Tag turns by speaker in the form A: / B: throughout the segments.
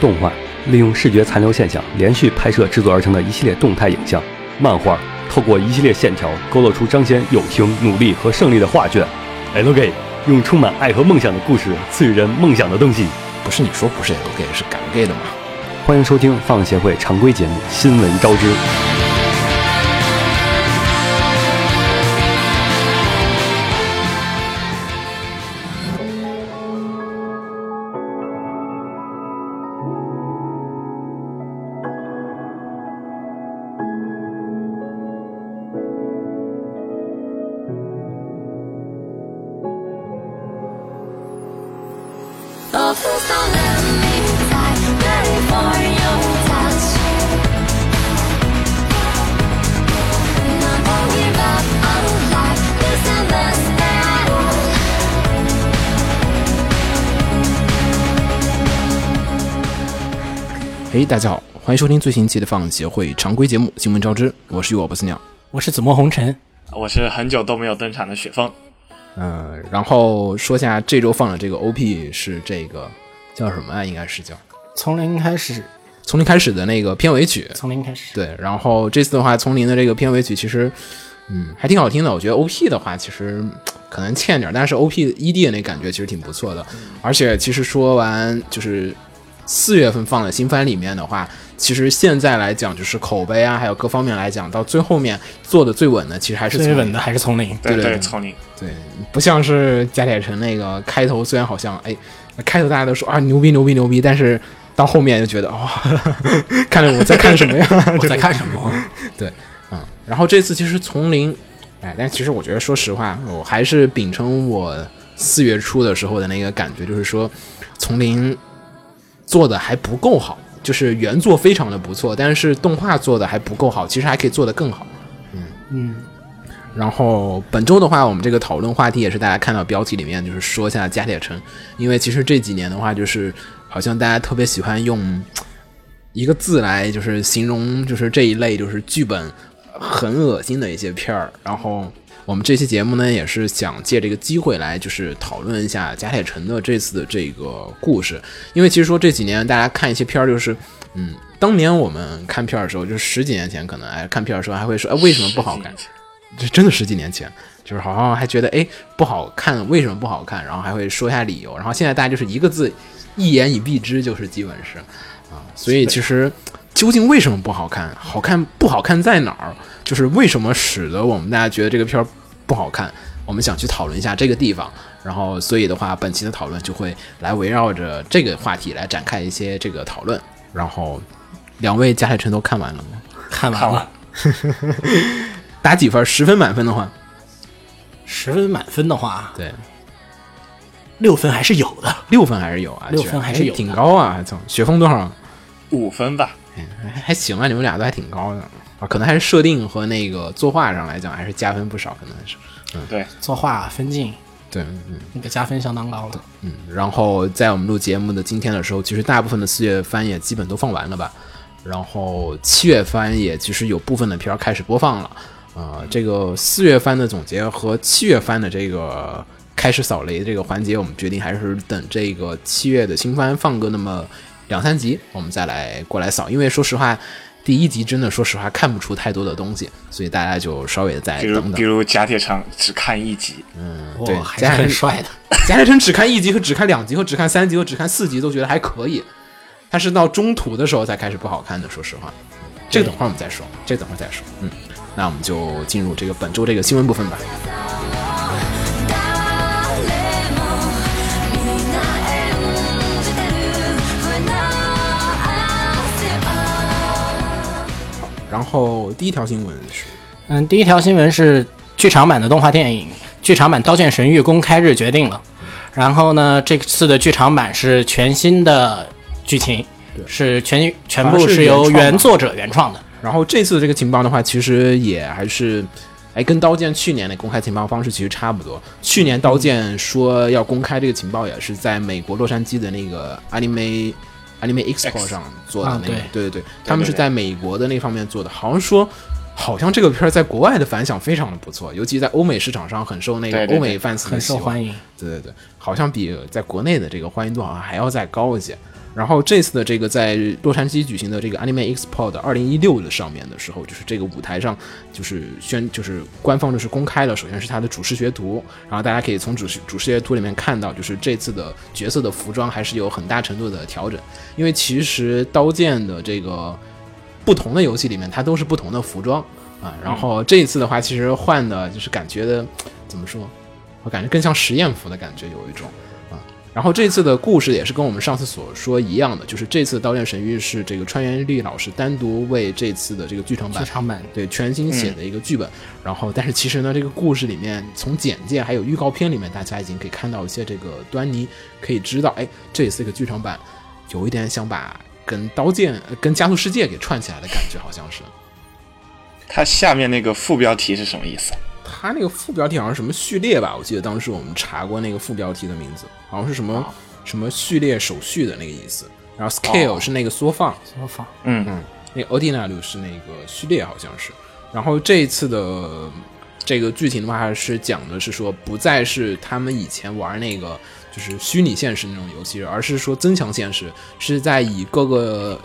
A: 动画，利用视觉残留现象连续拍摄制作而成的一系列动态影像。漫画透过一系列线条勾勒出彰显友情、努力和胜利的画卷。LG 用充满爱和梦想的故事赐予人梦想的东西。
B: 不是你说不是 L gay 是敢 gay 的吗？
A: 欢迎收听放协会常规节目《新闻招 之》。
C: Oh, please don't let me die. Ready for your touch. And I won't give up on life. This endless battle.
B: 嘿，大家好，欢迎收听最新一期的放映协会常规节目《新闻招之》，我是我不是鸟。
D: 我是紫陌红尘，
E: 我是很久都没有登场的雪峰，
B: 嗯，然后说下这周放的这个 OP 是这个叫什么啊？应该是叫《
D: 从零开始，
B: 从零开始》的那个片尾曲。
D: 从零开始。
B: 对，然后这次的话，《从零》的这个片尾曲其实，嗯，还挺好听的。我觉得 OP 的话，其实嗯可能欠点儿，但是 OP ED 的那感觉其实挺不错的。而且其实说完就是四月份放的新番里面的话，其实现在来讲，就是口碑啊，还有各方面来讲，到最后面做的最稳的，其实还是
D: 最
B: 从
D: 稳
B: 零
D: 的还是从零，
E: 对
B: 对对
E: 丛林，
B: 对，不像是贾铁城那个开头，虽然好像哎，开头大家都说啊牛逼牛逼牛逼，但是到后面就觉得哇、 看着我在看什么呀？ 嗯
D: 我在看什 么？
B: 然后这次其实丛林，哎，但其实我觉得，说实话，我还是秉承我四月初的时候的那个感觉，就是说，丛林做的还不够好，就是原作非常的不错，但是动画做的还不够好，其实还可以做得更好。
D: 嗯，
B: 然后本周的话，我们这个讨论话题也是大家看到标题里面，就是说一下贾铁城，因为其实这几年的话，就是好像大家特别喜欢用一个字来就是形容，就是这一类就是剧本很恶心的一些片儿。然后我们这期节目呢，也是想借这个机会来就是讨论一下贾铁城的这次的这个故事，因为其实说这几年大家看一些片儿，就是嗯，当年我们看片儿的时候，就是十几年前可能哎看片儿的时候还会说哎为什么不好看？这真的十几年前，就是好像还觉得哎不好看，为什么不好看？然后还会说一下理由。然后现在大家就是一个字，一言以蔽之，就是基本是啊。所以其实究竟为什么不好看？好看不好看在哪儿？就是为什么使得我们大家觉得这个片儿不好看？我们想去讨论一下这个地方。然后所以的话，本期的讨论就会来围绕着这个话题来展开一些这个讨论。然后两位加海城都看完了吗？
D: 看完
E: 看
D: 了
E: 了，
B: 打几分？十分满分的话，
D: 十分满分的话，
B: 对。
D: 六分还是有的。
B: 六分还是有啊，
D: 六
B: 居然
D: 分还是有的
B: 挺高啊，还从雪峰多少？
E: 五分吧，
B: 还还行啊，你们俩都还挺高的啊，可能还是设定和那个作画上来讲，还是加分不少，可能还是
E: 对，
D: 作画分镜
B: 对，嗯
D: 那个加分相当高了。
B: 嗯。然后在我们录节目的今天的时候，其实大部分的四月番也基本都放完了吧，然后七月番也其实有部分的片儿开始播放了，呃，这个四月番的总结和七月番的这个开始扫雷这个环节，我们决定还是等这个七月的新番放个那么两三集，我们再来过来扫。因为说实话，第一集真的说实话看不出太多的东西，所以大家就稍微再
E: 比如
B: 哎等
E: 比
B: 等。
E: 如甲铁城只看一集，
D: 我
B: 对
D: 还是
B: 加上
D: 很帅的。
B: 贾海城只看一集和只看两集和只看三集和只看四集都觉得还可以，但是到中途的时候才开始不好看的。说实话，这个等会儿我们再说，这个等会儿再说。嗯，那我们就进入这个本周这个新闻部分吧。然后第一条新闻是，
D: 嗯，第一条新闻是剧场版的动画电影，剧场版《刀剑神域》公开日决定了。然后呢，这次的剧场版是全新的剧情，是全全
B: 好
D: 部
B: 像是
D: 是
B: 原
D: 由
B: 创吧
D: 原作者原创的。
B: 然后这次这个情报的话，其实也还是，哎，跟《刀剑》去年的公开情报方式其实差不多。去年《刀剑》说要公开这个情报，也是在美国洛杉矶的那个 Anime Anime Expo 上做的
D: 啊
B: 那个，对对对，他
E: 对
B: 们是在美国的那方面做的，好像说。好像这个片儿在国外的反响非常的不错，尤其在欧美市场上很受那个
E: 对对对
B: 欧美 fans 的
D: 很
B: 喜
D: 受
B: 欢。
D: 欢迎，
B: 呃对对对，好像比在国内的这个欢迎度好像还要再高一些。然后这次的这个在洛杉矶举行的这个 Anime Expo 的二零一六的上面的时候，就是这个舞台上就是宣就是官方就是公开了，首先是它的主视觉图，然后大家可以从主视主视觉图里面看到，就是这次的角色的服装还是有很大程度的调整，因为其实刀剑的这个不同的游戏里面它都是不同的服装啊，然后这一次的话，其实换的就是感觉的怎么说，我感觉更像实验服的感觉有一种。啊然后这次的故事也是跟我们上次所说一样的，就是这次《刀剑神域》是这个川原丽老师单独为这次的这个剧场版
D: 剧场版
B: 对全新写的一个剧本。然后，但是其实呢，这个故事里面从简介还有预告片里面，大家已经可以看到一些这个端倪，可以知道，哎，这一次这个剧场版有一点想把跟《刀剑》呃跟《加速世界》给串起来的感觉，好像是。
E: 它下面那个副标题是什么意思？啊
B: 它那个副标题好像是什么序列吧？我记得当时我们查过那个副标题的名字，好像是什么、什么序列手续的那个意思。然后 scale 是那个缩放，
D: 模仿
E: 嗯，
B: 那个 ordinary 是那个序列好像是。然后这一次的这个剧情的话，是讲的是说不再是他们以前玩那个就是虚拟现实那种游戏，而是说增强现实，是在以各个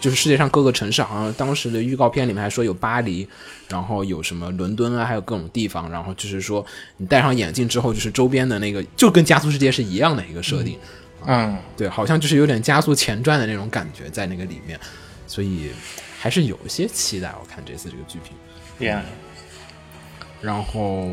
B: 就是世界上各个城市，好像当时的预告片里面还说有巴黎，然后有什么伦敦啊，还有各种地方，然后就是说你戴上眼镜之后，就是周边的那个就跟加速世界是一样的一个设定。
E: 嗯，
B: 对，好像就是有点加速前传的那种感觉在那个里面，所以还是有一些期待。我看这次这个剧评，
E: 恋爱
B: 然后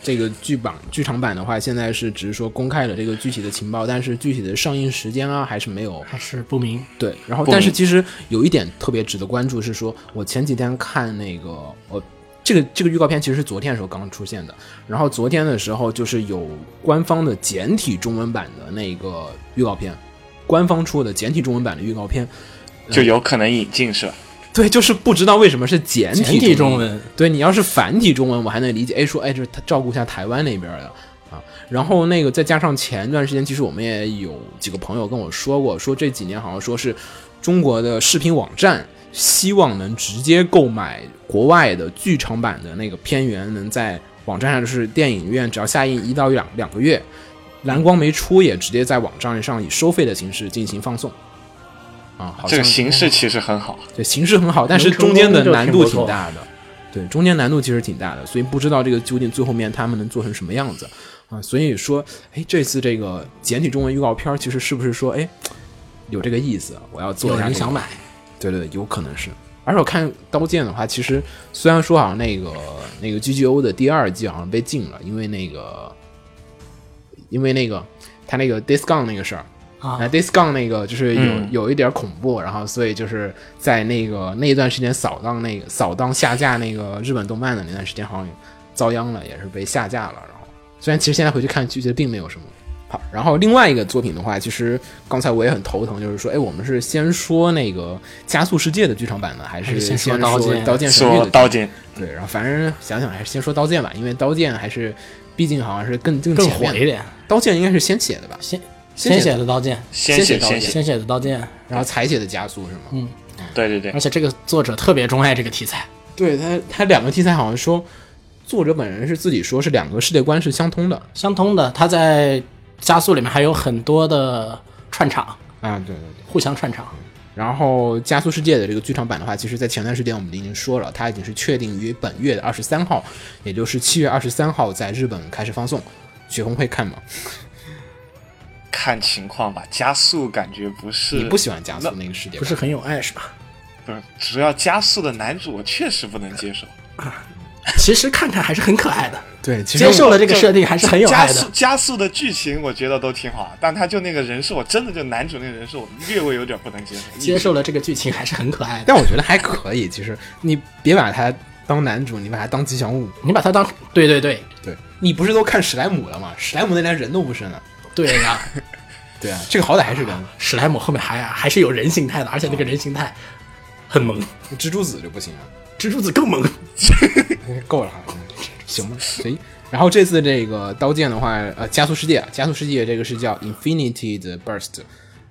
B: 这个剧版剧场版的话，现在是只是说公开了这个具体的情报，但是具体的上映时间啊还是没有
D: 还是不明，
B: 对，然后
E: 不
B: 但
E: 明
B: 是其实有一点特别值得关注是说，我前几天看那个呃，这个这个预告片其实是昨天的时候刚出现的，然后昨天的时候就是有官方的简体中文版的那个预告片，官方出的简体中文版的预告片，嗯
E: 就有可能引进是吧？
B: 对，就是不知道为什么是简体
D: 简体中
B: 文。
D: 文
B: 对你要是繁体中文，我还能理解。哎，说哎，这他照顾一下台湾那边的啊。然后那个再加上前段时间，其实我们也有几个朋友跟我说过，说这几年好像说是中国的视频网站希望能直接购买国外的剧场版的那个片源，能在网站上就是电影院只要下映一到两两个月，蓝光没出也直接在网站上以收费的形式进行放送。啊，好像
E: 这个
B: 是
E: 形式其实很好，
B: 对，形式很好，但是
A: 能成
B: 中间
A: 功
B: 的
A: 就
B: 难
A: 挺
B: 度
A: 不
B: 挺
A: 错
B: 大的。对，中间难度其实挺大的，所以不知道这个究竟最后面他们能做成什么样子啊。所以说，哎，这次这个简体中文预告片儿其实是不是说，哎，有这个意思？我要做
D: 有
B: 一下
D: 人
B: 这个
D: 想买，
B: 对对，对有可能是。而且我看《刀剑》的话，其实虽然说好像那个那个 GGO 的第二季好像被禁了，因为那个因为那个他那个 Days Gone 那个事儿
D: 啊
B: ，Days Gone 那个就是有、
E: 嗯
B: 有一点恐怖，然后所以就是在那个那一段时间扫荡那个扫荡下架那个日本动漫的那段时间，好像也遭殃了，也是被下架了。然后虽然其实现在回去看，其实并没有什么。好，然后另外一个作品的话，其实刚才我也很头疼，就是说，哎，我们是先说那个《加速世界》的剧场版呢，还
D: 还
B: 是
D: 是先说
B: 《
D: 刀剑
B: 刀剑神域》
E: 说
B: 的剧
E: 刀剑，
B: 对，然后反正想想还是先说《刀剑》吧，因为《刀剑》还是毕竟好像是更更
D: 更
B: 前
D: 火
B: 面
D: 一
B: 的，
D: 点。
B: 《刀剑》应该是先写的吧，
D: 先
B: 先
D: 先
B: 写
D: 写的刀剑，
E: 先
B: 写
E: 写
B: 刀
E: 先
B: 剑
E: 写，
D: 先写的刀剑，
B: 然后才写的《加速》是吗？嗯，
E: 对对对
D: 而，且这个作者特别钟爱这个题材，
B: 对他他两个题材好像说作者本人是自己说是两个世界观是相通的
D: 相通的，它在加速里面还有很多的串场，
B: 啊，对对对。
D: 互相串场。
B: 然后《加速世界》的这个剧场版的话，其实在前段时间我们已经说了，它已经是确定于本月的二十三号，也就是七月二十三号在日本开始放送。雪红会看吗？
E: 看情况吧。加速感觉不是
B: 你不喜欢加速那个世界
D: 不
B: 观？
D: 是很有爱是吧？
E: 不是，主要加速的男主我确实不能接受。
D: 其实看看还是很可爱的，
B: 对，其实
D: 接
B: 我
D: 受了这个设定还是很有
E: 加
D: 爱
E: 速
D: 的。
E: 加速的剧情我觉得都挺好，啊但他就那个人设，我真的就男主那个人设，我略微有点不能接受。
D: 接受了这个剧情还是很可爱的。
B: 但我觉得还可以。其实你别把他当男主，你把他当吉祥物。
D: 你把它当对对对
B: 对，你不是都看史莱姆了吗？史莱姆那连人都不是呢。
D: 对呀、
B: 对啊，这个好歹还是人，
D: 史莱姆后面还还是有人形态的，而且那个人形态很萌，
B: 蜘蛛子就不行了。
D: 蜘蛛子更萌。
B: 够了哈，嗯行吧，随意。然后这次这个刀剑的话，呃，加速世界，加速世界这个是叫 Infinity 的 Burst，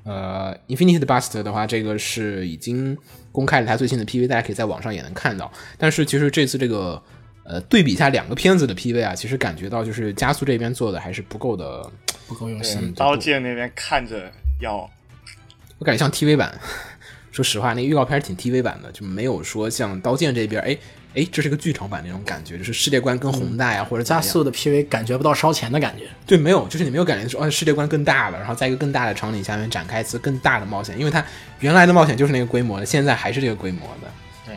B: 呃，Infinity 的 Burst 的话，这个是已经公开了它最新的 PV，大家可以在网上也能看到。但是其实这次这个呃对比一下两个片子的 PV 啊，其实感觉到就是加速这边做的还是不够的，呃
D: 不够用
E: 嗯
D: 心，
E: 刀剑那边看着要
B: 我感觉像 TV 版。说实话，那个预告片挺 TV 版的，就没有说像《刀剑》这边，哎哎，这是个剧场版那种感觉，就是世界观更宏大呀，或者怎
D: 加
B: 么样
D: 速的 PV 感觉不到烧钱的感觉。
B: 对，没有，就是你没有感觉说，哦，世界观更大了，然后在一个更大的场景下面展开一次更大的冒险，因为它原来的冒险就是那个规模的，现在还是这个规模的。
E: 对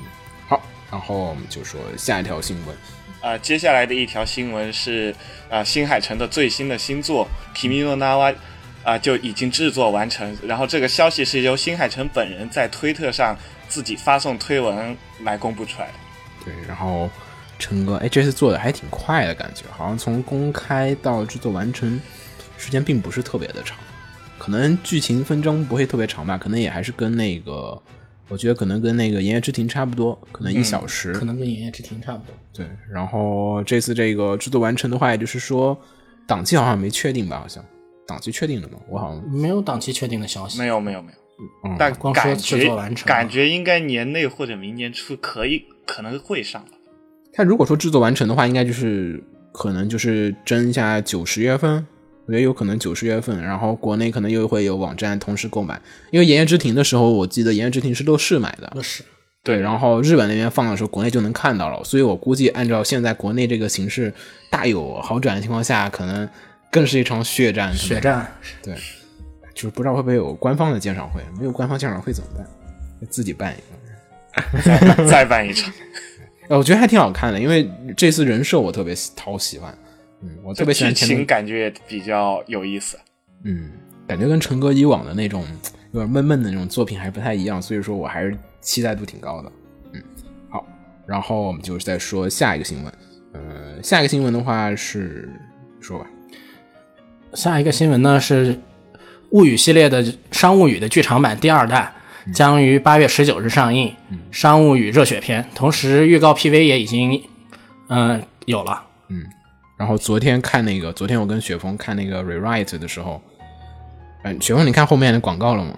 B: 嗯，好，然后我们就说下一条新闻，
E: 啊、接下来的一条新闻是啊、新海诚的最新的新作《Kimi no Na wa》啊、就已经制作完成。然后这个消息是由新海诚本人在推特上自己发送推文来公布出来的。
B: 对，然后陈哥，哎，这次做的还挺快的感觉，好像从公开到制作完成时间并不是特别的长，可能剧情纷争不会特别长吧，可能也还是跟那个，我觉得可能跟那个《炎夜之庭》差不多，可能一小时，
E: 嗯
D: 可能跟《炎夜之庭》差不多。
B: 对，然后这次这个制作完成的话，也就是说档期好像没确定吧？好像档期确定了吗？我好像
D: 没有档期确定的消息。
E: 没有没有没有，
B: 嗯
E: 但
D: 光说
E: 感
D: 制
E: 觉
D: 作完成
E: 感觉应该年内或者明年初可以可能会上吧。
B: 他如果说制作完成的话，应该就是可能就是争一下九十月份，我觉得有可能九十月份，然后国内可能又会有网站同时购买，因为《炎夜之庭》的时候，我记得《炎夜之庭》是乐视买的，
D: 那是
B: 对，然后日本那边放的时候，国内就能看到了，所以我估计按照现在国内这个形势大有好转的情况下，可能更是一场血战，可能
D: 血战，
B: 对，就是不知道会不会有官方的鉴赏会，没有官方鉴赏会怎么办？自己办一个。
E: 再再办一场，
B: 呃，我觉得还挺好看的，因为这次人设我特别喜讨喜欢，嗯，我特别喜
E: 剧
B: 欢陈
E: 情
B: 哥，
E: 感觉也比较有意思。
B: 嗯，感觉跟陈哥以往的那种有点闷闷的那种作品还是不太一样，所以说我还是期待度挺高的，嗯，好，然后我们就是再说下一个新闻，呃，下一个新闻的话是说吧，
D: 下一个新闻呢是《物语》系列的《商务语》的剧场版第二弹
E: 嗯
D: 将于八月十九日上映，商务语》热血篇。同时，预告 PV 也已经嗯、有了。
B: 然后昨天看那个，昨天我跟雪峰看那个 rewrite 的时候，嗯、雪峰你看后面的广告了吗？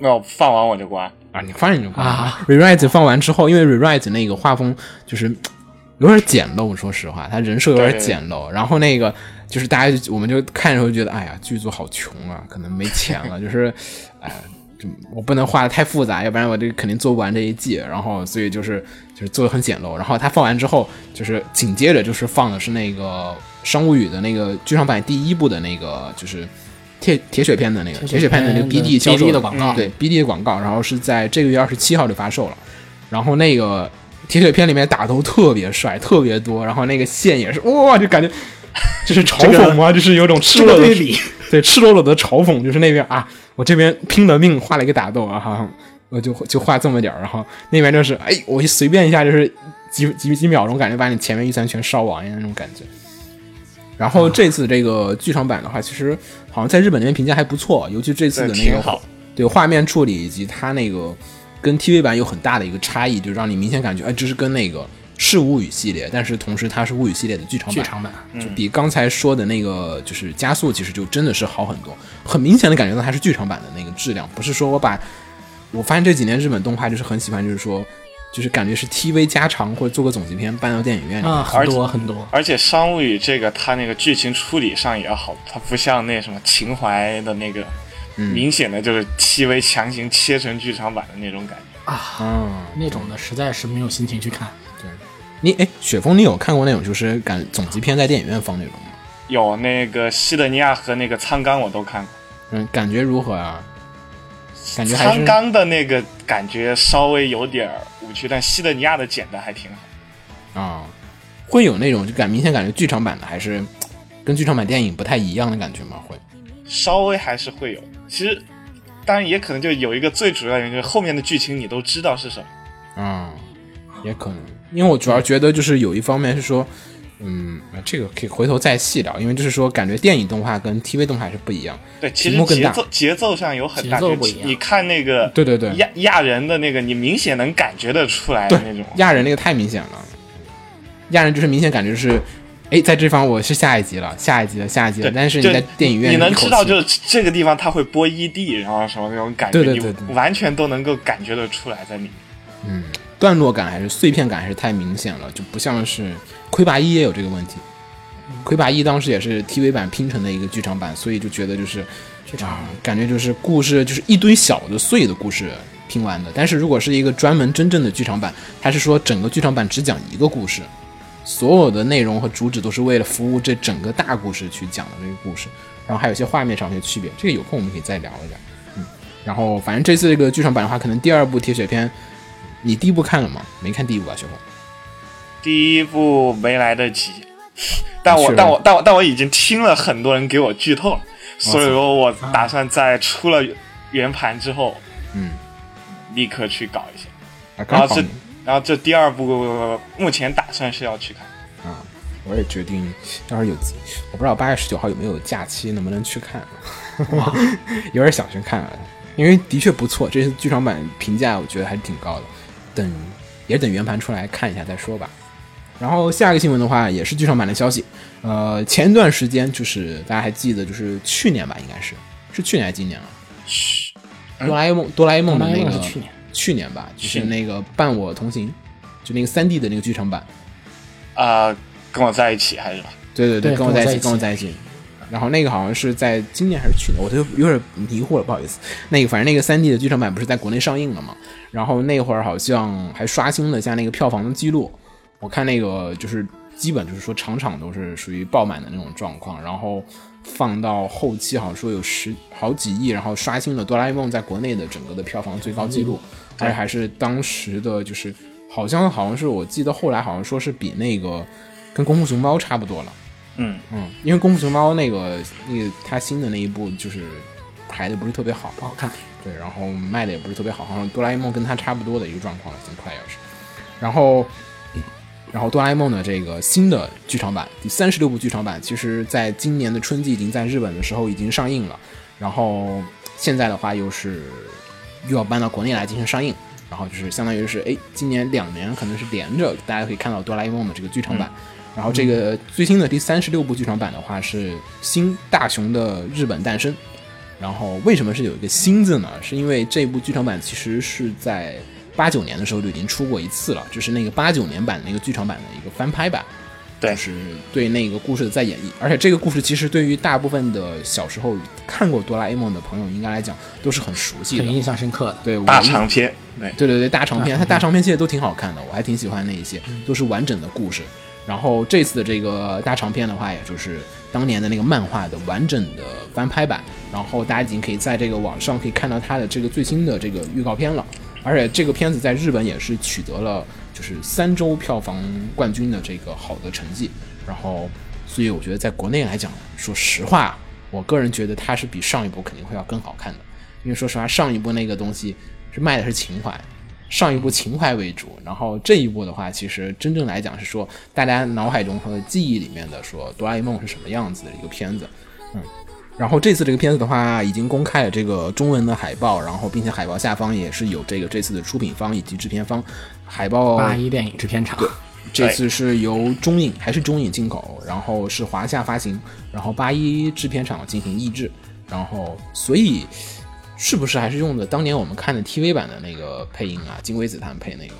E: 那我放完我就关。
B: 啊，你放任就可以
D: 啊。
B: rewrite 放完之后，因为 rewrite 那个画风就是嘖有点简陋，说实话，他人设有点
E: 对
B: 简陋。然后那个就是大家就我们就看的时候觉得，哎呀，剧组好穷啊，可能没钱了，就是，哎呀。就我不能画的太复杂，要不然我这个肯定做不完这一季。然后，所以就是就是做的很简陋。然后他放完之后，就是紧接着就是放的是那个《商务语》的那个剧场版第一部的那个，就是铁铁血篇的那个铁
D: 铁
B: 血
D: 血
B: 篇
D: 篇
B: 的那
D: 的
B: 个 BD 销售
D: BD 的广告
B: 对 BD 的广告，然后是在这个月二十七号就发售了。然后那个铁血篇里面打斗特别帅，特别多，然后那个线也是哇，就感觉这是嘲讽吗？就是有种赤裸裸
D: 对
B: 的
D: 比，
B: 对赤裸裸的嘲讽，就是那边啊，我这边拼了命画了一个打斗啊，哈，我就就画这么点儿，然后那边就是哎，我一随便一下就是几几几秒钟，感觉把你前面预算全烧完那种感觉。然后这次这个剧场版的话，其实好像在日本那边评价还不错，尤其这次的
E: 对
B: 那个
E: 挺好
B: 对画面处理以及它那个跟 TV 版有很大的一个差异，就让你明显感觉，哎，这是跟那个是物语系列，但是同时它是物语系列的剧场版，
D: 剧场版
B: 就比刚才说的那个就是加速，其实就真的是好很多，很明显的感觉到它是剧场版的那个质量，不是说我把我发现这几年日本动画就是很喜欢，就是说就是感觉是 TV 加长或者做个总集片搬到电影院里。
D: 啊，很多很多。
E: 而嗯且《商务语》这个，它那个剧情处理上也好，它不像那什么情怀的那个，
B: 嗯
E: 明显的就是细微强行切成剧场版的那种感觉。
B: 嗯，
D: 那种的实在是没有心情去看，
B: 你哎，雪峰，你有看过那种就是敢总集片在电影院放那种吗？
E: 有那个西德尼亚和那个苍冈，我都看过。
B: 嗯，感觉如何啊？感觉还
E: 苍
B: 是
E: 冈的那个感觉稍微有点儿无趣，但西德尼亚的剪的还挺好。
B: 啊，会有那种就感明显感觉剧场版的还是跟剧场版电影不太一样的感觉吗？会。
E: 稍微还是会有。其实，当然也可能就有一个最主要的原因，就是后面的剧情你都知道是什么。
B: 啊、也可能，因为我主要觉得就是有一方面是说，嗯，呃这个可以回头再细聊，因为就是说感觉电影动画跟 TV 动画还是不一样。
E: 对，其
B: 题
E: 实
B: 目更
E: 节
B: 大
E: 奏节奏上有很大
D: 节奏
E: 的
D: 不一样
E: 你看那个
B: 对对对
E: 亚亚人的那个，你明显能感觉得出来的
B: 对
E: 那种，。
B: 亚人那个太明显了，亚人就是明显感觉就是，哎，在这方我是下一集了，下一集了，下一集了，
E: 对，
B: 但是你
E: 就
B: 在电影院
E: 你
B: 里
E: 能
B: 一口
E: 知道，
B: 气
E: 就是这个地方它会播 ED，然后什么那种感觉，
B: 对对对对
E: 你完全都能够感觉得出来在里面。
B: 段落感还是碎片感还是太明显了，就不像是《魁拔一》也有这个问题。魁拔一当时也是 TV 版拼成的一个剧场版，所以就觉得就是剧场、感觉就是故事就是一堆小的碎的故事拼完的。但是如果是一个专门真正的剧场版，它是说整个剧场版只讲一个故事，所有的内容和主旨都是为了服务这整个大故事去讲的这个故事，然后还有一些画面上的区别，这个有空我们可以再聊一聊。嗯，然后反正这次这个剧场版的话，可能第二部铁血篇，你第一部看了吗？没看第一部吧，雪红。
E: 第一部没来得及，但
B: 是
E: 我
B: 吗
E: 但我但我但我已经听了很多人给我剧透了，所以说我
D: 啊
E: 打算在出了圆盘之后，
B: 嗯，
E: 立刻去搞一下。
B: 啊，刚
E: 然后
B: 好
E: 这然后这第二部目前打算是要去看，
B: 啊我也决定，要是有，我不知道八月十九号有没有假期，能不能去看，有点想去看了，因为的确不错，这次剧场版评价我觉得还是挺高的，等也等圆盘出来看一下再说吧。然后下一个新闻的话，也是剧场版的消息，呃，前一段时间就是大家还记得，就是去年吧，应该是是去年还是今年啊？哆啦 A 梦，哆啦 A 梦的
D: 哆啦 A
B: 那
D: 梦
B: 个
D: 是去年，
B: 去年吧，就是是那个伴我同行，就那个三 D 的那个剧场版，
E: 啊、跟我在一起还是吧？
B: 对对
D: 对
B: 跟我
D: 跟
B: 在
D: 我在
B: 起，
D: 一
B: 跟我
D: 起
B: 在一起。然后那个好像是在今年还是去年，我都有点迷糊了，不好意思。那个反正那个三 D 的剧场版不是在国内上映了嘛，然后那会儿好像还刷新了一下那个票房的记录。我看那个就是基本就是说场场都是属于爆满的那种状况，然后放到后期好像说有十好几亿，然后刷新了哆啦 A 梦在国内的整个的票房最高记录，而且还是当时的就是好像好像是我记得后来好像说是比那个跟功夫熊猫差不多了。
E: 嗯，
B: 嗯，因为功夫熊猫那个那个它新的那一部就是排的不是特别好，不好看。对，然后卖的也不是特别好，好像哆啦 A 梦跟它差不多的一个状况了，很快要是。然后，然后哆啦 A 梦的这个新的剧场版第三十六部剧场版，其实在今年的春季已经在日本的时候已经上映了，然后现在的话又是又要搬到国内来进行上映。然后就是相当于是，哎，今年两年可能是连着，大家可以看到哆啦 A 梦的这个剧场
D: 嗯
B: 版。然后这个最新的第三十六部剧场版的话是新大雄的日本诞生。然后为什么是有一个“新”字呢？是因为这部剧场版其实是在八九年的时候就已经出过一次了，就是那个八九年版那个剧场版的一个翻拍版。
E: 对
B: 就，是对那个故事的再演绎。而且这个故事其实对于大部分的小时候看过哆啦 A 梦的朋友应该来讲都是很熟悉
D: 很
B: 的。
D: 印象深刻的。
B: 对，我
E: 大长篇，对，
B: 对对对，大长篇，它大长篇系列都挺好看的，我还挺喜欢那一些，都是完整的故事。然后这次的这个大长篇的话，也就是当年的那个漫画的完整的翻拍版，然后大家已经可以在这个网上可以看到它的这个最新的这个预告片了。而且这个片子在日本也是取得了就是三周票房冠军的这个好的成绩。然后，所以我觉得在国内来讲，说实话，我个人觉得它是比上一部肯定会要更好看的。因为说实话，上一部那个东西是卖的是情怀，上一部情怀为主，然后这一部的话，其实真正来讲是说大家脑海中和记忆里面的说哆啦 A 梦是什么样子的一个片子，嗯。然后这次这个片子的话，已经公开了这个中文的海报，然后并且海报下方也是有这个这次的出品方以及制片方，海
E: 哦
B: 报
D: 八一电影制片厂，
B: 这次是由中影还是中影进口，然后是华夏发行，然后八一制片厂进行译制，然后所以是不是还是用的当年我们看的 TV 版的那个配音啊？金龟子他们配那个，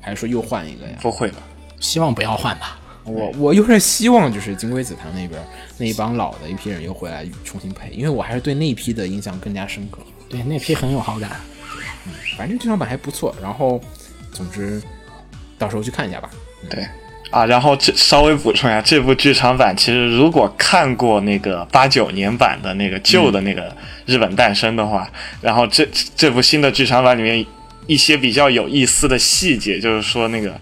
B: 还是说又换一个呀？
E: 不会吧？
D: 希望不要换吧。
B: 我我有点希望就是金龟子他那边那一帮老的一批人又回来重新配，因为我还是对那一批的印象更加深刻。
D: 对，那批很有好感。
B: 反正剧场版还不错，然后总之到时候去看一下吧。
E: 对。啊，然后这稍微补充一下，这部剧场版其实如果看过那个八九年版的
B: 嗯
E: 那个旧的那个日本诞生的话，然后这这部新的剧场版里面一些比较有意思的细节，就是说那个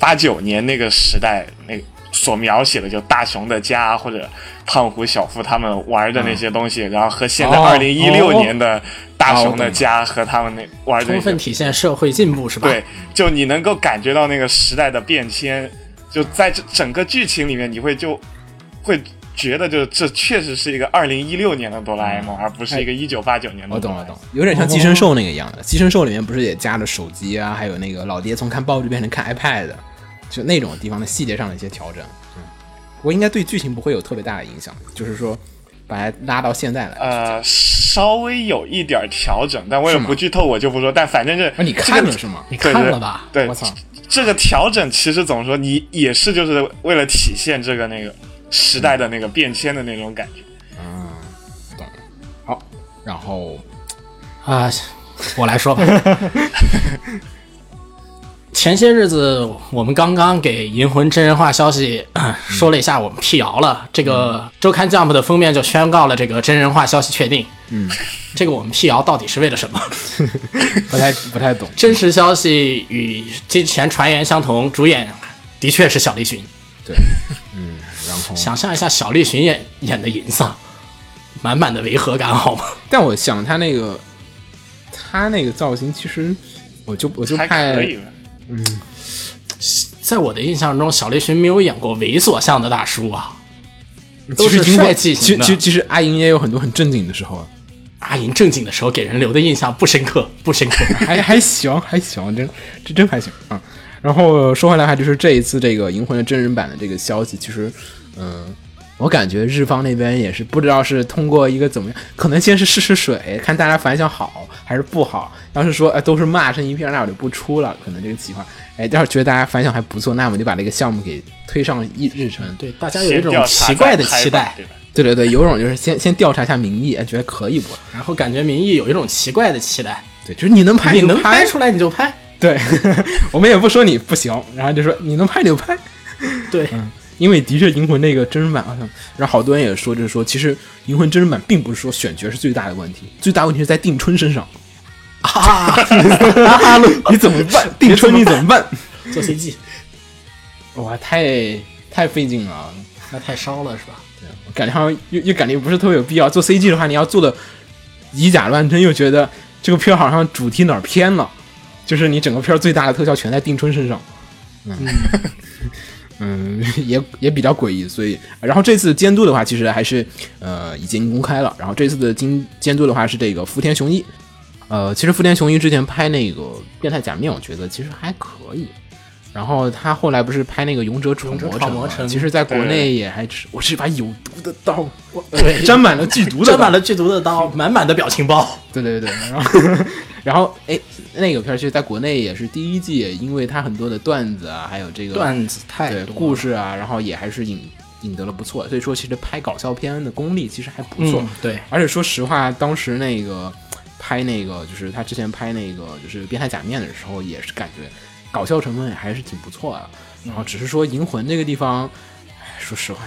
E: 八九年那个时代那个所描写的就大雄的家或者胖虎小夫他们玩的那些东西，然后和现在
B: 嗯哦
E: 二零一六
B: 哦
E: 年的
B: 哦
E: 大
B: 我
E: 雄
B: 懂
E: 的
B: 了
E: 家和他们那玩的
D: 充
E: 那些
D: 分体现社会进步是吧？
E: 对，，就你能够感觉到那个时代的变迁，就在这整个剧情里面，你会就会觉得就这确实是一个二零一六年的哆啦 A 梦，而不是一个一九八九年的。
B: 嗯哎我懂了，懂了，。嗯有点像寄生兽那个一样的。寄生兽里面不是也加了手机啊，还有那个老爹从看报纸变成看 iPad，就那种地方的细节上的一些调整。嗯，不过应该对剧情不会有特别大的影响，就是说把它拉到现在来。
E: 呃，稍微有一点调整，但为了
B: 是吗
E: 不剧透，我就不说。但反正是
B: 啊，你看了是吗？
D: 你
E: 对
D: 看了吧？
E: 对，
B: 我操
E: 这个调整其实怎么说，你也是就是为了体现这个那个时代的那个变迁的那种感觉。
B: 好，然后
D: 啊， 我来说吧。 前些日子，我们刚刚给《银魂》真人化消息、啊说了一下，我们辟谣了。这个周刊 Jump 的封面就宣告了这个真人化消息确定。嗯，这个我们辟谣到底是为了什么？
B: 不太不太懂，
D: 真实消息与之前传言相同，主演的确是小栗旬。
B: 对，嗯，然后
D: 想象一下小栗旬演演的银丧，满满的违和感，好吗？
B: 但我想他那个他那个造型，其实我就我就
E: 还
B: 怕
E: 可以吧，
D: 在我的印象中，小栗旬没有演过猥琐向的大叔啊，
B: 其实
D: 都是
B: 英国
D: 帅气
B: 其
D: 型
B: 实
D: 的
B: 其实其实阿银也有很多很正经的时候啊，
D: 阿银正经的时候给人留的印象不深刻， 不深刻。
B: 还还行还行，真这真还行啊。然后说回来的话，就是这一次这个《银魂》的真人版的这个消息，其实，嗯、我感觉日方那边也是不知道是通过一个怎么样，可能先是试试水，看大家反响好还是不好。要是说哎都是骂声一片，那我就不出了，可能这个企划。哎，要是觉得大家反响还不错，那我们就把这个项目给推上一日程。
D: 对，大家有一
E: 先
D: 种
E: 调查
D: 奇怪的
E: 再拍
D: 期
E: 吧
D: 待，
E: 对吧？
B: 对对对，有种就是先先调查一下民意，哎，觉得可以不？
D: 然后感觉民意有一种奇怪的期待，
B: 对，就是你能拍
D: 哎你
B: 就
D: 能
B: 拍
D: 拍出来你就拍，
B: 对， 我们也不说你不行，然后就说你能拍就拍，
D: 对，
B: 因为的确《银魂》那个真人版好像，然后好多人也说，就是说其实《银魂》真人版并不是说选角是最大的问题，最大问题是在定春身上。
D: 啊，
B: 你怎么办？定春你怎么办？
D: 做 CG
B: 哇，太太费劲了，啊
D: 那太烧了是 吧？
B: 我感觉好像又又感觉不是特别有必要。做 CG 的话，你要做的以假乱真，又觉得这个片儿好像主题哪儿偏了，就是你整个片儿最大的特效全在定春身上。嗯， 嗯，也也比较诡异，所以，然后这次监督的话，其实还是呃已经公开了。然后这次的监监督的话是这个福田雄一，呃，其实福田雄一之前拍那个《变态假面》，我觉得其实还可以。然后他后来不是拍那个《勇者闯
D: 勇者
B: 魔
D: 闯
B: 城
D: 魔
B: 吗》
D: 城
B: 其实在国
E: 对
B: 内也还是我是一把有毒的刀， 我
D: 对
B: 沾满了剧毒的，
D: 沾满了剧毒的刀，满满的表情包，
B: 对对对，然后 然后哎，那个片儿其实在国内也是第一季，因为它很多的段子啊，还有这个
D: 段子太
B: 对
D: 多
B: 故
D: 事
B: 事啊，然后也还是引引得了不错，所以说其实拍搞笑片的功力其实还不错。
D: 嗯，对，
B: 而且说实话，当时那个拍那个就是他之前拍那个就是《变态假面》的时候，也是感觉搞笑成分也还是挺不错的。
D: 嗯
B: 然后只是说《银魂》这个地方，唉说实话，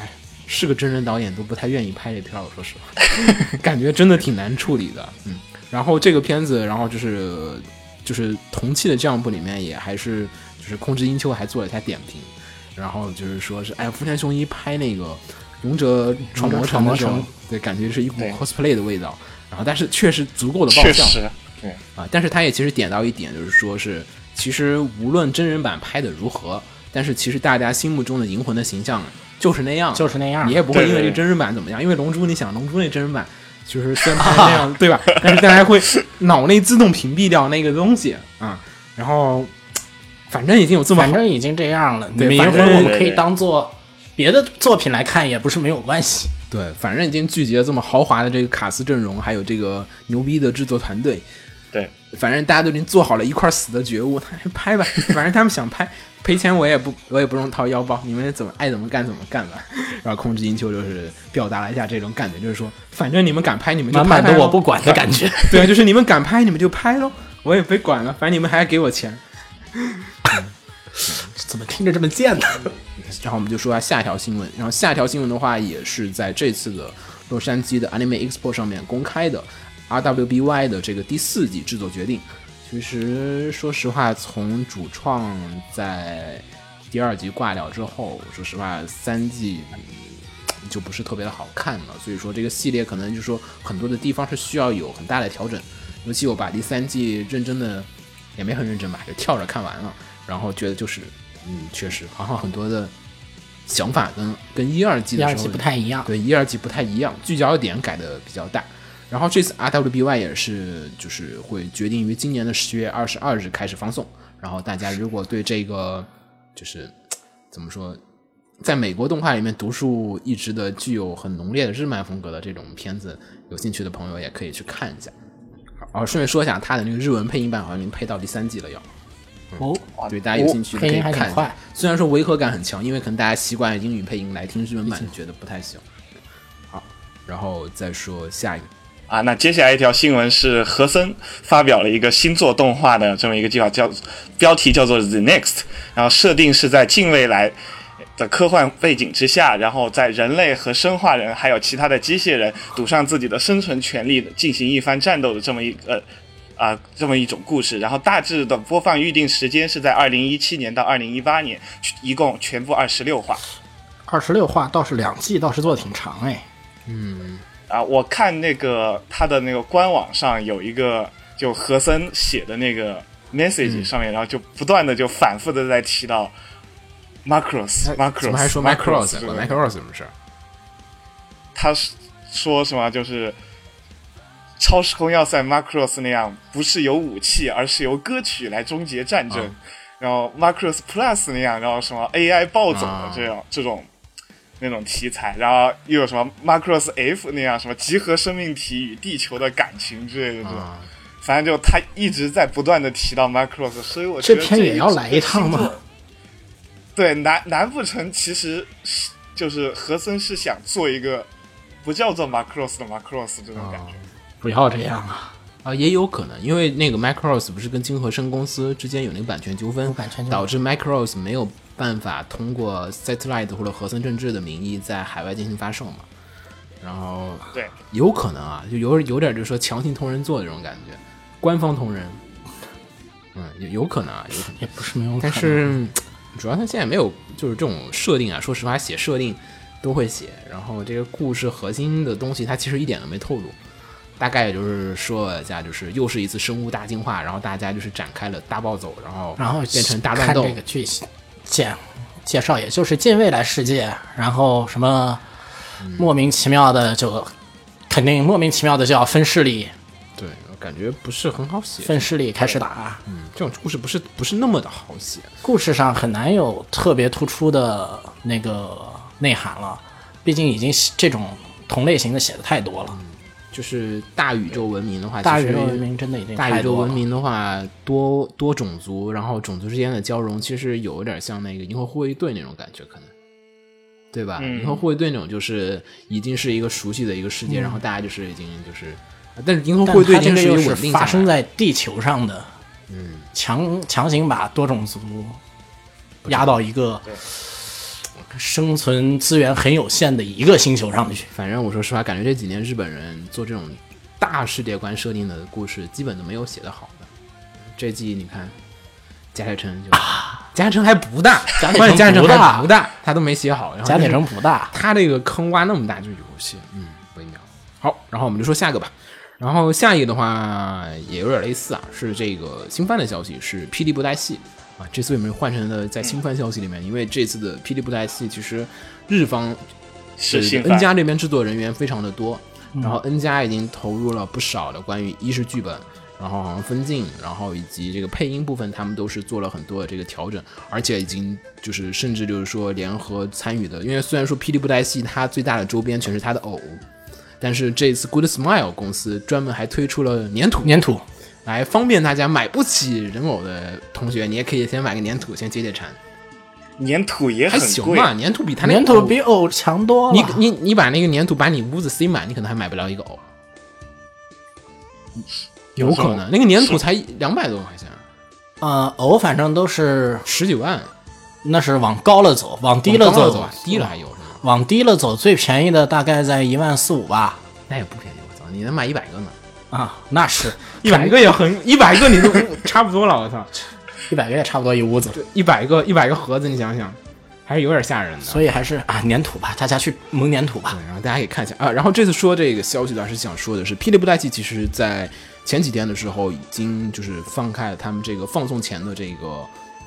B: 是个真人导演都不太愿意拍这片儿。我说实 话，感觉真的挺难处理的。嗯，然后这个片子，然后就是就是同期的 Jump 里面也还是就是空之英秋还做了一下点评，然后就是说是哎，福田雄一拍那个《勇者闯魔城》的时候
D: 勇者闯魔城，
B: 对，感觉是一股
E: 对
B: cosplay 的味道。然后，但是确实足够的爆
E: 确
B: 笑
E: 实，
B: 啊！但是他也其实点到一点，就是说是其实无论真人版拍的如何，但是其实大家心目中的银魂的形象就是那样，
D: 就是那样
B: 你。也不会
E: 对
B: 因为这个
E: 对
B: 真人版怎么样，因为龙珠，你想龙珠那真人版就是虽然拍 成那样，对吧？但是大家会脑内自动屏蔽掉那个东西啊。然后，反正已经有这么
D: 反正已经这样了，
B: 对
D: 冥
B: 反正
D: 婚我们
E: 对
D: 可以
E: 对
D: 当做别的作品来看，也不是没有关系。
B: 对，反正已经聚集了这么豪华的这个卡斯阵容，还有这个牛逼的制作团队，
E: 对，
B: 反正大家都已经做好了一块死的觉悟，他还 拍吧，反正他们想拍，赔钱我也不我也不用掏腰包，你们怎么爱怎么干怎么干吧。然后控制音秋就是表达了一下这种感觉，就是说，反正你们敢拍你们就
D: 满
B: 拍
D: 满的
B: 拍咯
D: 我不管的 感觉，
B: 对，就是你们敢拍你们就拍喽，我也别管了，反正你们还给我钱。
D: 怎么听着这么贱呢？
B: 然后我们就说下下一条新闻，然后下一条新闻的话也是在这次的洛杉矶的 Anime Expo 上面公开的 RWBY 的这个第四季制作决定。其实说实话，从主创在第二集挂掉之后，说实话三季嗯就不是特别的好看了，所以说这个系列可能就是说很多的地方是需要有很大的调整，尤其我把第三季认真的也没很认真吧，就跳着看完了，然后觉得就是，嗯，确实好像很多的想法跟跟一二季
D: 第
B: 的
D: 二
B: 时候
D: 季不太一样，
B: 对一二季不太一样，聚焦点改的比较大。然后这次 RWBY 也是就是会决定于今年的十月二十二日开始放送。然后大家如果对这个就是怎么说，在美国动画里面独树一帜的具有很浓烈的日漫风格的这种片子有兴趣的朋友也可以去看一下。哦，顺便说一下，它的那个日文配音版好像已经配到第三季了要。
D: 哦，
B: 对，大家有兴趣的可
D: 配
B: 以
D: 音还挺
B: 看一下
D: 快。
B: 虽然说违和感很强，因为可能大家习惯英语配音来听日文版，觉得不太行。好，然后再说下一个，
E: 啊，那接下来一条新闻是和森发表了一个新作动画的这么一个计划，叫标题叫做《The Next》，然后设定是在近未来的科幻背景之下，然后在人类和生化人还有其他的机械人赌上自己的生存权利，进行一番战斗的这么一个。啊、这么一种故事，然后大致的播放预定时间是在二零一七年到二零一八年，一共全部二十六话。
D: 二十六话倒是两季，倒是做的挺长哎。
E: 啊，我看那个他的那个官网上有一个就和森写的那个
B: 嗯
E: message 上面，然后就不断的就反复的在提到 Macross
B: 哎
E: Macross，
B: 怎么还说
E: Macross 这
B: Macross
E: 个
B: 了？Macross 什么事儿？
E: 他是说什么就是超时空要塞 Macross 那样，不是由武器，而是由歌曲来终结战争。
B: 啊
E: 然后 Macross Plus 那样，然后什么 AI 暴走的
B: 啊
E: 这样、这种那种题材，然后又有什么 Macross F 那样什么集合生命体与地球的感情之类的这种。
B: 啊
E: 反正就他一直在不断的提到 Macross，所以我觉
D: 这
E: 得
D: 篇也
E: 一
D: 要来一趟吗？
E: 对，难难不成其实是就是和森是想做一个不叫做 Macross 的 Macross 这种感觉？
D: 不要这样啊！
B: 啊，也有可能，因为那个 Macross 不是跟金和生公司之间有那个版权纠纷，
D: 版权纠纷
B: 导致 Macross 没有办法通过 Satellite 或者和森政治的名义在海外进行发售嘛。然后
E: 对，
B: 有可能啊，就有有点就是说强行同人做这种感觉，官方同人，嗯，有有可能啊，有可能。
D: 也不是没有可能，
B: 但是主要他现在没有，就是这种设定啊，说实话写设定都会写，然后这个故事核心的东西他其实一点都没透露，大概也就是说了一下，就是又是一次生物大进化，然后大家就是展开了大暴走，然后
D: 然后
B: 变成大乱斗
D: 看这，个剧介介绍，也就是近未来世界，然后什么
B: 嗯
D: 莫名其妙的就肯定莫名其妙的就要分势力，
B: 对，我感觉不是很好写，
D: 分势力开始打。
B: 嗯这种故事不是不是那么的好写，
D: 故事上很难有特别突出的那个内涵了，毕竟已经这种同类型的写的太多了。
B: 就是大宇宙文明的话，
D: 大
B: 嗯其
D: 宇
B: 实
D: 宙文明真的已经
B: 大
D: 太
B: 宇宙
D: 多
B: 文
D: 了。
B: 明的话，多多种族，然后种族之间的交融，其实有点像那个银河护卫队那种感觉，可能，对吧？
E: 嗯
B: 银河护卫队那种就是已经是一个熟悉的一个世界，然后大家就是已经就是，但是银河护卫队已
D: 嗯但它
B: 经
D: 这
B: 一
D: 个
B: 个
D: 又
B: 稳
D: 是
B: 定下啊
D: 发
B: 来
D: 生在地球上的，嗯，强强行把多种族压到一个生存资源很有限的一个星球上去。
B: 反正我说实话，感觉这几年日本人做这种大世界观设定的故事，基本都没有写的好的。这季你看，贾铁城就。
D: 啊
B: 贾铁城还不大，
D: 贾铁城
B: 关键贾铁城
D: 不大
B: 还不大，他都没写好。然后
D: 贾铁
B: 就是
D: 城不大，
B: 他这个坑挖那么大就有些嗯微妙。好，然后我们就说下一个吧。然后下一个的话也有点类似啊，是这个新番的消息是《霹雳布袋戏》啊，这次有没有换成了在新番消息里面？因为这次的《霹雳布袋戏》其实日方
E: 是新番
B: N 加这边制作人员非常的多，然后 N 加已经投入了不少的关于一是剧本，然后好像分镜，然后以及这个配音部分，他们都是做了很多的这个调整，而且已经就是甚至就是说联合参与的，因为虽然说霹雳布袋戏它最大的周边全是它的偶，但是这次 Good Smile 公司专门还推出了粘土，
D: 粘土
B: 来方便大家买不起人偶的同学，你也可以先买个粘土先解解馋，
E: 粘土也
B: 还
E: 很
B: 行
E: 贵，
B: 吧，粘土比它那个
D: 哎粘土
B: 偶
D: 比偶强多了。
B: 你你你把那个粘土把你屋子塞满，你可能还买不了一个偶，有可能那个粘土才两百多块钱，
D: 呃，偶反正都是
B: 十几万，
D: 那是往高了走，往低了
B: 往高
D: 走，
B: 了走啊，低了还有是吗？
D: 往低了走，最便宜的大概在一万四五吧。
B: 那也不便宜，我操，你能买一百个呢？
D: 啊，那是
B: 一百个也很，一百个你都 差不多了，我操，
D: 一百个也差不多一屋子，
B: 一百个一百个盒子，你想想，还是有点吓人的。
D: 所以还是啊，粘土吧，大家去蒙粘土吧。
B: 对，然后大家可以看一下啊。然后这次说这个消息的话是想说的是，霹雳布袋戏其实在前几天的时候已经就是放开了他们这个放送前的这个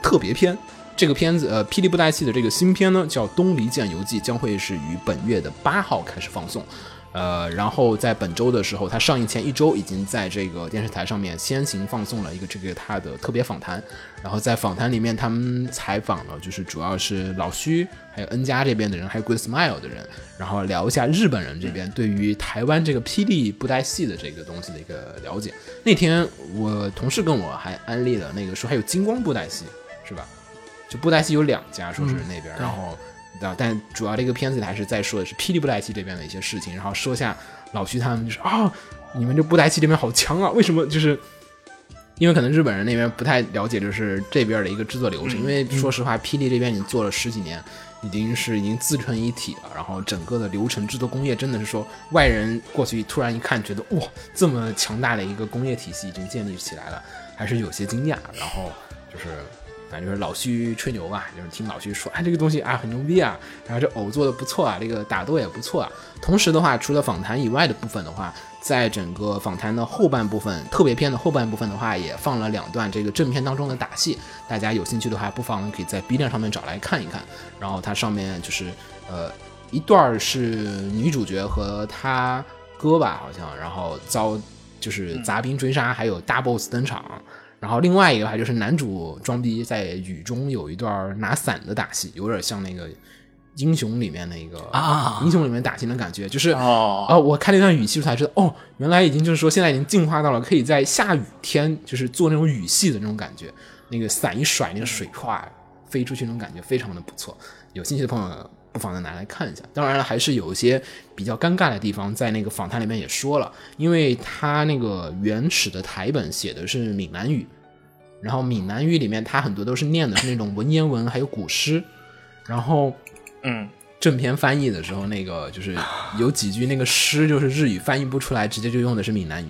B: 特别篇。这个片子，呃，霹雳布袋戏的这个新片呢，叫《东离剑游记》，将会是于本月的八号开始放送。呃，然后在本周的时候，它上映前一周已经在这个电视台上面先行放送了一个这个它的特别访谈，然后在访谈里面，他们采访了就是主要是老徐，还有恩家这边的人，还有 Good Smile 的人，然后聊一下日本人这边对于台湾这个霹雳布袋戏的这个东西的一个了解。那天我同事跟我还安利了那个说还有金光布袋戏，是吧？就布袋戏有两家，说是那边，然后啊，但主要这个片子还是在说的是霹雳布袋戏这边的一些事情，然后说下老徐他们就是啊、你们这布袋戏这边好强啊，为什么就是？因为可能日本人那边不太了解，就是这边的一个制作流程。因为说实话，霹雳这边已经做了十几年，已经是已经自成一体了。然后整个的流程制作工业真的是说，外人过去突然一看，觉得哇，这么强大的一个工业体系已经建立起来了，还是有些惊讶。然后就是反正就是老徐吹牛吧，就是听老徐说，哎，这个东西啊很牛逼啊，然后这偶做的不错啊，这个打斗也不错啊。同时的话，除了访谈以外的部分的话，在整个访谈的后半部分，特别篇的后半部分的话，也放了两段这个正片当中的打戏，大家有兴趣的话，不妨可以在 B 站上面找来看一看。然后它上面就是呃一段儿是女主角和她哥吧，好像，然后遭就是杂兵追杀，还有大 boss 登场。然后另外一个还就是男主装逼在雨中有一段拿伞的打戏，有点像那个英雄里面那个
D: 啊
B: 英雄里面打戏的感觉，就是
E: 哦
B: 啊我看那段雨戏才知道，哦，原来已经就是说现在已经进化到了可以在下雨天就是做那种雨戏的那种感觉，那个伞一甩，那个水哗飞出去那种感觉非常的不错，有兴趣的朋友不妨再拿来看一下。当然了，还是有一些比较尴尬的地方，在那个访谈里面也说了，因为他那个原始的台本写的是闽南语，然后闽南语里面他很多都是念的是那种文言文还有古诗，然后
E: 嗯，
B: 正片翻译的时候，那个就是有几句那个诗就是日语翻译不出来，直接就用的是闽南语，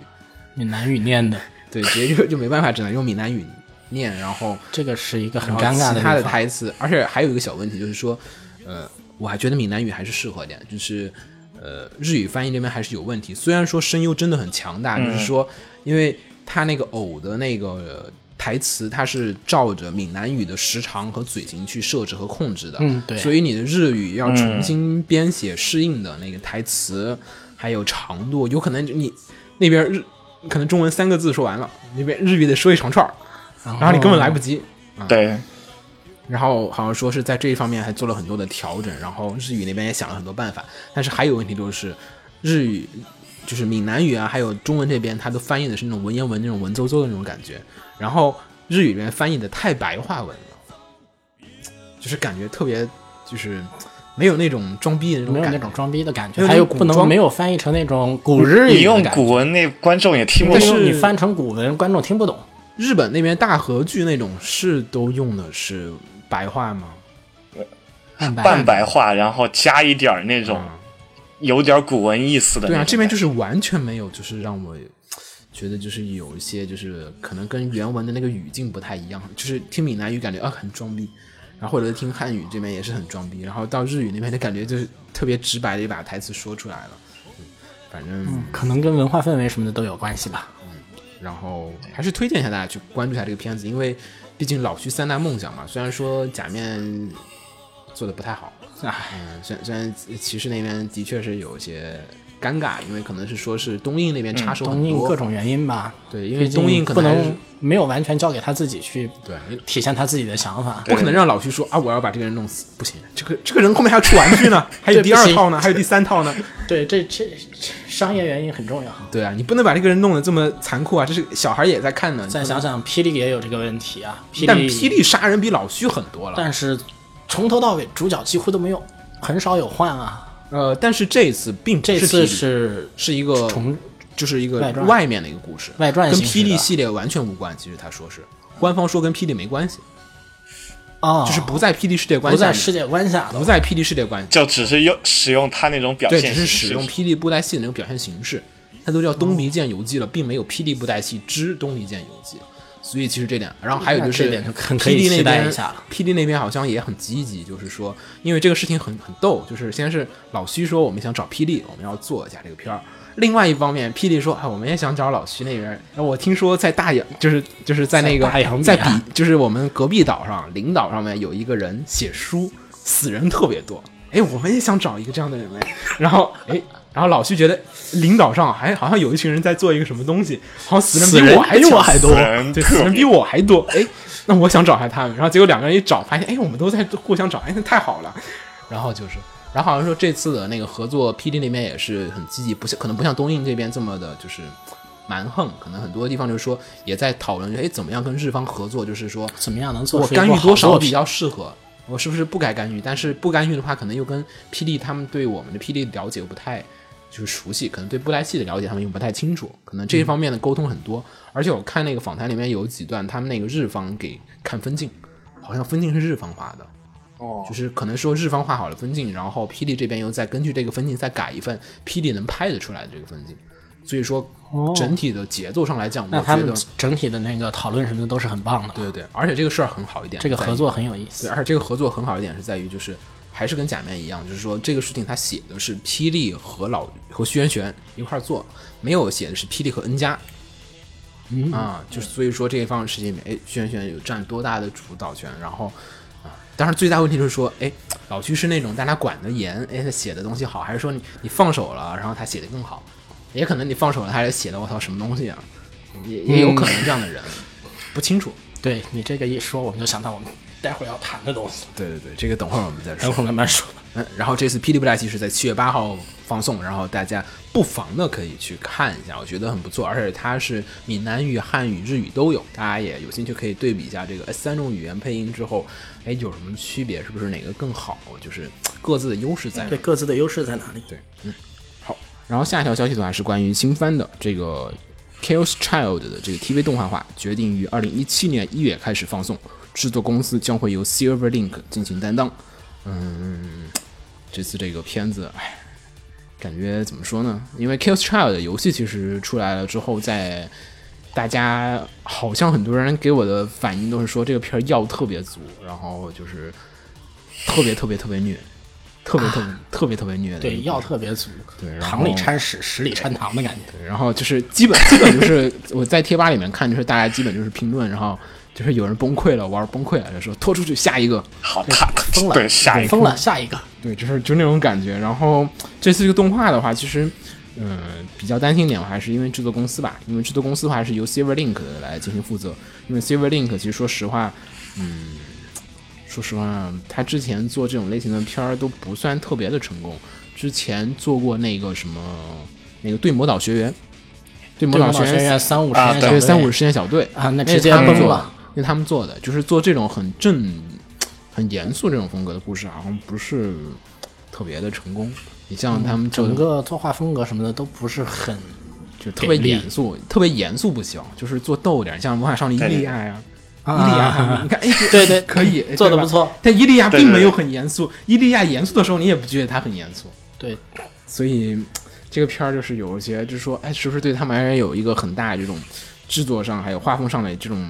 D: 闽南语念的，
B: 对，直接就就没办法，只能用闽南语念，然后。
D: 这个是一个很
B: 然后
D: 尴尬的
B: 其
D: 地
B: 他的
D: 方。
B: 台词，而且还有一个小问题就是说，呃，我还觉得闽南语还是适合一点，就是呃，日语翻译这边还是有问题。虽然说声优真的很强大，
D: 嗯
B: 就是说，因为他那个偶的那个。呃台词它是照着闽南语的时长和嘴型去设置和控制的，
D: 嗯对嗯
B: 所以你的日语要重新编写适应的那个台词，还有长度，有可能你那边日可能中文三个字说完了，那边日语得说一长串儿，
D: 然
B: 然后你根本来不及，
E: 对，
B: 然后好像说是在这一方面还做了很多的调整，然后日语那边也想了很多办法，但是还有问题就是日语就是闽南语啊，还有中文这边，它都翻译的是那种文言文那种文绉绉的那种感觉，然后日语里面翻译的太白话文了，就是感觉特别就是没有那种装逼的那种
D: 没有
B: 感
D: 那
B: 觉，
D: 种装逼的感
B: 没
D: 觉，
B: 有那
D: 还有
B: 种古
D: 不能
B: 装
D: 没有翻译成那种古日语
E: 你用
D: 的感觉
E: 古，文那观众也听不
D: 但
E: 懂。
B: 但
D: 是
B: 是
D: 你翻成古文，观众听不懂。
B: 日本那边大和剧那种是都用的是白话吗？嗯
D: 半
E: 半白话，然后加一点儿那种有点儿古文意思的那种
B: 啊对
E: 感觉。
B: 啊，这边就是完全没有，就是让我觉得就是有一些就是可能跟原文的那个语境不太一样，就是听闽南语感觉啊很装逼，然后或者听汉语这边也是很装逼，然后到日语那边的感觉就是特别直白的一把台词说出来了，嗯，反正。
D: 可能跟文化氛围什么的都有关系吧。
B: 然后还是推荐一下大家去关注一下这个片子，因为毕竟老徐三大梦想嘛。虽然说假面做的不太好，嗯，虽然虽然骑士那边的确是有一些尴尬，因为可能是说是东映那边插手很
D: 嗯东映
B: 多，
D: 各种原因吧，
B: 对，因为
D: 毕
B: 东映
D: 竟
B: 可
D: 不
B: 还是
D: 能没有完全交给他自己去
B: 对，因为
D: 体现他自己的想法。
B: 不可能让老徐说啊，我要把这个人弄死，不行，这个这个人后面还要出玩具呢，还有
D: 这
B: 第
D: 不
B: 二
D: 行
B: 套呢，还有第三套呢，
D: 对，这这这商业原因很重要。
B: 对啊，你不能把这个人弄得这么残酷啊，这是小孩也在看呢。
D: 再
B: 你不能
D: 想想，霹雳也有这个问题啊。霹雳，
B: 但霹雳杀人比老徐狠多了，
D: 但是从头到尾主角几乎都没有，很少有换啊。
B: 呃，但是这次并不
D: 这
B: 霹雳
D: 次是
B: 是一个
D: 重
B: 就是一个
D: 外传
B: 外面的一个故事，
D: 外传
B: 跟
D: 形式
B: 霹雳
D: 的
B: 系列完全无关。其实他说是官方说跟霹雳没关系，
D: 啊，
B: 就是不在霹雳世界观
D: 不
B: 下
D: 在
B: 面，
D: 世界观下的
B: 不。在霹雳世界观，
E: 就只是用使用他那种表
B: 对，
E: 现
B: 只
E: 形式，
B: 是使用霹雳布袋戏的那种表现形式，它都叫东离剑游记了，并没有霹雳布袋戏之东离剑游记。所以其实这点，然后还有就
D: 那
B: 是
D: 这点就很可
B: P
D: 以
B: D 那
D: 期待
B: 边
D: 一下了
B: P D 那边好像也很积极，就是说，因为这个事情很很逗，就是先是老徐说我们想找霹雳，我们要做一下这个片儿。另外一方面，霹雳说啊，我们也想找老徐那边。然后我听说在大洋，就是就是在那个
D: 在大洋彼
B: 在
D: 啊岸
B: 比，就是我们隔壁岛上领岛上面有一个人写书，死人特别多。哎，我们也想找一个这样的人哎。然后哎，
F: 然后老去觉得领导上还好像有一群人在做一个什么东西，好像死
B: 死
F: 人
B: 人
F: 比我还
B: 比我
F: 强
B: 还多
E: 死人
F: 对，
E: 特
F: 死人
E: 别
F: 比我还多。哎，那我想找下他们，然后结果两个人一找，发现哎，我们都在互相找，哎，那太好了。
B: 然后就是，然后好像说这次的那个合作，PD 那边也是很积极，不像可能不像东映这边这么的，就是蛮横，可能很多地方就是说也在讨论，哎，怎么样跟日方合作，就是说
D: 怎么样能做
B: 我
D: 出一部
B: 干预多
D: 好
B: 少
D: 作
B: 比
D: 品
B: 较适合，我是不是不该干预？但是不干预的话，可能又跟 PD 他们对我们的 PD 了解不太就是熟悉，可能对布莱希的了解他们又不太清楚，可能这
D: 嗯
B: 一方面的沟通很多。而且我看那个访谈里面有几段，他们那个日方给看分镜，好像分镜是日方画的。
E: 哦
B: 就是可能说日方画好了分镜，然后霹雳这边又再根据这个分镜再改一份霹雳能拍得出来的这个分镜，所以说整体的节奏上来讲，
D: 哦那
B: 我
D: 他
B: 觉
D: 们
B: 得
D: 整体的那个讨论什么的都是很棒的，
B: 对对对，而且这个事儿很好一点，
D: 这个
B: 在于
D: 合作很有意思
B: 对，。而且这个合作很好一点是在于，就是还是跟假面一样，就是说这个事情他写的是霹雳和老和徐元玄一块儿做，没有写的是霹雳和恩加。嗯啊，就是所以说这一方事情里面，哎，徐元玄有占多大的主导权？然后啊，当然最大问题就是说，哎，老徐是那种大家管得严，哎，他写的东西好，还是说你你放手了，然后他写的更好？也可能你放手了，他还写的我操什么东西啊？也也有可能这样的人，不清楚。
D: 对你这个一说，我们就想到我们待会儿要谈的东西，
B: 对对对，这个等会儿我们再说
D: 等。会儿慢慢说。
B: 嗯，然后这次《霹雳布袋戏》是在七月八号放送，然后大家不妨呢可以去看一下，我觉得很不错，而且它是闽南语、汉语、日语都有，大家也有兴趣可以对比一下这个呃三种语言配音之后，哎有什么区别，是不是哪个更好，就是各自的优势在哪
G: 对。各自的优势在哪里？对，
B: 然后下一条消息的话是关于新番的这个《Chaos Child》的这个 TV 动画化，决定于二零一七年一月开始放送，制作公司将会由 Silverlink 进行担当。嗯，这次这个片子，哎，感觉怎么说呢？因为《Chaos Child》的游戏其实出来了之后，在大家好像很多人给我的反应都是说这个片儿药特别足，然后就是特别特别特别虐，特别特别、特别特别虐的一
D: 啊对，
B: 部
D: 药特别足，
B: 对然后
D: 糖里掺屎，屎里掺糖的感觉。
B: 然后就是基本基本就是我在贴吧里面看，就是大家基本就是评论，然后就是有人崩溃了，玩崩溃了，就说拖出去下一个，
E: 好大，
D: 疯了，
E: 对，下一个
D: 疯了，下一个。
B: 对，就是就是那种感觉。然后这次这个动画的话，其实嗯、比较担心一点，我还是因为制作公司吧，因为制作公司的话是由 Silverlink 来进行负责，因为 Silverlink 其实说实话，嗯，说实话，他之前做这种类型的片儿都不算特别的成功，之前做过那个什么那个对魔导学员。对魔
D: 对
B: 导
D: 魔
B: 学
D: 导学
B: 员
D: 院三五
E: 啊
D: 实验
E: 对
D: 小
B: 对，
D: 队
B: 三五实验小队
D: 啊那
B: 那
D: 直
B: 是
D: 接
B: 他们
D: 崩
B: 做的
D: 了，
B: 因为他们做的就是做这种很正、很严肃这种风格的故事，好像不是特别的成功。你
D: 嗯
B: 像他们做
D: 整
B: 的
D: 个作画风格什么的都不是很
B: 就特别
D: 给力
B: 严肃，特别严肃不行，就是做逗点，像《魔法少女伊利亚》呀。伊利亚他们，
D: 啊
B: 你。看，哎，这
D: 对对
B: 可以哎
D: 做
B: 对
D: 得
B: 吧
D: 不错
B: 但伊利亚
E: 对对
B: 并没有
E: 对
B: 很严肃，伊利亚严肃的时候，你也不觉得他很严肃。
D: 对，
B: 所以这个片儿就是有一些，就是说，哎，是不是对他们而言有一个很大的这种制作上还有画风上的这种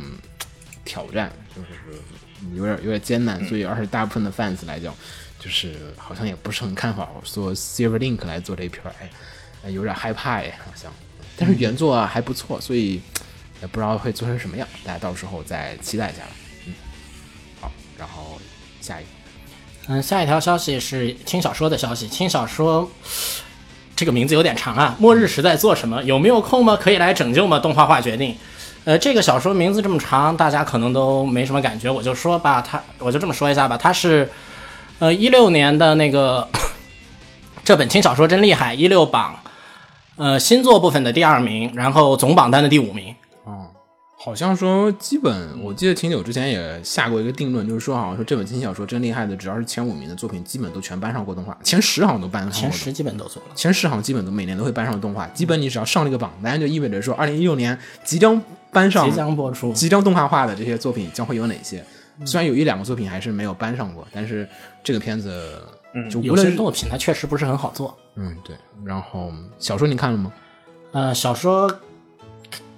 B: 挑战，就是说有点有点艰难。所以，而且大部分的 fans 来讲，就是好像也不是很看好说 Silverlink 来做这片儿，哎，哎有点害怕哎，好像。但是原作啊还不错，所以也不知道会做成什么样，大家到时候再期待一下吧。嗯，好，然后下一个，
D: 嗯，下一条消息是轻小说的消息。轻小说这个名字有点长啊，《末日时代做什么？有没有空吗？可以来拯救吗？》动画化决定。呃，这个小说名字这么长，大家可能都没什么感觉，我就说吧，它我就这么说一下吧，它是呃一六年的那个这本轻小说真厉害一六榜呃新作部分的第二名，然后总榜单的第五名。
B: 哦，好像说基本，
D: 嗯
B: 我记得挺久之前也下过一个定论，就是说好像说这本轻小说真厉害的，只要是前五名的作品，基本都全搬上过动画，前十好像都搬上过
D: 前
B: 动
D: 十基本都做了。
B: 前十好像基本都每年都会搬上动画，基本你只要上了一个榜单，就意味着说二零一六年即将搬上
D: 即将播出嗯
B: 即将动画化的这些作品将会有哪些。虽然有一两个作品还是没有搬上过，但是这个片子就无
D: 嗯有
B: 论
D: 些
B: 是
D: 作品它确实不是很好做。
B: 嗯对，然后小说你看了吗？
D: 呃，小说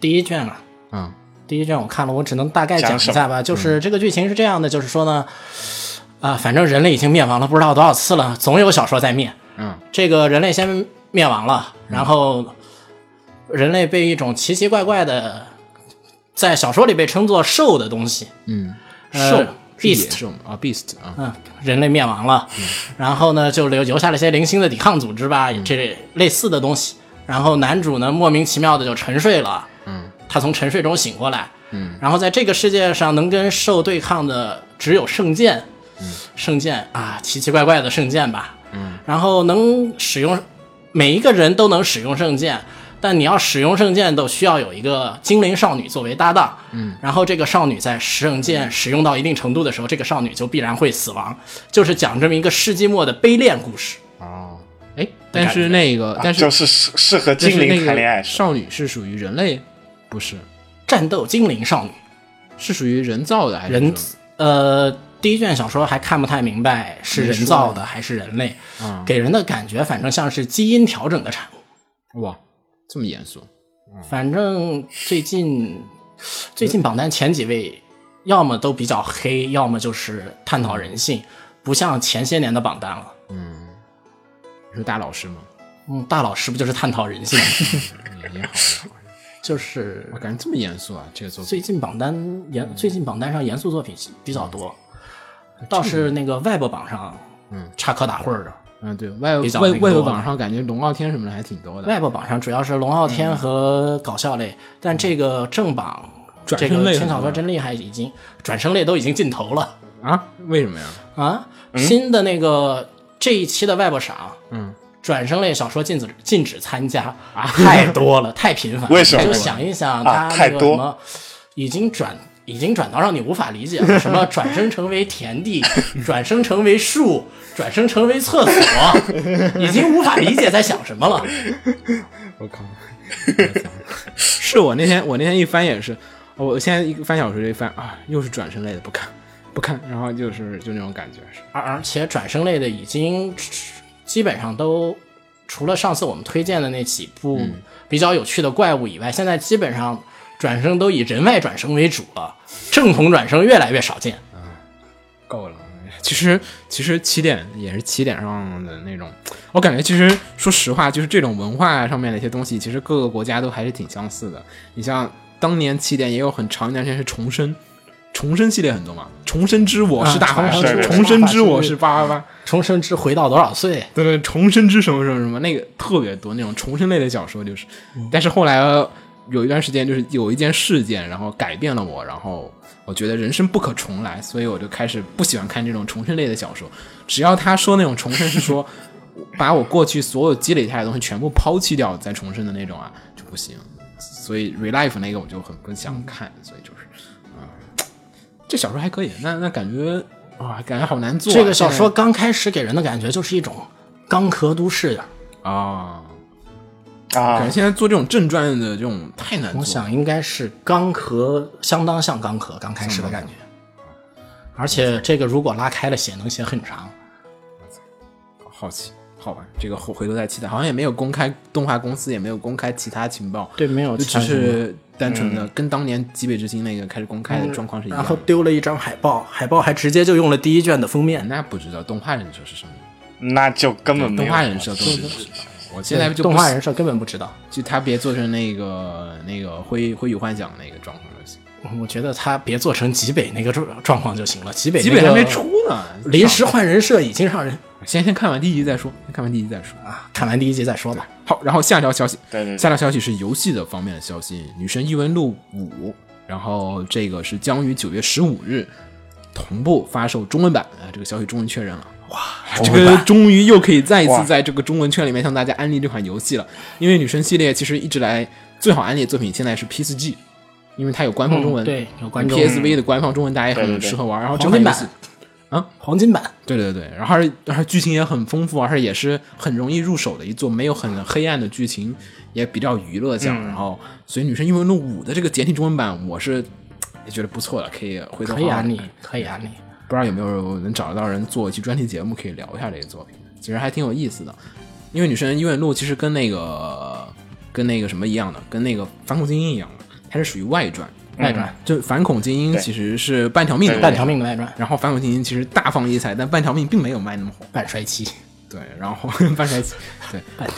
D: 第一卷了，
B: 啊、
D: 第一卷我看了，我只能大概讲一
E: 讲什
D: 下吧。
B: 嗯
D: 就是这个剧情是这样的，就是说呢，啊、反正人类已经灭亡了不知道多少次了，总有小说在灭。
B: 嗯，
D: 这个人类先灭亡了，然后人类被一种奇奇怪怪的，在小说里被称作兽的东西，
B: 嗯，
D: 呃
B: 兽是野
D: Beast
B: 兽吗啊，Beast 啊，
D: 嗯，人类灭亡了，然后呢就留留下了一些零星的抵抗组织吧，这类似的东西。然后男主呢莫名其妙的就沉睡了，嗯，他从沉睡中醒过来，嗯，然后在这个世界上能跟兽对抗的只有圣剑，圣剑啊，奇奇怪怪的圣剑吧，嗯，然后能使用每一个人都能使用圣剑。但你要使用圣剑，都需要有一个精灵少女作为搭档。嗯，然后这个少女在圣剑使用到一定程度的时候，这个少女就必然会死亡。就是讲这么一个世纪末的悲恋故事。
B: 哦，哎，但是那个，但是
E: 啊就是适适合
B: 但
E: 精
B: 是那
E: 灵
B: 个
E: 谈恋爱是吧
B: 少女是属于人类，不是，
D: 战斗精灵少女，
B: 是属于人造的还是
D: 人
B: 什么
D: 呃，第一卷小说还看不太明白是
B: 没
D: 人
B: 说
D: 造
B: 呢
D: 的还是人类，
B: 嗯
D: 给人的感觉反正像是基因调整的产物。
B: 哇，这么严肃？
D: 反正最近最近榜单前几位，要么都比较黑，要么就是探讨人性，不像前些年的榜单了。
B: 你说大老师吗？
D: 嗯，大佬是不就是探讨人性？
B: 也也好，
D: 就是
B: 我感觉这么严肃啊，这个作品
D: 最近榜单严，最近榜单上严肃作品比较多，倒是那个 Web 榜上，
B: 嗯，
D: 插科打诨儿的。
B: 嗯，对外
D: 比较
B: 外
D: 那个
B: 外
D: 多
B: 国
D: 的
B: 榜上感觉龙傲天什么的还挺多的，
D: Web 榜上主要是龙傲天和搞笑类，但这个正榜，
F: 转
D: 这
F: 身类
D: 个
F: 很
D: 轻小说
F: 多
D: 真厉害，已经转生类都已经尽头了。
B: 啊？为什么呀？
D: 啊，
E: 嗯
D: 新的那个这一期的外部赏，
B: 嗯，
D: 转生类小说禁止禁止参加 啊，太多了，太频繁了。
E: 为什么
D: 就想一想，
E: 啊
D: 它那个
E: 太多
D: 什么，已经转已经转到让你无法理解 了，什么转生成为田地，转生成为树，转生成为厕所，已经无法理解在想什么了。
B: 我靠！是我那天我那天一翻也是，哦我现在一翻小说就一翻啊，又是转身类的，不看不看，然后就是就那种感觉是，
D: 而而且转生类的已经基本上都除了上次我们推荐的那几部
B: 嗯
D: 比较有趣的怪物以外，现在基本上转生都以人外转生为主了，正统转生越来越少见。
B: 够了。其实其实起点也是起点上的那种，我感觉其实说实话，就是这种文化上面的一些东西，其实各个国家都还是挺相似的。你像当年起点也有很长一段时间是重生。重生系列很多嘛，重生之我是大法师，
E: 啊
B: 重
E: 重生之
B: 生之我是八八八，
D: 重生之回到多少岁？
B: 对对，重生之什么什么什么，那个特别多，那种重生类的小说就是。
D: 嗯
B: 但是后来呃有一段时间，就是有一件事件，然后改变了我，然后我觉得人生不可重来，所以我就开始不喜欢看这种重生类的小说。只要他说那种重生是说把我过去所有积累下来的东西全部抛弃掉再重生的那种啊，就不行。所以 relife 那个我就很不
D: 嗯
B: 想看，所以就是，啊、这小说还可以，那那感觉啊，感觉好难做啊、
D: 这个小
B: 现在
D: 说刚开始给人的感觉就是一种钢壳都市的，
B: 啊。感
E: 啊
B: 觉，现在做这种正传的这种太难做了。
D: 我想应该是钢壳，相当像钢壳刚开始的感觉。而且这个如果拉开了写，能写很长。
B: 好奇，好吧，这个回回头再期待。好像也没有公开动画公司，也没有公开其他情报，
D: 对，没有
B: 就
D: 其他嗯
B: 只
D: 什么，
B: 是单纯的跟当年《极北之星》那个开始公开的状况是一
D: 然
B: 样
D: 后
B: 的。
D: 丢了一张海报，海报还直接就用了第一卷的封面。
B: 那不知道动画人设是什么，
E: 那就根本没
B: 动
E: 有
B: 画人设都不知道。我现在就不
D: 动画人设根本不知道，
B: 就他别做成那个那个灰灰与幻想那个状况就行。
D: 我觉得他别做成极北那个状状况就行了。极北
B: 极
D: 那
B: 北还
D: 个
B: 没出呢，
D: 临时换人设已经让人
B: 先先看完第一集再说，看完第一集再说。
D: 啊，看完第一集再说吧。
B: 好，然后下条消息，
E: 对对对
B: 下条消息是游戏的方面的消息，《女神异闻录五》，然后这个是将于九月十五日同步发售中文版啊，这个消息终于确认了。哇， 这
D: 中文
B: 个
D: 版
B: 终于又可以再一
E: 哇
B: 次在这个中文圈里面向大家安利这款游戏了。因为女神系列其实一直来最好安利的作品现在是 P 四 G，因为它有官方中文，
D: 嗯对有官中文
B: PSV 的官方中文，大家也
E: 对对
B: 很
E: 对
B: 适合玩。然后这
D: 黄
B: 款
D: 金
B: 游戏
D: 版，黄金版
B: 对对对，然后而而剧情也很丰富，而且也是很容易入手的一座没有很黑暗的剧情，也比较娱乐向。
D: 嗯
B: 然后，所以《女神异闻录五》的这个简体中文版，我是嘖也觉得不错了，可以回头
D: 可以啊
B: 好好
D: 安利
B: 看，
D: 可以安利。
B: 不知道有没有能找得到人做一期专题节目，可以聊一下这个作品，其实还挺有意思的。因为《女神异闻录》其实跟那个跟那个什么一样的，跟那个《反恐精英》一样的，它是属于外传。
D: 外传
B: 就《反恐精英》
E: 对
B: 其实是半条命的
D: 嗯
E: 对
D: 半条命的外传，
B: 然后《反恐精英》其实大放异彩，但半条命并没有卖那么火。
D: 半衰期，
B: 对，然后 半衰期，对
D: 半条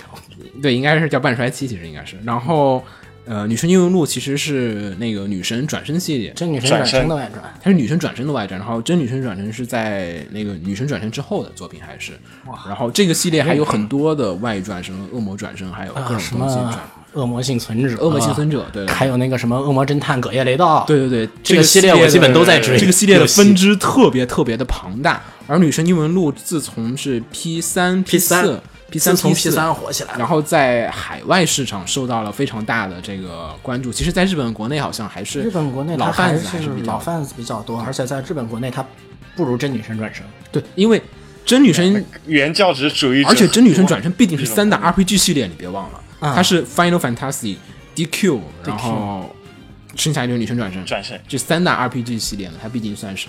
B: 对，应该是叫半衰期，其实应该是。然后呃，女神异闻录其实是那个女神转身系列，
D: 真女神
E: 转
D: 转
E: 身
D: 身的外传，
B: 它是女神转身的外传，然后真女神转身是在那个女神转身之后的作品还是，然后这个系列还有很多的外传，什么恶魔转身，还有各种
D: 哎啊，什
B: 东西转
D: 么。恶魔幸存者、啊
B: 恶魔幸存者，对对
D: 还有那个什么恶魔侦探葛叶雷道，
B: 对对对，
D: 这
B: 个
D: 个系列
B: 列
D: 我
B: 的
D: 基本都在追
B: 这个系列的
D: 游戏
B: 分支特别特别的庞大，而女神异闻录自从是 P 三、P 四、P 三、
D: 自从
B: P
D: P 三火起来了
B: 然后在海外市场受到了非常大的这个关注。其实，在日本国内好像还是
D: 日本国内
B: 老
D: 它
B: 贩
D: 还
B: 子还
D: 是
B: 比较
D: 老贩子比较多，而且在日本国内它不如真女神转生。
B: 对，因为真女神，
E: 原教旨主义者，
B: 而且真女神转身必定是
E: 这种
B: 三大 RPG 系列，你别忘了，
D: 啊
B: 它是 Final Fantasy、DQ，然后剩下一就是女神转身，
E: 转身
B: 这三大 RPG 系列呢，它毕竟算是，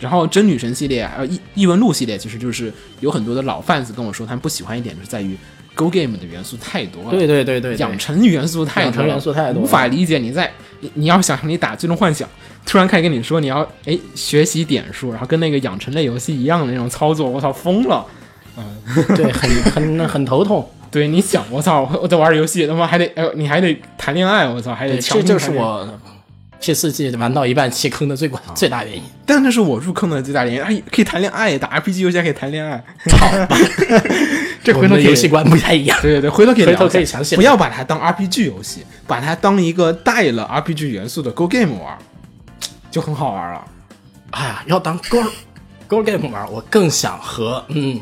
B: 然后真女神系列还有异异闻录系列，其实就是有很多的老贩子跟我说，他们不喜欢一点就是在于 Go Game 的元素太多了，
D: 对对对对，对
B: 养成元素太多了，
D: 养成元素太多了
B: 无法理解。你在你你要想你打最终幻想，突然开始跟你说你要哎学习点数，然后跟那个养成类游戏一样的那种操作，我操疯了！
D: 对很很很头痛。
B: 对，你想我操，我我在玩游戏，他妈还得哎呦，你还得谈恋爱，我操，还得
D: 对，
B: 强行
D: 这就是
B: 谈恋爱。
D: 我这四季玩到一半弃坑的最
B: 啊
D: 关最大原因。
B: 但这是我入坑的最大原因，哎，可以谈恋爱，打 RPG 游戏还可以谈恋爱， 这回
D: 我们
B: 头
D: 的
B: 可以
D: 游戏观不太一样。
B: 对对对，回头可以
D: 回
B: 聊
D: 头
B: 一下
D: 可以详细聊
B: 不要把它当 RPG 游戏，把它当一个带了 RPG 元素的 Go Game 玩，就很好玩了。
D: 哎呀，要当 girl girl game 玩，我更想和嗯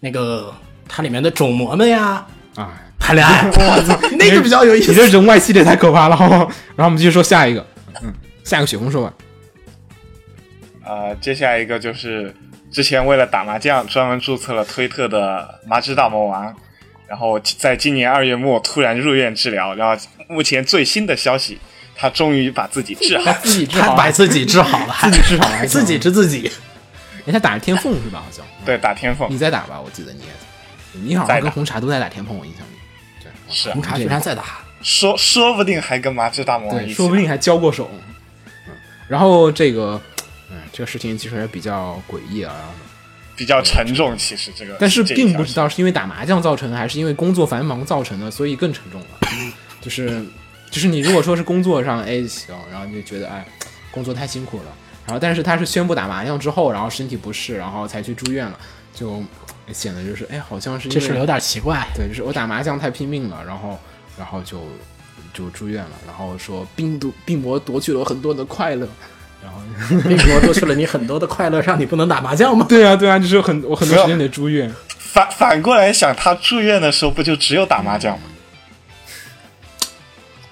D: 那个它里面的种魔们呀
B: 啊，
D: 谈恋爱。我操， 那个比较有意
B: 你
D: 思。
B: 这人外系列太可怕了，好不好？ 然后我们继续说下一个，嗯，下一个雪峰说吧。
E: 呃，接下来一个就是之前为了打麻将专门注册了推特的麻之大魔王，然后在今年二月末突然入院治疗，然后目前最新的消息，他终于把自己治好
B: 他。自己治
D: 他
B: 好
D: 把
B: 了，
D: 自己治好了，还
B: 自己治好了还
D: 自己治自己。
B: 哎，他打的天凤是吧？好像
E: 对，打天
B: 你
E: 凤
B: 在打吧，我记得你也在，你好
E: 在
B: 像
E: 打
B: 跟红茶都在打天凤，我印象里。
E: 是
D: 红茶居然在打，
E: 说说不定还跟麻之大魔王一
B: 对，
E: 起，
B: 说不定还交过手。嗯，然后这个，嗯，这个事情其实也比较诡异啊。然后
E: 比较沉重。其实这个，
B: 但是
E: 这一
B: 并
E: 条
B: 不知道是因为打麻将造成的，还是因为工作繁忙造成的，所以更沉重了。就是就是你如果说是工作上哎行，然后你就觉得哎工作太辛苦了，然后但是他是宣布打麻将之后，然后身体不适，然后才去住院了，就显得就是哎好像是因
D: 这
B: 为
D: 事儿有点奇怪。
B: 对，就是我打麻将太拼命了，然后然后就就住院了，然后说病毒病魔夺去了我很多的快乐。然后，？
D: 为什么夺去了你很多的快乐，让你不能打麻将吗
B: 对啊，对啊，就是很我很多
E: 多时
B: 时
E: 间
B: 间得住院，
E: 反反过来想，他住院的时候不就只有打麻将吗？
B: 嗯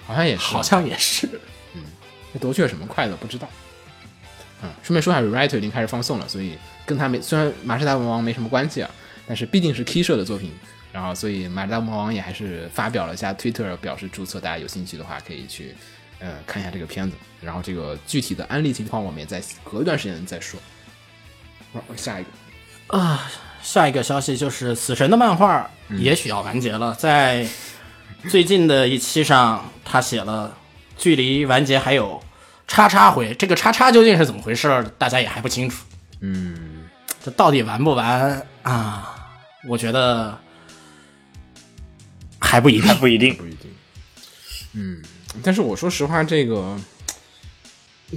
B: 好像也是，
D: 好像也是，
B: 夺去了什么快乐不知道。嗯，顺便说一下 Rewriter 已经开始放送了，所以跟他没虽然《马氏大魔王》没什么关系啊，但是毕竟是 Key 社的作品，然后所以《马氏大魔王》也还是发表了一下 Twitter 表示注册，大家有兴趣的话可以去呃看一下这个片子。然后这个具体的安利情况我们也在隔一段时间再说。好下一个，
D: 下一个消息就是《死神》的漫画也许要完结了，在最近的一期上，他写了距离完结还有叉叉回，这个叉叉究竟是怎么回事儿，大家也还不清楚。嗯，这到底完不完啊？我觉得还不一定
E: 还。不一定。
B: 但是我说实话，这个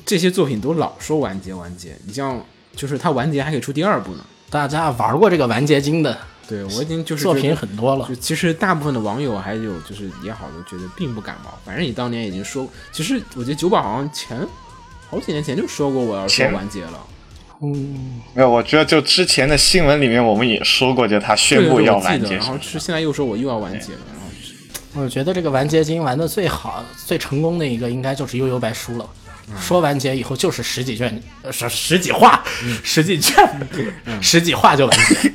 B: 这些作品都老说完结完结，你像就是它完结还可以出第二部呢。
D: 大家玩过这个完结经的
B: 对我已经就是
D: 作
B: 觉得
D: 品很多了
B: 就，其实大部分的网友还有就是也好，都觉得并不感冒。反正你当年已经说，其实我觉得九保好像前好几年前就说过我要说
E: 前
B: 完结了，
E: 没有，我觉得就之前的新闻里面我们也说过，就他宣
B: 对
E: 布
B: 对对
E: 要
B: 我记
E: 完
B: 得。
E: 结
B: 然
E: 什么
B: 后
E: 的
B: 是现在又说我又要完结了，然后是
D: 我觉得这个完结经玩的最好、最成功的一个，应该就是《悠悠白书》了。说完结以后就是十几卷，嗯嗯呃，十十几话，十几卷，十几话就完结。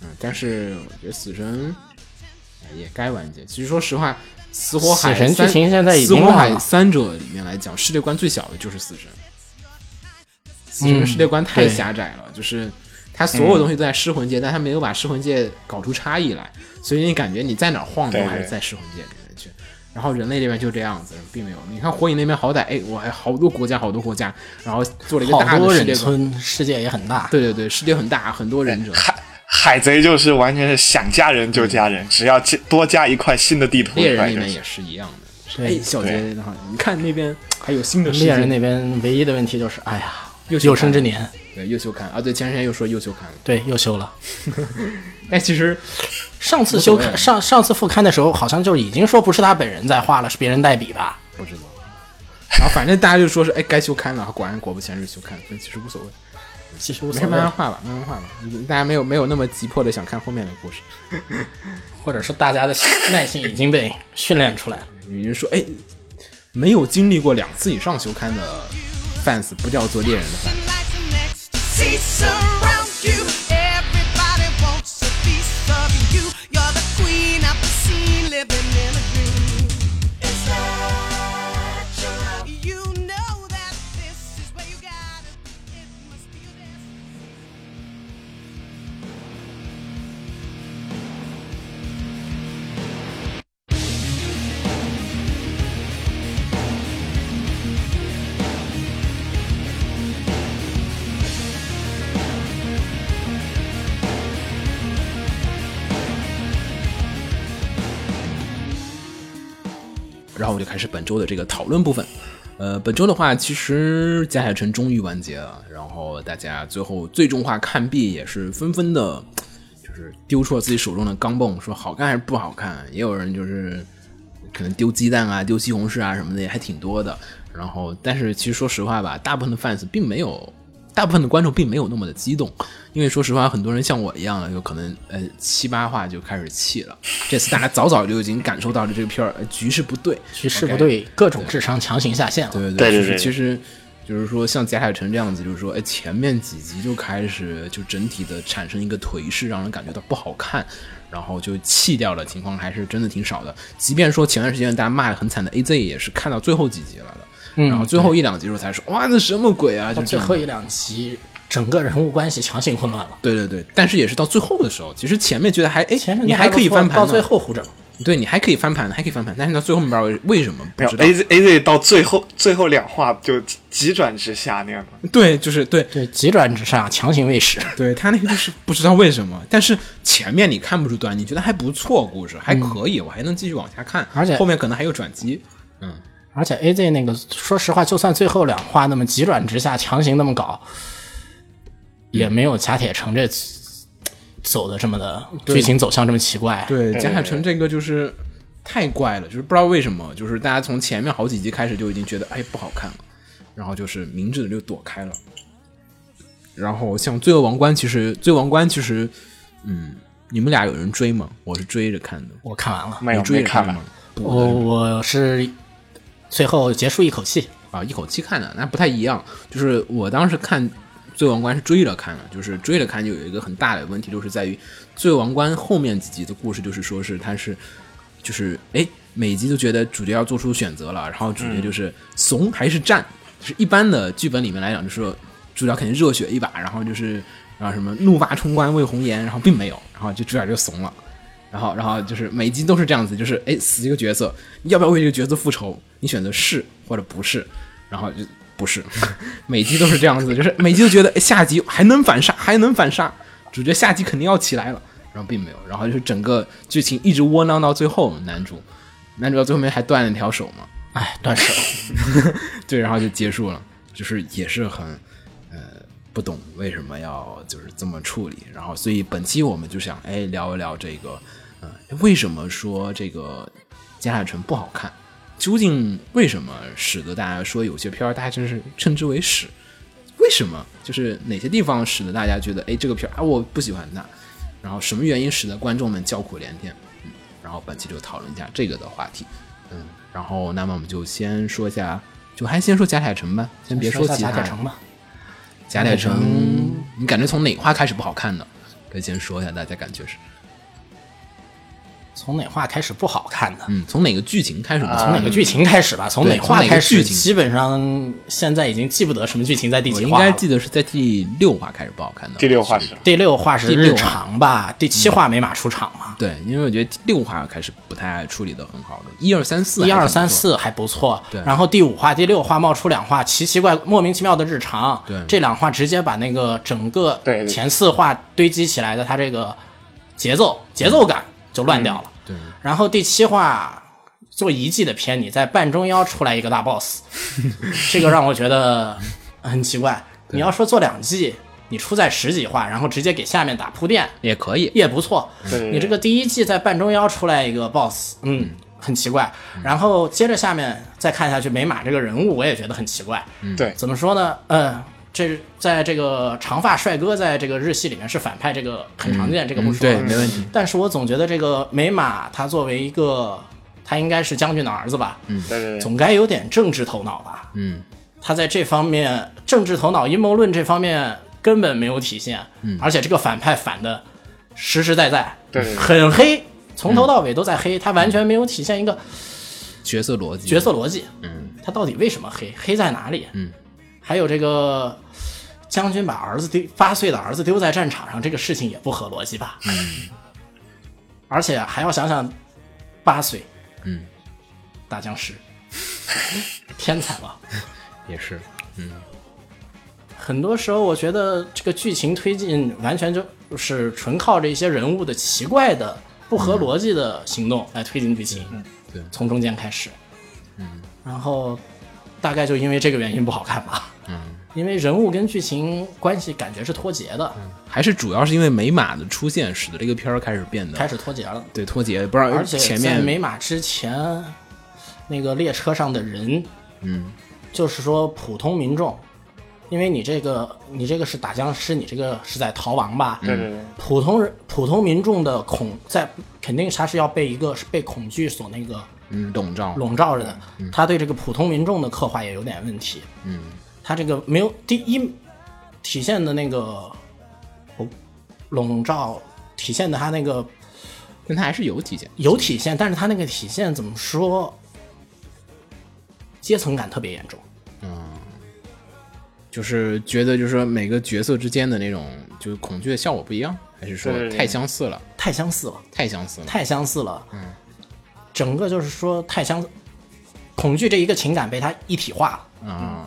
B: 嗯，但是我觉得死神哎也该完结。其实说实话，死火海
D: 死神
B: 三
D: 剧情现在已
B: 死
D: 经
B: 火
D: 烂
B: 海
D: 了
B: 三者里面来讲，世界观最小的就是死神。死神的世界观太
D: 嗯对
B: 狭窄了，就是它所有东西都在噬魂界，但它没有把噬魂界搞出差异来，所以你感觉你在哪儿晃都
E: 对
B: 还是
E: 对
B: 在噬魂界里面去。然后人类这边就这样子，并没有。你看火影那边好歹，哎，我还好多国家，好多国家，然后做了一个
D: 好
B: 大的
D: 多
B: 世
D: 忍
B: 界观。
D: 村，世界也很大。
B: 对对对，世界很大，很多忍者。
E: 海海贼就是完全是想加人就加人，只要加多加一块新的地图
B: 猎
E: 出来
B: 人里
E: 就
B: 面
E: 行
B: 也。是一样的，哎，小杰，然后你看那边还有新的事
D: 猎人
B: 情，
D: 那边唯一的问题就是，哎呀，
B: 又
D: 有生之年，
B: 对又修刊啊，对，前段时间又说又修刊了，
D: 对，又修了。
B: 但其 实
D: 上次
B: 无所
D: 修
B: 谓
D: 刊上上次复刊的时候，好像就已经说不是他本人在画了，是别人代笔吧？
B: 不知道，然啊后反正大家就说是哎该修刊了，果然果不其然是修刊，但其实无所谓，
D: 其实无
B: 没
D: 所
B: 事，慢
D: 谓
B: 慢，画吧，慢慢画吧，嗯大家没有没有那么急迫的想看后面的故事，
D: 或者是大家的耐心已经被训练出来 了。
B: 有人说哎，没有经历过两次以上修刊的 fans 不叫做猎人的 fans。
G: Lights and ecstasy surround you. Everybody wants a piece of you. You're the queen of the scene, living in a dream. It's natural. You know that this is where you gotta be. It must be your destiny.
B: 然后我就开始本周的这个讨论部分。呃，本周的话，其实《假海城》终于完结了，然后大家最后最终话看毕也是纷纷的，就是丢出了自己手中的钢镚，说好看还是不好看。也有人就是可能丢鸡蛋啊、丢西红柿啊什么的，也还挺多的。然后，但是其实说实话吧，大部分的 fans 并没有，大部分的观众并没有那么的激动，因为说实话，很多人像我一样，有可能呃七八话就开始气了。这次大家早早就已经感受到了这个片儿呃局势不对，
D: 局势不对，各种智商强行下线了。
B: 对
E: 对
B: 就
E: 对
B: 是
E: 对
B: 其实就是说像贾海城这样子，就是说，哎，前面几集就开始就整体的产生一个颓势，让人感觉到不好看，然后就弃掉了情况，还是真的挺少的。即便说前段时间大家骂的很惨的 AZ，也是看到最后几集了的。然后最后一两集的时候才说，哇，那什么鬼啊！就
D: 嗯到
B: 这
D: 最
B: 样
D: 后一两集，整个人物关系强行混乱了。
B: 对对对，但是也是到最后的时候，其实前面觉得还哎，
D: 前面
B: 你
D: 都还
B: 可以
D: 不错
B: 翻盘呢，
D: 到最后胡整。
B: 对你还可以翻盘，还可以翻盘，但是到最后面不知道为什么不
E: 没有
B: 知道
E: A，Z A Z 到最后最后两话就急转直下那样的，
B: 对，就是对，
D: 对，急转直上，强行喂食。
B: 对他那个就是不知道为什么，但是前面你看不出端倪，觉得还不错，故事
E: 嗯
B: 还可以，我还能继续往下看，
D: 而且
B: 后面可能还有转机。
E: 哎
D: 而且 A Z 那个，说实话，就算最后两话那么急转直下，强行那么搞，也没有贾铁城这走的这么的剧情走向这么奇怪。
B: 对，贾海
E: 哎
B: 城这个就是太怪了，就是不知道为什么，就是大家从前面好几集开始就已经觉得哎不好看了，然后就是明智的就躲开了。然后像《罪恶王冠》，其实《罪恶王冠》其实，嗯，你们俩有人追吗？我是追着看的，
D: 我看完了，
E: 没有
B: 你追
E: 没
B: 着
E: 看
B: 看
E: 完
B: 吗？
D: 我我是最后结束一口气，
B: 啊，一口气看的，那不太一样。就是我当时看《醉王冠》是追着看的，就是追着看就有一个很大的问题，就是在于《醉王冠》后面几集的故事，就是说是它是就是哎每集都觉得主角要做出选择了，然后主角就是怂还是战，就是一般的剧本里面来讲，就是说主角肯定热血一把，然后就是然后什么怒发冲冠为红颜，然后并没有，然后就主角就怂了。然后，然后就是每一集都是这样子，就是哎，死一个角色，要不要为这个角色复仇？你选择是或者不是，然后就不是， 每集都是这样子，就是每集都觉得哎下集还能反杀，还能反杀，主角下集肯定要起来了，然后并没有，然后就是整个剧情一直窝囊到最后，男主，男主到最后面还断了一条手嘛，
D: 哎，断手。
B: 对，然后就结束了，就是也是很，呃，不懂为什么要就是这么处理。然后，所以本期我们就想哎聊一聊这个，呃，为什么说这个加海城不好看？究竟为什么使得大家说有些片儿大家真是称之为屎？为什么？就是哪些地方使得大家觉得哎这个片儿啊我不喜欢它？然后什么原因使得观众们叫苦连天？嗯，然后本期就讨论一下这个的话题。嗯，然后那么我们就先说一下，就还先说贾铁城吧，先别
D: 说一下
B: 其他
D: 贾铁
B: 的。
D: 城吧，
B: 贾铁城，你感觉从哪话开始不好看呢？可以先说一下大家感觉是，
D: 从哪话开始不好看的？
B: 嗯，从哪个剧情开始呢？
D: 从哪个剧情开始吧？从哪
B: 对从
D: 话
B: 哪个
D: 开始？
B: 剧情
D: 基本上现在已经记不得什么剧情在第
B: 我
D: 几
B: 应
D: 话了。
B: 该记得是在第六话开始不好看的。
E: 第六话是
D: 第六话是
B: 第六
D: 日
B: 话嗯
D: 常吧，第七话没马出场嘛。
B: 对，因为我觉得第六话开始不太处理的很好的，一二三四，
D: 一二三，四还不错，
B: 对
D: 然后第五话、第六话冒出两话奇奇怪、莫名其妙的日常，
B: 对
D: 这两话直接把那个整个
E: 对对
D: 前四话堆积起来的它这个节奏节奏感就乱掉了。
B: 对，
D: 然后第七话做一季的片，你在半中央出来一个 大 boss，这个让我觉得很奇怪。你要说做两季，你出在十几话，然后直接给下面打铺垫
B: 也可以。
D: 也不错。
E: 对
D: 你这个第一季在半中央出来一个 boss，嗯，很奇怪。
B: 嗯
D: 然后接着下面再看下去，美马这个人物我也觉得很奇怪。
B: 嗯
E: 对
D: 怎么说呢？嗯，这在这个长发帅哥在这个日系里面是反派，这个很常见，这个不说。
B: 嗯对，没问题。
D: 但是我总觉得这个美马他作为一个，他应该是将军的儿子吧，嗯，
E: 对对对，
D: 总该有点政治头脑吧，
B: 嗯，
D: 他在这方面政治头脑、阴谋论这方面根本没有体现，嗯，而且这个反派反的实实在在，
E: 对对对
D: 很黑，从头到尾都在黑，他完全没有体现一个
B: 角色逻辑，
D: 角色逻辑，嗯，他到底为什么黑，黑在哪里，嗯，还有这个。将军把儿子丢八岁的儿子丢在战场上，这个事情也不合逻辑吧？嗯，而且还要想想八岁，嗯，大僵尸， 天才吧？
B: 也是
D: 很多时候，我觉得这个剧情推进完全就是纯靠这些人物的奇怪的、不合逻辑的行动来推进剧情。嗯，
B: 对
D: 从中间开始。嗯，然后大概就因为这个原因不好看吧。嗯，因为人物跟剧情关系感觉是脱节的，
B: 还是主要是因为美马的出现，使得这个片儿开始变得
D: 开始脱节了。
B: 对脱节，不知道
D: 而且
B: 前
D: 在
B: 面
D: 美马之前，那个列车上的人，嗯，就是说普通民众，因为你这个你这个是打僵尸，你这个是在逃亡吧？
E: 对对对，
D: 普通人普通民众的恐在肯定他是要被一个是被恐惧所那个
B: 嗯笼罩，
D: 笼罩着的，他对这个普通民众的刻画也有点问题。嗯，他这个没有第一体现的那个笼笼罩体现的他那个
B: 但它还是有体现。
D: 有体现，但是他那个体现怎么说，阶层感特别严重。
B: 就是觉得就是说每个角色之间的那种就是恐惧的效果不一样，还是说
E: 对
B: 太相似了？
D: 太相似了，
B: 太相似了。
D: 太相似了。嗯，整个就是说太相，恐惧这一个情感被它一体化了。嗯，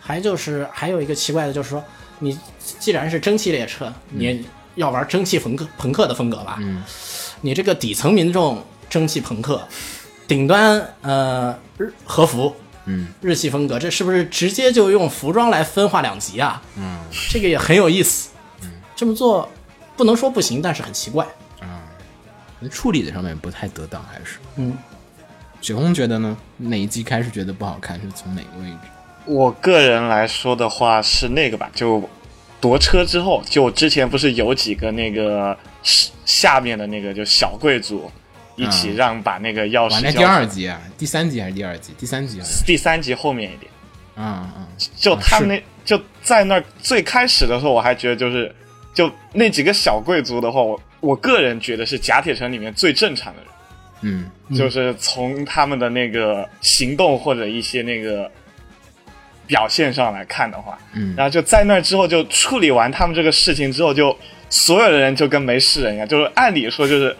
D: 还就是还有一个奇怪的，就是说你既然是蒸汽列车，你也要玩蒸汽朋克朋克的风格吧？嗯，你这个底层民众蒸汽朋克， 顶端呃日和服。嗯，日系风格，这是不是直接就用服装来分化两极啊？嗯，这个也很有意思。嗯，这么做不能说不行，但是很奇怪。
B: 处理的上面不太得当，还是
D: 嗯。
B: 雪红觉得呢？哪一季开始觉得不好看？是从哪个位置？
E: 我个人来说的话是那个吧，就夺车之后，就之前不是有几个那个是下面的那个就小贵族一起
B: 嗯
E: 让把那个钥
B: 哇，
E: 匙
B: 那
E: 交
B: 第二集啊，第三集还是第二集？第三集好像是。
E: 第三集后面一点，
B: 嗯嗯，
E: 就他们
B: 啊
E: 那、就在那儿最开始的时候，我还觉得就是就那几个小贵族的话，我我个人觉得是甲铁城里面最正常的人。
B: 嗯，
E: 就是从他们的那个行动或者一些那个表现上来看的话，
B: 嗯
E: 然后就在那之后就处理完他们这个事情之后就，所有的人就跟没事人一样，就是按理说就是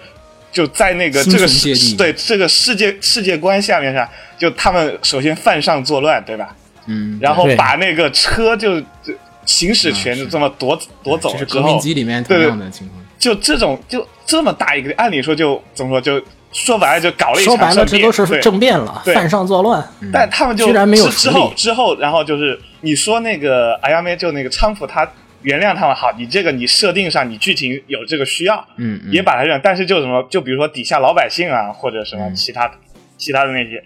E: 就在那个
B: 心
E: 这个
B: 存芥蒂
E: 世对这个世界世界观下面上，就他们首先犯上作乱，对吧？
B: 嗯，
E: 然后
D: 对
E: 把那个车就就行驶权就这么夺、夺走
B: 这
E: 了
B: 是
E: 之
B: 革
E: 后，
B: 命机里面同样的情况。
E: 就这种就这么大一个，按理说就怎么说就说白了就搞了一
D: 说白
E: 场
D: 了，
E: 政
D: 这
E: 变，
D: 都是
E: 对
D: 政变了，
E: 对嗯
D: 犯上作乱。嗯
E: 但他们就
D: 居然没有
E: 之
D: 处
E: 之
D: 理
E: 后之后，然后就是你说那个阿亚梅就那个昌普他原谅他们，好，你这个你设定上你剧情有这个需要，
B: 嗯嗯
E: 也把他认，但是就什么就比如说底下老百姓
D: 嗯
E: 啊，或者什么其他、其他的那些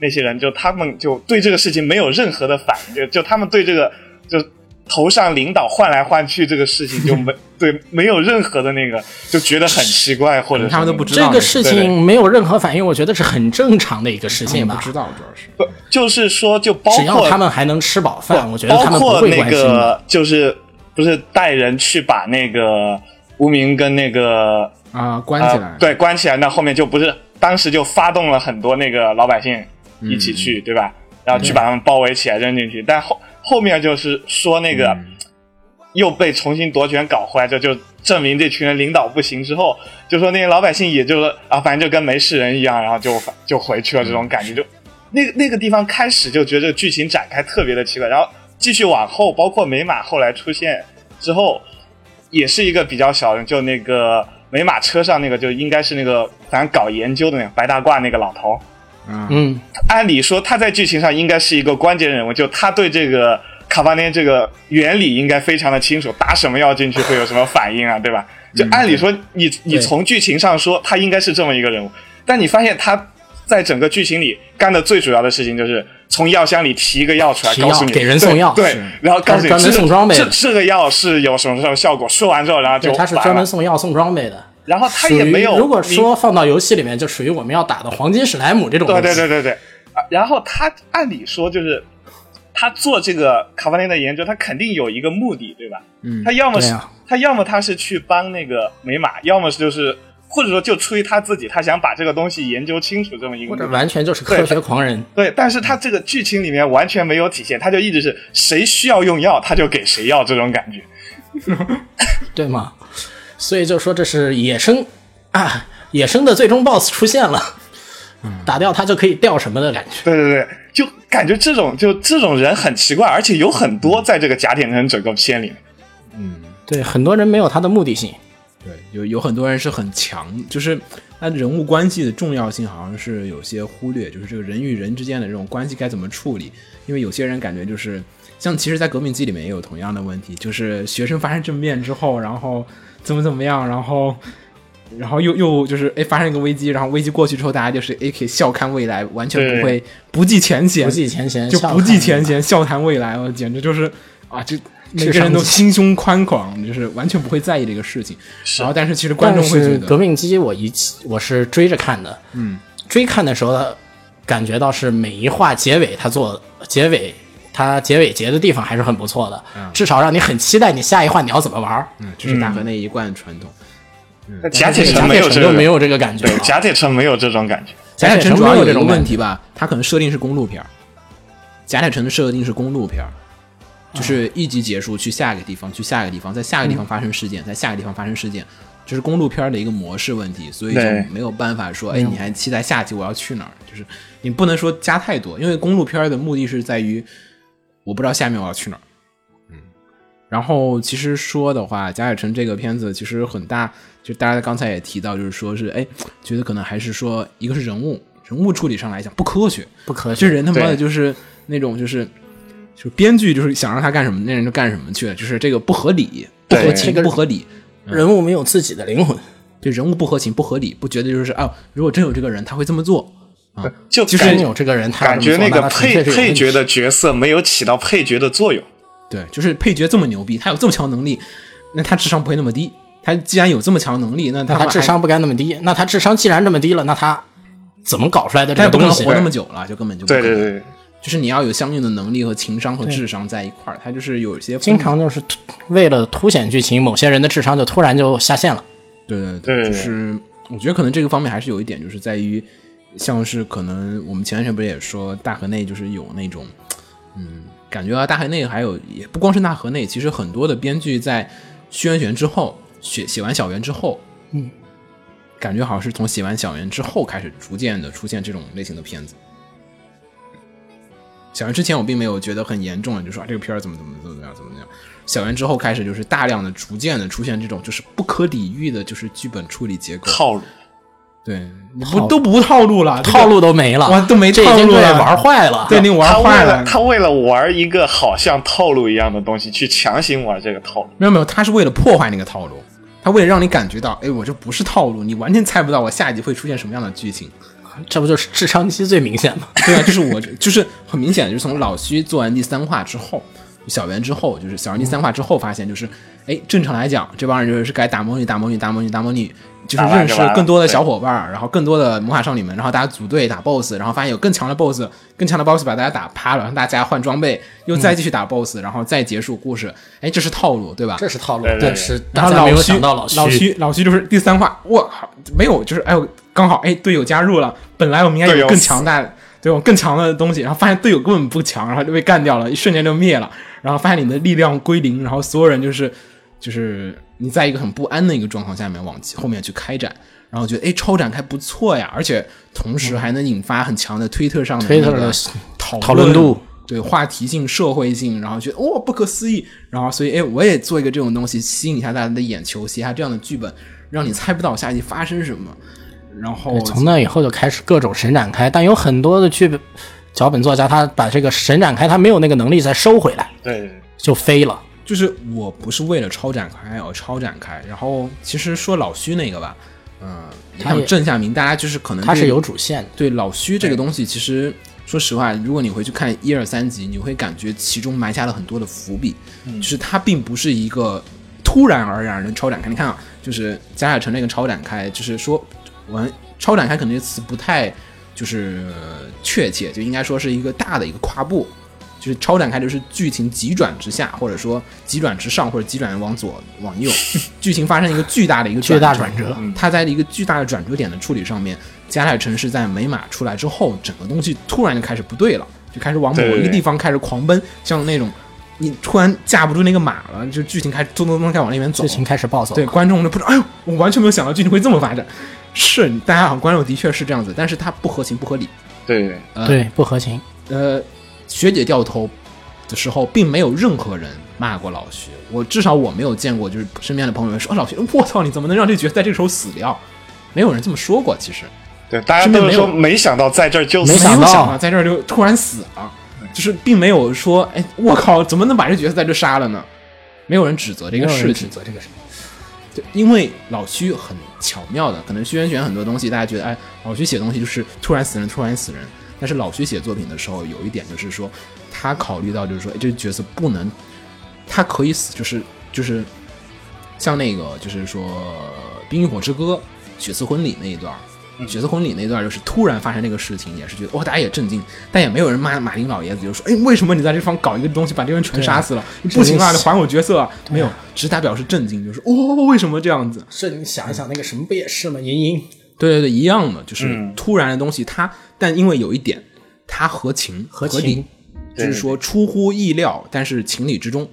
E: 那些人，就他们就对这个事情没有任何的反应，就就他们对这个就。头上领导换来换去这个事情 就没对没有任何的那个就觉得很奇怪或者
B: 他们
E: 什
B: 都
E: 么
B: 不
E: 的
B: 知道
D: 这
B: 那
D: 个事
E: 对对
D: 情没有任何反应，我觉得是很正常的一个事
B: 他们也
D: 情
B: 不
E: 嗯
D: 吧。
B: 知道，主要是
E: 不就是说就包
D: 只要
E: 括
D: 他们还能吃饱饭，我觉得
E: 包
D: 他们不
E: 括
D: 会
E: 那
D: 关心的。
E: 个就是不是带人去把那个无名跟那个
B: 啊，关起来
E: 呃。对关起来，那后面就不是当时就发动了很多那个老百姓
D: 嗯
E: 一起去，对吧？然后去把他们包围起来扔进去，但后后面就是说那个、又被重新夺权搞回来，这就证明这群人领导不行之后，就说那些老百姓也就是啊，反正就跟没事人一样，然后就就回去了，这种感觉就那个那个地方开始就觉得这个剧情展开特别的奇怪，然后继续往后，包括美马后来出现之后，也是一个比较小人，就那个美马车上那个就应该是那个反正搞研究的那个白大褂那个老头，
B: 啊
D: 嗯，
E: 按理说他在剧情上应该是一个关键人物，就他对这个卡巴涅这个原理应该非常的清楚，打什么药进去会有什么反应啊，对吧？就按理说你你从剧情上说他应该是这么一个人物，但你发现他在整个剧情里干的最主要的事情就是从药箱里提一个药出来，
D: 提药
E: 告诉你
D: 给人送药
E: 对，
D: 是
E: 对然后告诉你
D: 他是专门
E: 这
D: 送装备
E: 这
D: 的
E: 这个药是有什么什么效果，说完之后然后就
D: 对，他是
E: 完
D: 专门
E: 了
D: 送药送装备的。
E: 然后他也没
D: 属
E: 有
D: 于如果
E: 明
D: 说放到游戏里面，就属于我们要打的黄金史莱姆这 种东西。
E: 对对对对对。啊然后他按理说就是他做这个卡巴内的研究，他肯定有一个目的，对吧？嗯，他要么
D: 对
E: 是、
D: 啊
E: 他要么他是去帮那个美马，要么是就是或者说就出于他自己，他想把这个东西研究清楚这么一个
D: 或
E: 目的
D: 者。完全就是科学狂人。
E: 对，但是他这个剧情里面完全没有体现，他就一直是谁需要用药他就给谁药这种感觉。
D: 对吗？所以就说这是野生啊，野生的最终 BOSS 出现了，
E: 嗯
D: 打掉它就可以掉什么的感觉。
E: 对对对，就感觉这种就这种人很奇怪，而且有很多在这个甲铁城整个片里面。
D: 对，很多人没有他的目的性。
B: 对，有有很多人是很强，就是他人物关系的重要性好像是有些忽略，就是这个人与人之间的这种关系该怎么处理。因为有些人感觉就是，像其实，在《革命机》里面也有同样的问题，就是学生发生政变之后，然后怎么怎么样，然后。然后又又就是哎，发生一个危机，然后危机过去之后，大家就是哎，可以笑看未来，完全
E: 对
B: 不会不计前嫌，
D: 不计前嫌
B: 就
D: 笑
B: 不计
D: 看
B: 前嫌，笑谈未来，我简直就是啊，这每
D: 智
B: 个
D: 商
B: 人都
D: 低
B: 心胸宽广，就是完全不会在意这个事情。然后，但是其实观众会
D: 但
B: 觉
D: 是革
B: 得，
D: 命机我一起我是追着看的，嗯，追看的时候感觉到是每一话结尾他做结尾。他结尾结的地方还是很不错的，至少让你很期待你下一话你要怎么玩儿。
B: 嗯，这是大河内一贯传统。
E: 那甲铁
D: 这个
E: 城
D: 甲嗯
E: 没
D: 铁
E: 有这
D: 城
E: 个
D: 就没有这个感觉
E: 对
D: 了，，
E: 甲铁城没有这种感觉。
B: 贾乃
D: 城
B: 城主要
D: 没
B: 有一
D: 这
B: 个
D: 种
B: 问
D: 感觉
B: 题吧，它可能设定是公路片儿，贾乃城的设定是公路片儿，就是一集结束去下一个地方，去下一个地方，在下一个地方发生事件，在下一个地方发生事件，这是公路片儿的一个模式问题，所以就
E: 对
B: 没有办法说，哎，你还期待下集我要去哪儿？就是你不能说加太多，因为公路片儿的目的是在于我不知道下面我要去哪儿。然后其实说的话，《贾乃城》这个片子其实很大，就大家刚才也提到，就是说是哎，觉得可能还是说一个是人物人物处理上来讲不科学，
D: 不科
B: 这
D: 学。
B: 人他妈的
E: 对
B: 就是那种就是就是编剧就是想让他干什么，那人就干什么去了，就是这个不合理，不合
E: 对
B: 情，不合理。
D: 人物没有自己的灵魂，
B: 对人物不合情不合理，不觉得就是啊，如果真有这个人，他会这么做。啊
E: 就
D: 就
E: 感
D: 是有这个人，他
E: 感觉那个配配角
D: 的。
E: 的角色没有起到配角的作用。
B: 对，就是配角这么牛逼，他有这么强能力，那他智商不会那么低。他既然有这么强能力，那他
D: 那他
B: 还
D: 智商不该那么低，那他智商既然这么低了，那他怎么搞出来的这
B: 他也不
D: 个
B: 可
D: 东
B: 能
D: 西
B: 活？那么久了，就根本就不
E: 对
B: 可
E: 对
B: 能
E: 对，对
B: 就是你要有相应的能力和情商和智商在一块儿，他就是有一些
D: 经常就是突为了凸显剧情，某些人的智商就突然就下线了。
B: 对对
E: 对对
B: 就
E: 对
B: 是我觉得可能这个方面还是有一点，就是在于像是可能我们前段时间不是也说大河内就是有那种嗯，感觉啊，大河内还有也不光是大河内，其实很多的编剧在轩辕玄之后写写完小圆之后，
D: 嗯，
B: 感觉好像是从写完小圆之后开始逐渐的出现这种类型的片子。小圆之前我并没有觉得很严重的，就说啊这个片儿怎么怎么怎么怎么样怎么怎么样。小圆之后开始就是大量的逐渐的出现这种就是不可理喻的，就是剧本处理结构。
E: 套路。
B: 对，你不都不套路了，这个
D: 套路都没了，
B: 哇都没
D: 这已
B: 套
D: 经
B: 路
D: 被
B: 了
D: 玩坏了。
B: 对你
E: 他
B: 玩
E: 为
B: 坏
E: 了他为了玩一个好像套路一样的东西，去强行玩这个套路。
B: 没有没有，他是为了破坏那个套路，他为了让你感觉到，哎，我这不是套路，你完全猜不到我下一集会出现什么样的剧情。
D: 这不就是智商低最明显吗？
B: 对啊，就是我就是很明显，就是从老徐做完第三话之后，小圆之后，就是小圆第三话之后发现，就是哎，正常来讲，这帮人就是该打魔女、打魔女、打魔女、打魔女，就是
E: 打完
B: 认
E: 就
B: 识
E: 完了
B: 更多的
E: 对
B: 小伙伴儿，然后更多的魔法少女们，然后大家组队打 BOSS，然后发现有更强的 BOSS，更强的 BOSS 把大家打趴了，让大家换装备，又
E: 嗯
B: 再继续打 BOSS，、然后再结束故事。哎，这是套路，对吧？
D: 这是套路
E: 对，对
D: 但
E: 对
D: 是
B: 然
D: 大
B: 后
D: 家没有
B: 徐
D: 想到
B: 老
D: 徐，
B: 徐老徐就是第三话，我靠，没有，就是哎呦，刚好哎队友加入了，本来我们应该
E: 队
B: 有
E: 友
B: 更强大的对我更强的东西，然后发现队友根本不强，然后就被干掉了，一瞬间就灭了，然后发现你的力量归零，然后所有人就是就是你在一个很不安的一个状况下面往后面去开展。然后觉得哎，超展开不错呀，而且同时还能引发很强的推特上的
D: 嗯推特
B: 那个
D: 的
B: 讨
D: 讨论度，
B: 对话题性、社会性，然后觉得哦不可思议，然后所以哎，我也做一个这种东西，吸引一下大家的眼球，写下这样的剧本，让你猜不到下一集发生什么。然后
D: 对哎从那以后就开始各种神展开，但有很多的剧本脚本作家，他把这个神展开，他没有那个能力再收回来，
E: 对，
D: 就飞了。
B: 就是我不是为了超展开而超展开。然后其实说老虚那个吧，嗯、你
D: 他
B: 看
D: 也
B: 正下名，大家就是可能
D: 他是
B: 对
D: 有主线的，
B: 对老虚这个东西，其实说实话，如果你回去看一二三集，你会感觉其中埋下了很多的伏笔，
D: 嗯
B: 就是它并不是一个突然而然的超展开。你看啊，就是加海城那个超展开，就是说我们超展开可能这词不太就是确切，就应该说是一个大的一个跨步。就是超展开，就是剧情急转直下，或者说急转直上，或者急转往左往 右，剧情发生一个巨大的一个
D: 巨大转折
B: 他在一个巨大的转折点的处理上面，加泰城是在美马出来之后，整个东西突然就开始不对了，就开始往某
E: 对对
B: 一个
E: 对
B: 地方开始狂奔，像那种你突然架不住那个马了，就剧情开始咚咚咚开始往那边走
D: 剧，情开始暴走。
B: 嗯对，观众就不知道，哎呦，我完全没有想到剧情会这么发展。是，大家好，观众的确是这样子，但是它不合情不合理。
E: 对对
B: 呃
D: 对，不合情。
B: 呃，学姐掉头的时候，并没有任何人骂过老徐，我至少我没有见过，就是身边的朋友说，哦、老徐，我操，你怎么能让这角色在这个时候死掉？没有人这么说过，其实
E: 对，大家
B: 真的
E: 都是说
B: 没有
E: 没想到在这儿就
D: 没
E: 死
B: 没
D: 想
B: 有
D: 到
B: 想到在这儿就突然死了，就是并没有说，哎，我靠，怎么能把这角色在这杀了呢？没有人指责这个
D: 没有人
B: 事
D: 指
B: 情，
D: 责这个事
B: 对，因为老徐很巧妙的，可能薛仁玄很多东西大家觉得，哎，老徐写东西就是突然死人，突然死人。但是老徐写作品的时候，有一点就是说，他考虑到就是说，哎，这个角色不能，他可以死，就是就是像那个就是说《冰与火之歌》血色婚礼那一段儿。血色婚礼那一段儿就是突然发生这个事情，也是觉得哇、哦大家也震惊，但也没有人骂马丁老爷子，就说哎，为什么你在这方搞一个东西，把这个人全杀 死了？你不行啊，你还我角 色啊！没有，只是他表示震惊，就是哦，为什么这样子？
D: 是你想一想，那个什么不也是吗？银鹰
B: 对对对，一样的，就是突然的东西，它但因为有一点，它合情
D: 合
B: 理
D: 情
B: 就是说出乎意料，但是情理之中，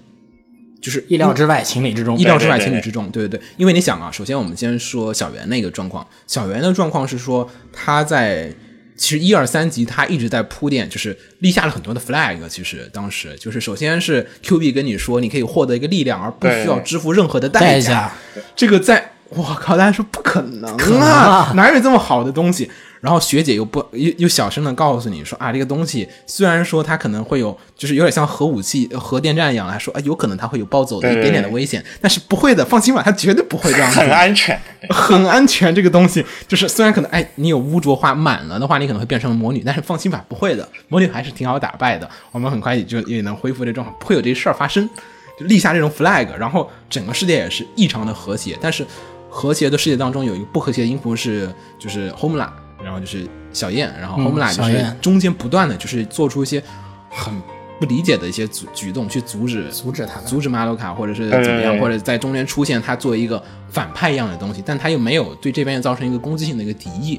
B: 就是
D: 意料之外，情理之中。
B: 意料之外，
E: 对对
B: 情
E: 对
B: 理之中，对对对。因为你想啊，首先我们先说小圆那个状况，小圆的状况是说他在其实一二三集他一直在铺垫，就是立下了很多的 flag。其实当时就是首先是 Q B 跟你说，你可以获得一个力量，而不需要
E: 对
B: 支付任何的
D: 代
B: 价
D: 价。
B: 这个在我靠，大家说不可能
D: 可能
B: 啊
D: 啊，
B: 哪有这么好的东西？然后学姐又不又又小声的告诉你说啊，这个东西虽然说它可能会有，就是有点像核武器、核电站一样，来说啊，有可能它会有暴走的
E: 对
B: 一
E: 对
B: 点点的
E: 对
B: 危险，但是不会的，放心吧，它绝对不会这样子
E: 很，安全，
B: 很安全。这个东西就是虽然可能哎，你有污浊化满了的话，你可能会变成魔女，但是放心吧，不会的，魔女还是挺好打败的，我们很快也就也能恢复这状况，不会有这事儿发生。就立下这种 flag，然后整个世界也是异常的和谐，但是和谐的世界当中有一个不和谐的因素是就是 Homla，然后就是小燕，然后
D: 嗯
B: Homla 就
D: 小
B: 是
D: 燕
B: 中间不断的就是做出一些很不理解的一些举举动去阻止
D: 阻止他们
B: 阻止马鲁卡或者是
E: 对
B: 怎么样，
E: 对
B: 或者在中间出现他作为一个反派一样的东西，但他又没有对这边又造成一个攻击性的一个敌意。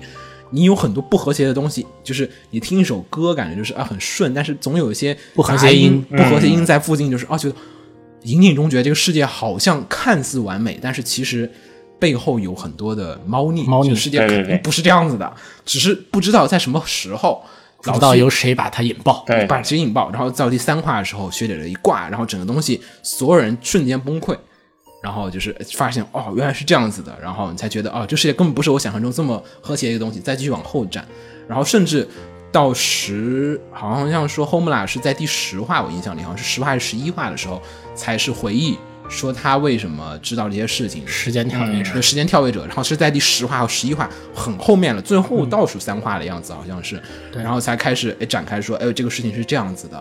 B: 你有很多不和谐的东西，就是你听一首歌，感觉就是啊很顺，但是总有一些
D: 不和谐
B: 杂
D: 音
B: 不和谐
E: 嗯
B: 音在附近，就是啊觉得隐隐中觉得这个世界好像看似完美，但是其实背后有很多的猫腻，
D: 猫腻
B: 这个世界
E: 对对
B: 肯定
E: 对
B: 不是这样子的，只是不知道在什么时候。
D: 不
B: 老
D: 知道
B: 徐
D: 由谁把他引爆。
E: 对
B: 把其引爆，然后到第三话的时候，学姐的一挂，然后整个东西所有人瞬间崩溃，然后就是发现哦原来是这样子的，然后你才觉得哦这世界根本不是我想象中这么和谐的一个东西，再继续往后展，然后甚至到十好像说 Homla 是在第十话，我印象里好像是十话还是十一话的时候才是回忆说他为什么知道这些事情，
D: 时间跳
E: 嗯
D: 跃是
B: 对时间跳位者，然后是在第十话和十一话很后面了，最后
E: 嗯
B: 倒数三话的样子好像是，然后才开始哎展开说，哎这个事情是这样子的，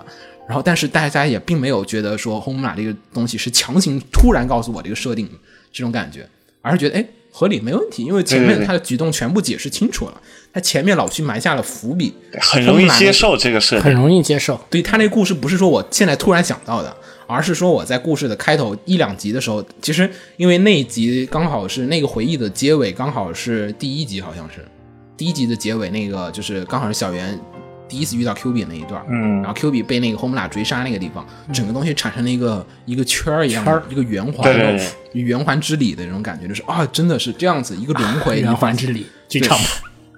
B: 然后但是大家也并没有觉得说 Homla 这个东西是强行突然告诉我这个设定这种感觉，而是觉得哎合理没问题，因为前
E: 对对
B: 面
E: 对
B: 他的举动全部解释清楚了，他前面老去埋下了伏笔，
E: 很容易
B: Homla
E: 接受这个设
D: 很
E: 定。
D: 容易接受。
B: 哦对他那故事不是说我现在突然想到的，而是说我在故事的开头一两集的时候，其实因为那一集刚好是那个回忆的结尾，刚好是第一集，好像是第一集的结尾，那个就是刚好是小圆第一次遇到 Q 比那一段，
E: 嗯
B: 然后 Q 比被那个 Homla 追杀那个地方，整个东西产生了一个一个圈儿一样的一个圆环，
E: 对对对
B: 圆环之理的那种感觉，就是啊，真的是这样子一个轮回，
D: 圆环之理，剧场版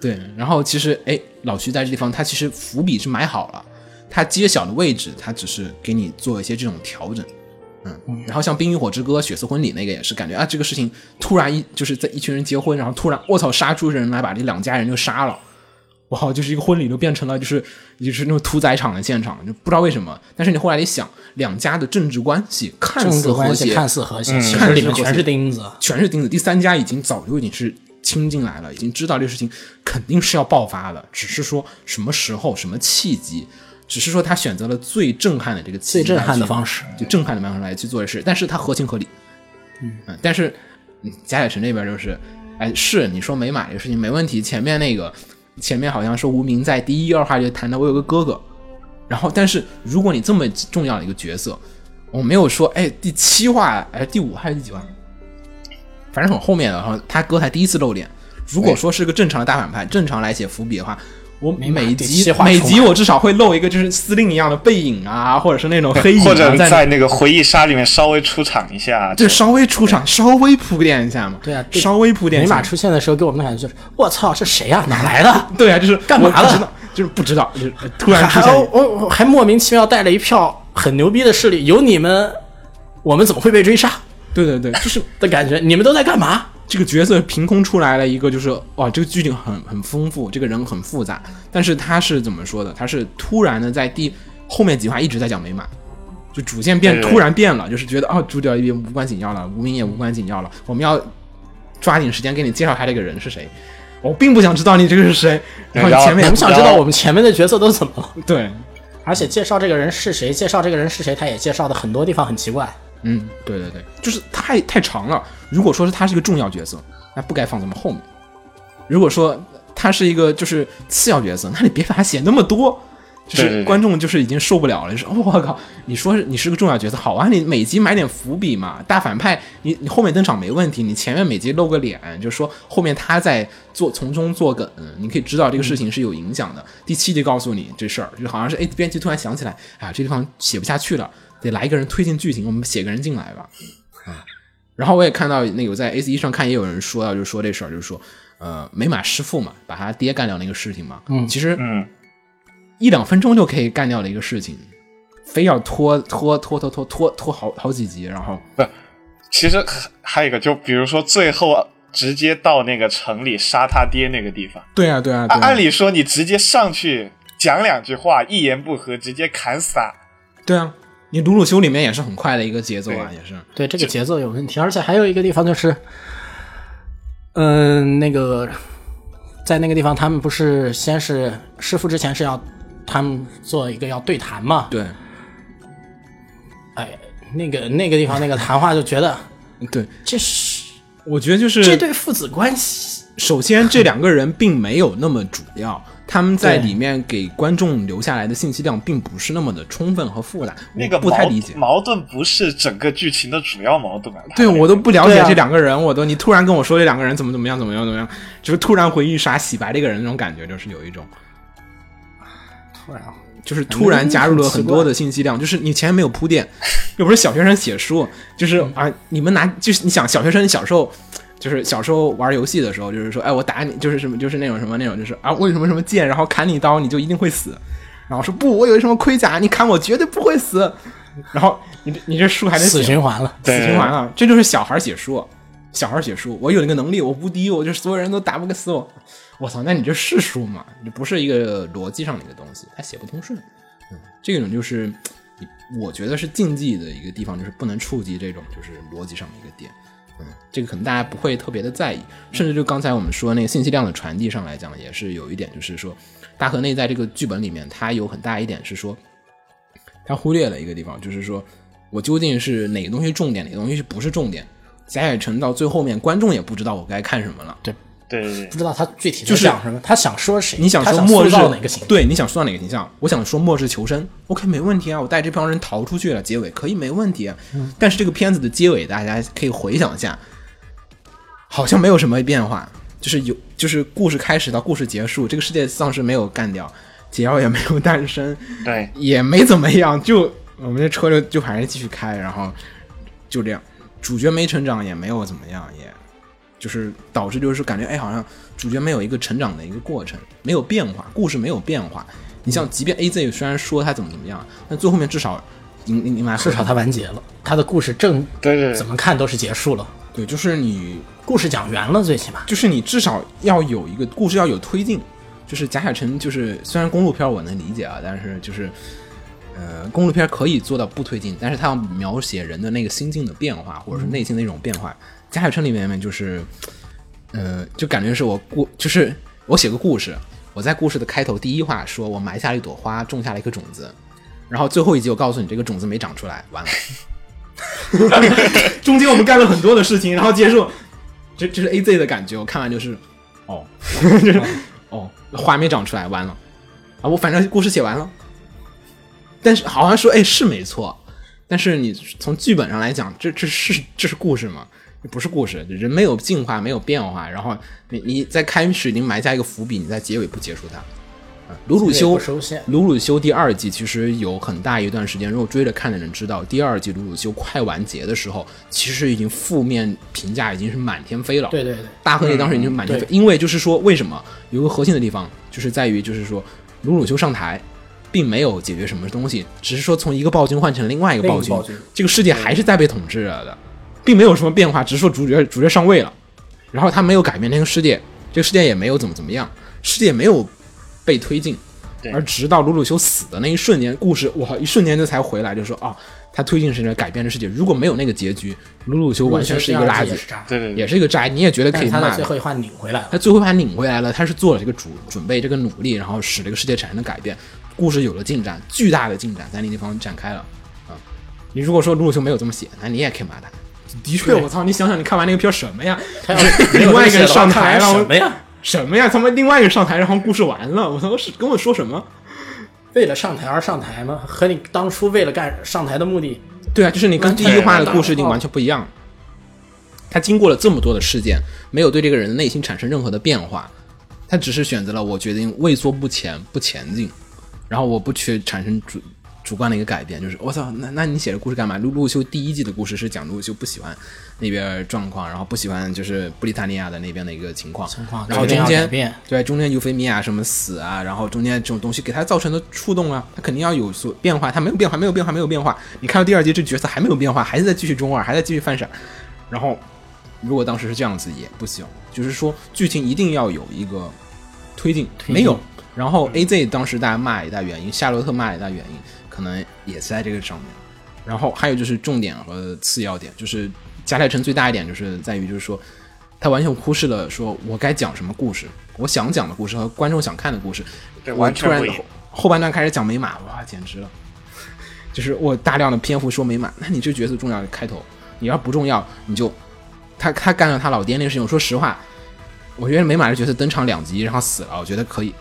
B: 对，然后其实哎，老徐在这地方他其实伏笔是埋好了，他揭晓的位置他只是给你做一些这种调整，嗯，然后像《冰与火之歌》《血色婚礼》那个也是，感觉啊，这个事情突然一就是在一群人结婚，然后突然我操，杀出人来把这两家人就杀了，哇，就是一个婚礼都变成了就是就是那种屠宰场的现场，就不知道为什么。但是你后来一想，两家的政治关系看
D: 政
B: 似
D: 治
B: 和
D: 关系
B: 谐，
D: 看似和谐，其
B: 看似
D: 实里面
B: 和谐
D: 全是钉子。
B: 全是钉子。第三家已经早就已经是倾进来了，已经知道这事情肯定是要爆发的，只是说什么时候、什么契机，只是说他选择了最震撼的这个契机
D: 最震撼的
B: 来去
D: 方式，
B: 就震撼的方式来去做事，但是它合情合理。嗯，但是嗯贾乃晨这边就是，哎，是你说没买这个事情没问题，前面那个前面好像说无名在第一二话就谈到我有个哥哥，然后但是如果你这么重要的一个角色，我没有说哎第七话哎第五还是第几话，反正很后面的，然后他哥才第一次露脸。如果说是个正常的大反派，正常来写伏笔的话，我
D: 没买
B: 每
D: 第
B: 集
D: 七话
B: 每
D: 出
B: 集
D: 来
B: 我至少会露一个就是司令一样的背影 啊，或者是那种黑影、啊，
E: 或者
B: 在
E: 在那个回忆杀里面稍微出场一下，啊
B: 就稍微出场，稍微铺垫一下嘛。
D: 对啊对
B: 稍微铺垫
D: 美
B: 一下
D: 马。出现的时候，给我们的感觉就是，我操，这谁呀、哪来的？
B: 对啊，就是
D: 干嘛
B: 我不
D: 了
B: 知道，就是不知道，就是突然出
D: 还我
B: 现。
D: 我我还莫名其妙带了一票很牛逼的势力，有你们，我们怎么会被追杀
B: 对对对，就是
D: 的感觉？你们都在干嘛？
B: 这个角色凭空出来了一个，就是哇，这个剧情很很丰富，这个人很复杂，但是他是怎么说的？他是突然的在第后面几话一直在讲美满，就主线变
E: 对对对
B: 突然变了，就是觉得哦，主角也无关紧要了，无名也无关紧要了，我们要抓紧时间给你介绍他这个人是谁。我并不想知道你这个是谁，然后你
E: 然后
B: 前面
D: 我
B: 也
D: 们
B: 不
D: 想知道我们前面的角色都怎么了，
B: 对，
D: 而且介绍这个人是谁，介绍这个人是谁，他也介绍的很多地方很奇怪。
B: 嗯，对对对，就是太太长了。如果说是他是个重要角色，那不该放这么后面；如果说他是一个就是次要角色，那你别把他写那么多。就
E: 对对
B: 是
E: 对
B: 观众就是已经受不了了，就是哦我靠！你说是你是个重要角色，好啊，你每集埋点伏笔嘛，大反派你你后面登场没问题，你前面每集露个脸，就是说后面他在做从中作梗，你可以知道这个事情是有影响的。第七集告诉你这事儿，就好像是哎编剧突然想起来，哎呀这地方写不下去了，得来一个人推进剧情，我们写个人进来吧。然后我也看到那个我在 A C E 上看也有人说到，就是说这事儿，就是说，呃，美马师傅嘛，把他爹干掉那个事情嘛，嗯，其实
E: 嗯，
B: 一两分钟就可以干掉的一个事情，非要拖拖拖拖拖拖拖好好几集，然后
E: 其实还还有一个，就比如说最后直接到那个城里杀他爹那个地方，
B: 对啊对啊
E: 按按理说你直接上去讲两句话，一言不合直接砍死。
B: 对啊，你鲁鲁修里面也是很快的一个节奏啊，
E: 对
B: 也是，
D: 对，这个节奏有问题，而且还有一个地方就是，嗯，那个在那个地方，他们不是先是师傅之前是要他们做一个要对谈嘛？
B: 对
D: 哎，那个那个地方那个谈话就觉得
B: 对，
D: 这是
B: 我觉得就是
D: 这对父子关系，
B: 首先，这两个人并没有那么主要，他们在里面给观众留下来的信息量并不是那么的充分和复杂，
E: 那个
B: 我不
E: 矛
B: 太理解。
E: 矛盾不是整个剧情的主要矛盾啊。
B: 对我都不了
D: 对
B: 解
D: 啊
B: 这两个人，我都你突然跟我说这两个人怎么怎么样怎么样怎么样，就是突然回忆杀洗白这个人那种感觉，就是有一种
D: 突然
B: 就是突然加入了很多的信息量，就是你前面没有铺垫，又不是小学生写书，就是啊，你们拿就是你想小学生小时候。就是小时候玩游戏的时候，就是说，哎，我打你，就是什么，就是那种什么那种，就是啊，我有什么什么剑，然后砍你一刀，你就一定会死。然后说不，我有什么盔甲，你砍我绝对不会死。然后你这你这书还能写
D: 死循环了。
E: 对
B: 死循环了，啊这就是小孩写书，小孩写书，我有那个能力，我无敌，我就是所有人都打不死我。我操，那你这是书吗？你不是一个逻辑上的一个东西，它写不通顺。嗯，这种就是你我觉得是禁忌的一个地方，就是不能触及这种就是逻辑上的一个点。嗯，这个可能大家不会特别的在意，甚至就刚才我们说那个信息量的传递上来讲，也是有一点，就是说大河内在这个剧本里面，它有很大一点是说，他忽略了一个地方，就是说我究竟是哪个东西重点，哪个东西是不是重点。贾海城到最后面，观众也不知道我该看什么了。
D: 对，
E: 对对对
D: 不，知道他具体
B: 就
D: 在
B: 是
D: 想什么，他想说谁，
B: 你想
D: 他
B: 说
D: 想
B: 末
D: 塑
B: 日
D: 造哪个形象？
B: 对，你想塑造哪个形象？我想说末日求生，OK，没问题啊，我带这帮人逃出去了，结尾可以没问题、啊。
D: 嗯
B: 但是这个片子的结尾，大家可以回想一下，好像没有什么变化，就是有，就是故事开始到故事结束，这个世界丧尸没有干掉，解药也没有 诞生，
E: 对
B: 也没怎么样， 就我们这车就就还是继续开，然后就这样，主角没成长，也没有怎么样，也就是导致就是感觉哎，好像主角没有一个成长的一个过程，没有变化，故事没有变化。你像，即便 A Z 虽然说他怎么怎么样，但最后面至少应应应该
D: 至少它完结了，它的故事正
E: 对对对
D: 怎么看都是结束了，
B: 对，就是你
D: 故事讲圆了，最起码
B: 就是你至少要有一个故事要有推进，就是贾海晨就是虽然公路片我能理解啊，但是就是呃公路片可以做到不推进，但是他要描写人的那个心境的变化，或者是内心的一种变化。贾海晨里面面就是呃就感觉是我故就是我写个故事，我在故事的开头第一话说我埋下了一朵花，种下了一个种子。然后最后一集我告诉你，这个种子没长出来，完了。中间我们干了很多的事情，然后结束，这这是 A Z 的感觉。我看完就是，哦，就是哦，花没长出来，完了啊！我反正故事写完了，但是好像说，哎，是没错，但是你从剧本上来讲，这这是这是故事吗？这不是故事，人没有进化，没有变化。然后你你在开始已经埋下一个伏笔，你在结尾不结束它。啊鲁鲁
D: 结尾
B: 修
D: 不收线，
B: 鲁鲁修第二季其实有很大一段时间，如果追着看的人知道，第二季鲁鲁修快完结的时候，其实已经负面评价已经是满天飞了。
D: 对对对，
B: 大河内当时已经满天飞，因为就是说，为什么有一个核心的地方，就是在于就是说，鲁鲁修上台，并没有解决什么东西，只是说从一个暴君换成另外一个暴君，
D: 另一个暴君
B: 这个世界还是在被统治着的，并没有什么变化，只是说主角主角上位了，然后他没有改变这个世界，这个世界也没有怎么怎么样，世界没有被推进，
E: 对
B: 而直到鲁鲁修死的那一瞬间，故事哇，一瞬间就才回来，就说啊。他推进世界，改变了世界。如果没有那个结局，鲁鲁修完全是一个垃圾，
D: 啊
E: 对对对
B: 也是一个渣，你也觉得
D: 但
B: 可以
D: 是他
B: 骂
D: 的最后一话拧回来了
B: 他，最后把它领回来了，他是做了这个主准备，这个努力，然后使这个世界产生了改变，故事有了进展，巨大的进展在那地方展开了啊！你如果说鲁鲁修没有这么写，那你也可以骂他。的确，我操！你想想，你看完那个片儿什么呀？
D: 他要是
B: 另外一个人上台
D: 看完
B: 了
D: 什么呀？
B: 什么呀？他妈另外一个人上台，然后故事完了，我操！是跟我说什么？
D: 为了上台而上台吗？和你当初为了干上台的目的，
B: 对啊，就是你跟第一话的故事已经完全不一样。他经过了这么多的事件，没有对这个人的内心产生任何的变化，他只是选择了我决定畏缩不前，不前进，然后我不去产生主主观的一个改变，就是我操，那那你写的故事干嘛？陆陆修第一季的故事是讲陆修不喜欢那边状况，然后不喜欢就是布里塔尼亚的那边的一个情况，
D: 情况
B: 然后
D: 决定
B: 中
D: 要改
B: 间
D: 变
B: 对中间尤菲米亚什么死啊，然后中间这种东西给他造成的触动啊，他肯定要有所变化，他没有变化，没有变化，没有变化。你看到第二季这角色还没有变化，还是在继续中二，还在继续犯傻，然后如果当时是这样子也不行，就是说剧情一定要有一个推进，没有。然后 A Z 当时大家骂一大原因，夏洛特骂一大原因，可能也是在这个上面。然后还有就是重点和次要点，就是加泰城最大一点就是在于就是说，他完全忽视了说我该讲什么故事，我想讲的故事和观众想看的故事。
E: 对
B: 我
E: 完
B: 突
E: 全
B: 然
E: 不一
B: 后后半段开始讲美马，哇，简直了！就是我大量的篇幅说美满，那你这角色重要的开头，你要不重要，你就他他干了他老爹那个事情。我说实话，我觉得美满这角色登场两集然后死了，我觉得可以，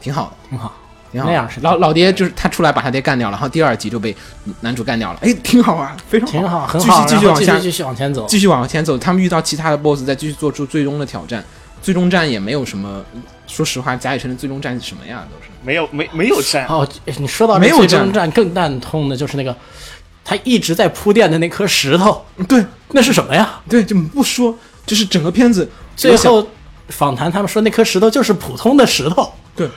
B: 挺好的，
D: 挺好。
B: 挺好的。
D: 那样是
B: 老老爹就是他出来把他爹干掉了，然后第二集就被男主干掉了，哎，挺好啊，非常
D: 挺好，很
B: 继续
D: 好，
B: 继续
D: 然后
B: 往下
D: 继续继续往前走，
B: 继续往前走，他们遇到其他的 BOSS，再继续做出最终的挑战。最终战也没有什么，说实话，贾雨辰的最终战是什么呀？都是
E: 没有没没有站，
D: 哦，你说到
B: 没有
D: 这
B: 这样
D: 征战更蛋痛的就是那个，他一直在铺垫的那颗石头，
B: 对
D: 那是什么呀？
B: 对，就不说，就是整个片子
D: 最
B: 我想
D: 后访谈他们说那颗石头就是普通的石头，
B: 对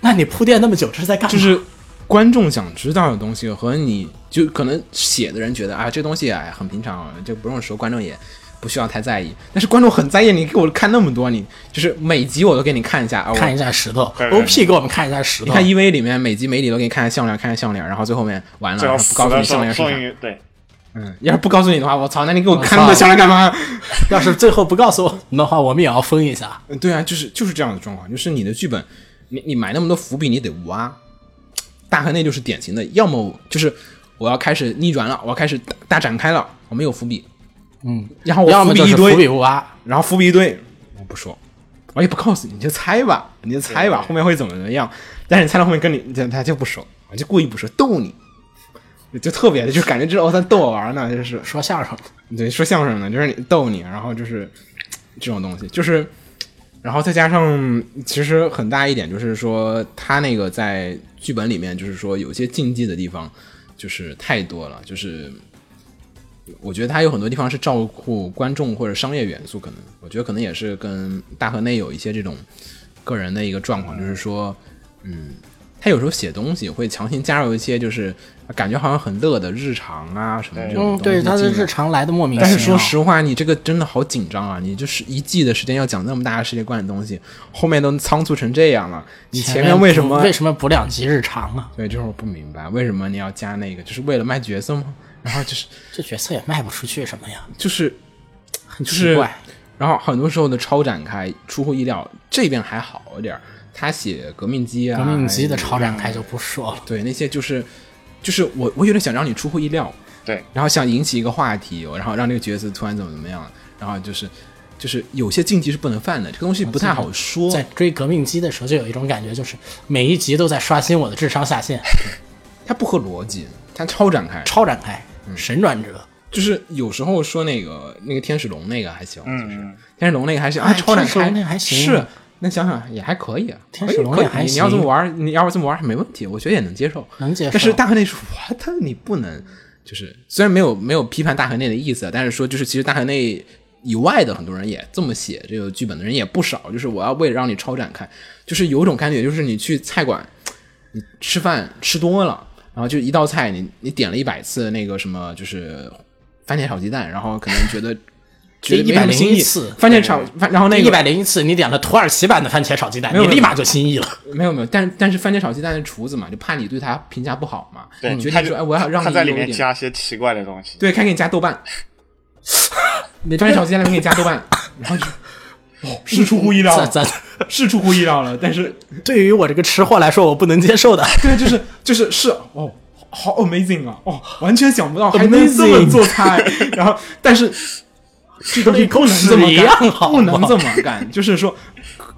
D: 那你铺垫那么久这是在干嘛？
B: 就是观众想知道的东西和你就可能写的人觉得啊，这东西哎很平常，就不用说，观众也不需要太在意。但是观众很在意，你给我看那么多，你就是每集我都给你看一下啊，我
D: 看一下石头
E: 对对对
D: ，OP 给我们看一下石
B: 你
D: 头，
B: 看 EV 里面每集每里都给你看项链，看项链，然后最后面完了，
E: 最
B: 然啊
E: 后
B: 后不
E: 死
B: 告诉
E: 的
B: 你
E: 时
B: 项链
E: 候
B: 是
E: 终
B: 啥。
E: 于对，
B: 嗯，要是不告诉你的话，我操，那你给我看那
D: 我操
B: 么项链干嘛？
D: 要是最后不告诉我们的话，我们也要封一下。
B: 嗯，对啊，就是就是这样的状况，就是你的剧本，你你埋那么多伏笔，你得挖。大河内就是典型的，要么就是我要开始逆转了，我要开始大大展开了，我没有伏笔，嗯，然后我
D: 要
B: 伏
D: 么
B: 笔
D: 就
B: 一
D: 是伏笔
B: 堆，
D: 不挖，
B: 然后伏笔一堆，我不说，我也不告诉你，你就猜吧，你就猜吧，后面会怎么怎么样，但是你猜到后面跟你他他就不说，我就故意不说，逗你，就特别的，就是感觉这哦他逗我玩呢，就是
D: 说相声，
B: 对，说相声的，就是你逗你，然后就是这种东西，就是，然后再加上，其实很大一点就是说，他那个在剧本里面，就是说有些禁忌的地方，就是太多了，就是我觉得他有很多地方是照顾观众或者商业元素，可能我觉得可能也是跟大河内有一些这种个人的一个状况，就是说，嗯，他有时候写东西会强行加入一些就是感觉好像很乐的日常啊什么这种东
D: 嗯，
B: 西进来。
D: 对，他的日常来的莫名其
B: 但
D: 妙。
B: 是说实话，你这个真的好紧张啊！你就是一季的时间要讲那么大的世界观的东西，后面都仓促成这样了，你前面为什么？
D: 为什么补两集日常啊？
B: 对，就是我不明白，为什么你要加那个？就是为了卖角色吗？然后就是
D: 这角色也卖不出去什么呀，
B: 就是，
D: 很
B: 就是
D: 奇怪。
B: 然后很多时候的超展开出乎意料，这边还好一点儿。他写革命机啊，
D: 革命机的超展
B: 开。
D: 开就不说了，
B: 对，那些就是就是我我有点想让你出乎意料，
E: 对，
B: 然后想引起一个话题，然后让这个角色突然怎么怎么样，然后就是就是有些禁忌是不能犯的，这个东西不太好说。
D: 在追革命机的时候就有一种感觉，就是每一集都在刷新我的智商下限，
B: 它不合逻辑，它超展开，
D: 超展开，神转折。
B: 就是有时候说那个那个天使龙那个还行，就是
E: 嗯
B: 天使龙那个还行啊，
D: 哎
B: 超展
D: 天使
B: 开
D: 龙那还行
B: 是。那想想也还可以啊，
D: 天
B: 可以
D: 使龙
B: 可
D: 也还
B: 以，你要这么
D: 行
B: 玩儿，你要是这么玩儿没问题，我觉得也能接受，
D: 能接
B: 但是
D: 受
B: 大河内是，我他你不能，就是虽然没有没有批判大河内的意思，啊但是说就是其实大河内以外的很多人也这么写这个剧本的人也不少，就是我要为了让你超展开，就是有种感觉，就是你去菜馆，你吃饭吃多了，然后就一道菜你你点了一百次那个什么就是番茄炒鸡蛋，然后可能觉 得。觉得没什么新
D: 101
B: 意
D: 次
B: 番茄炒，番然后那个
D: 一百零一次，你点了土耳其版的番茄炒鸡蛋，
B: 没有
D: 你
B: 没有
D: 立马就心意了。
B: 没有没有，但但是番茄炒鸡蛋的厨子嘛，就怕你对他评价不好嘛，
E: 对，
B: 你决
E: 他
B: 定
E: 就
B: 说，哎，我要让你
E: 他在里
B: 有一
E: 面
B: 点
E: 加些奇怪的东西。
B: 对，看给你加豆瓣，番茄炒鸡蛋里面给你加豆瓣，然后就哦，是出乎意料
D: 咱
B: 了，
D: 咱
B: 是出乎意料了，但是
D: 对于我这个吃货来说，我不能接受的。
B: 对，就是就是是哦。好 amazing 啊！哦，完全想不到还能这么
D: Amazing
B: 做菜，然后但是这东西不能这么
D: 一
B: 干，
D: 样好
B: 不能
D: 吗
B: 这么干。就是说，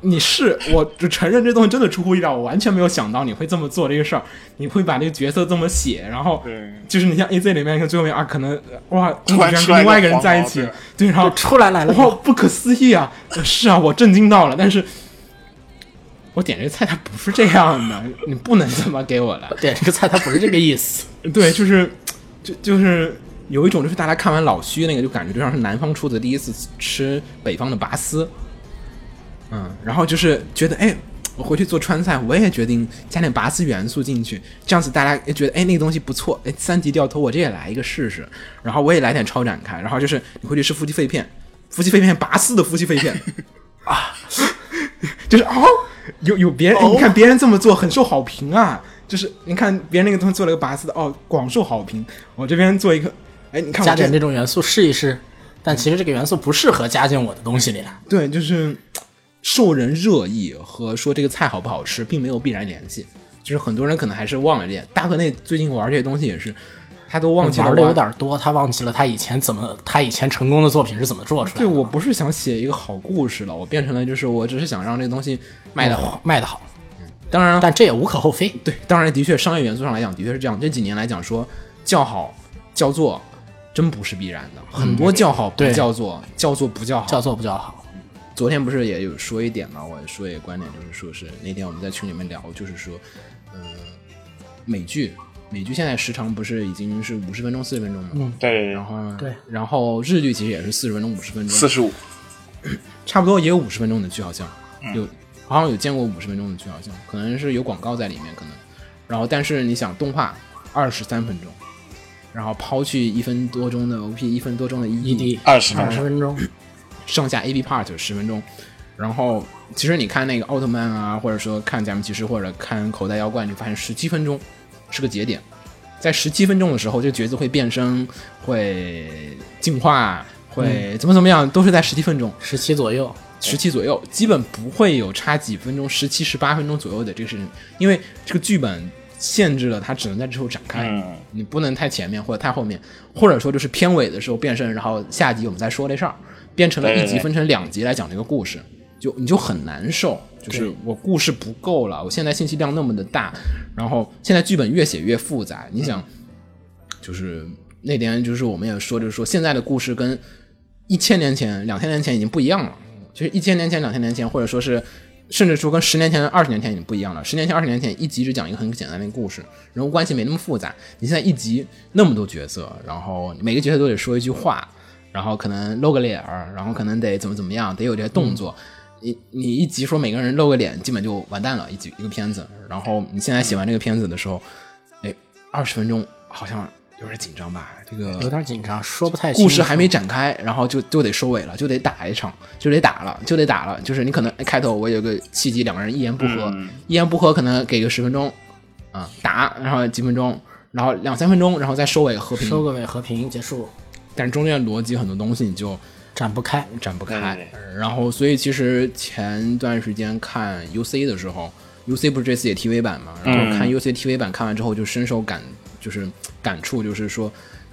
B: 你是我只承认这东西真的出乎意料，我完全没有想到你会这么做这个事儿，你会把这个角色这么写，然后
E: 对
B: 就是你像 A Z 里面最后面啊，可能哇，公
E: 突
B: 主
E: 然
B: 居然
E: 出
B: 跟
E: 来
B: 另
E: 一
B: 外一个
E: 个
B: 人
E: 黄
B: 在一
E: 毛
B: 起对，
E: 对，
B: 然后
D: 哦出来来了，
B: 哇，不可思议啊！是啊，我震惊到了，但是我点这菜它不是这样的，你不能这么给我来。
D: 点这个菜它不是这个意思。
B: 对，就是就就是有一种就是大家看完老徐那个就感觉就像是南方厨子第一次吃北方的拔丝，嗯，然后就是觉得哎。我回去做川菜，我也决定加点拔丝元素进去，这样子大家也觉得哎那个东西不错，哎三级掉头我这也来一个试试，然后我也来点超展开，然后就是你回去吃夫妻肺片，夫妻肺片拔丝的夫妻肺 片啊， 就是哦有有别人、
D: 哦
B: 哎你看别人这么做很受好评啊，就是你看别人那个东西做了个拔丝的哦广受好评，我这边做一个哎你看我
D: 加
B: 这
D: 点这种元素试一试，但其实这个元素不适合加进我的东西里啊来。
B: 对，就是受人热议和说这个菜好不好吃并没有必然联系，就是很多人可能还是忘了这点。大河内最近玩这些东西也是，他都忘记了
D: 玩的有。点多，他忘记了他以前怎么，他以前成功的作品是怎么做出来
B: 对，
D: 的。
B: 我不是想写一个好故事了，我变成了就是我只是想让这个东西卖得好。
D: 嗯卖得好，
B: 当然，
D: 但这也无可厚非。
B: 对，当然的确商业元素上来讲的确是这样。这几年来讲说叫好叫座。真不是必然的，很多叫好不
D: 对
B: 叫座，叫座嗯不叫好，
D: 叫做不叫好，
B: 昨天不是也有说一点嘛，我说一个观点，就是说是那天我们在群里面聊，就是说，呃，美剧，美剧现在时长不是已经是五十分钟、四十分钟了吗？
E: 嗯对
B: 然，后呢
D: 对，
B: 然后日剧其实也是四十分钟、五十分钟，
E: 四十五，
B: 差不多也有五十分钟的剧，好像
E: 嗯
B: 有，好像有见过五十分钟的剧，好像可能是有广告在里面，可能。然后，但是你想，动画二十三分钟，然后抛去一分多钟的 OP，一分多钟的 ED，
D: ED
E: 二十分
D: 二
E: 钟
B: 啊
D: 十分钟，
B: 上下 A B part 十分钟，然后其实你看那个奥特曼啊，或者说看假面骑士，或者看口袋妖怪，你发现十七分钟是个节点，在十七分钟的时候，这个角色会变身，会进化，会怎么怎么样，都是在十七分钟，
D: 十七左右，
B: 十七左右，基本不会有差几分钟，十七十八分钟左右的这个事情，因为这个剧本限制了它只能在之后展开，
E: 嗯
B: 你不能太前面或者太后面，或者说就是片尾的时候变身，然后下集我们再说这事儿，变成了
E: 对
B: 一
E: 对
B: 集
E: 对
B: 分成两集来讲这个故事，就你就很难受，就是我故事不够了，我现在信息量那么的大，然后现在剧本越写越复杂，你想，就是那点就是我们也说，就是说现在的故事跟一千年前、两千年前已经不一样了，就是一千年前、两千年前，或者说是。甚至说跟十年前、二十年前已经不一样了。十年前、二十年前一集只讲一个很简单的故事，人物关系没那么复杂。你现在一集那么多角色，然后每个角色都得说一句话，然后可能露个脸儿，然后可能得怎么怎么样，得有这些动作。你你一集说每个人露个脸，基本就完蛋了，一集一个片子。然后你现在写完这个片子的时候，哎，二十分钟好像有点紧张吧？这个
D: 有点紧张，说不太清楚
B: 故事还没展开，然后就就得收尾了，就得打一场，就得打了，就得打了。就是你可能哎开头我有个契机，两个人一言不合，
D: 嗯
B: 一言不合可能给个十分钟，啊、打，然后几分钟，然后两三分钟，然后再收尾和
D: 收
B: 平。
D: 个尾和平结束，
B: 但是中间逻辑很多东西你就
D: 展不开。
B: 展不开。嗯然后，所以其实前段时间看 UC 的时候，UC 不是这次也 TV 版嘛？然后看 UC TV 版看完之后，就深受感就是感触，就是说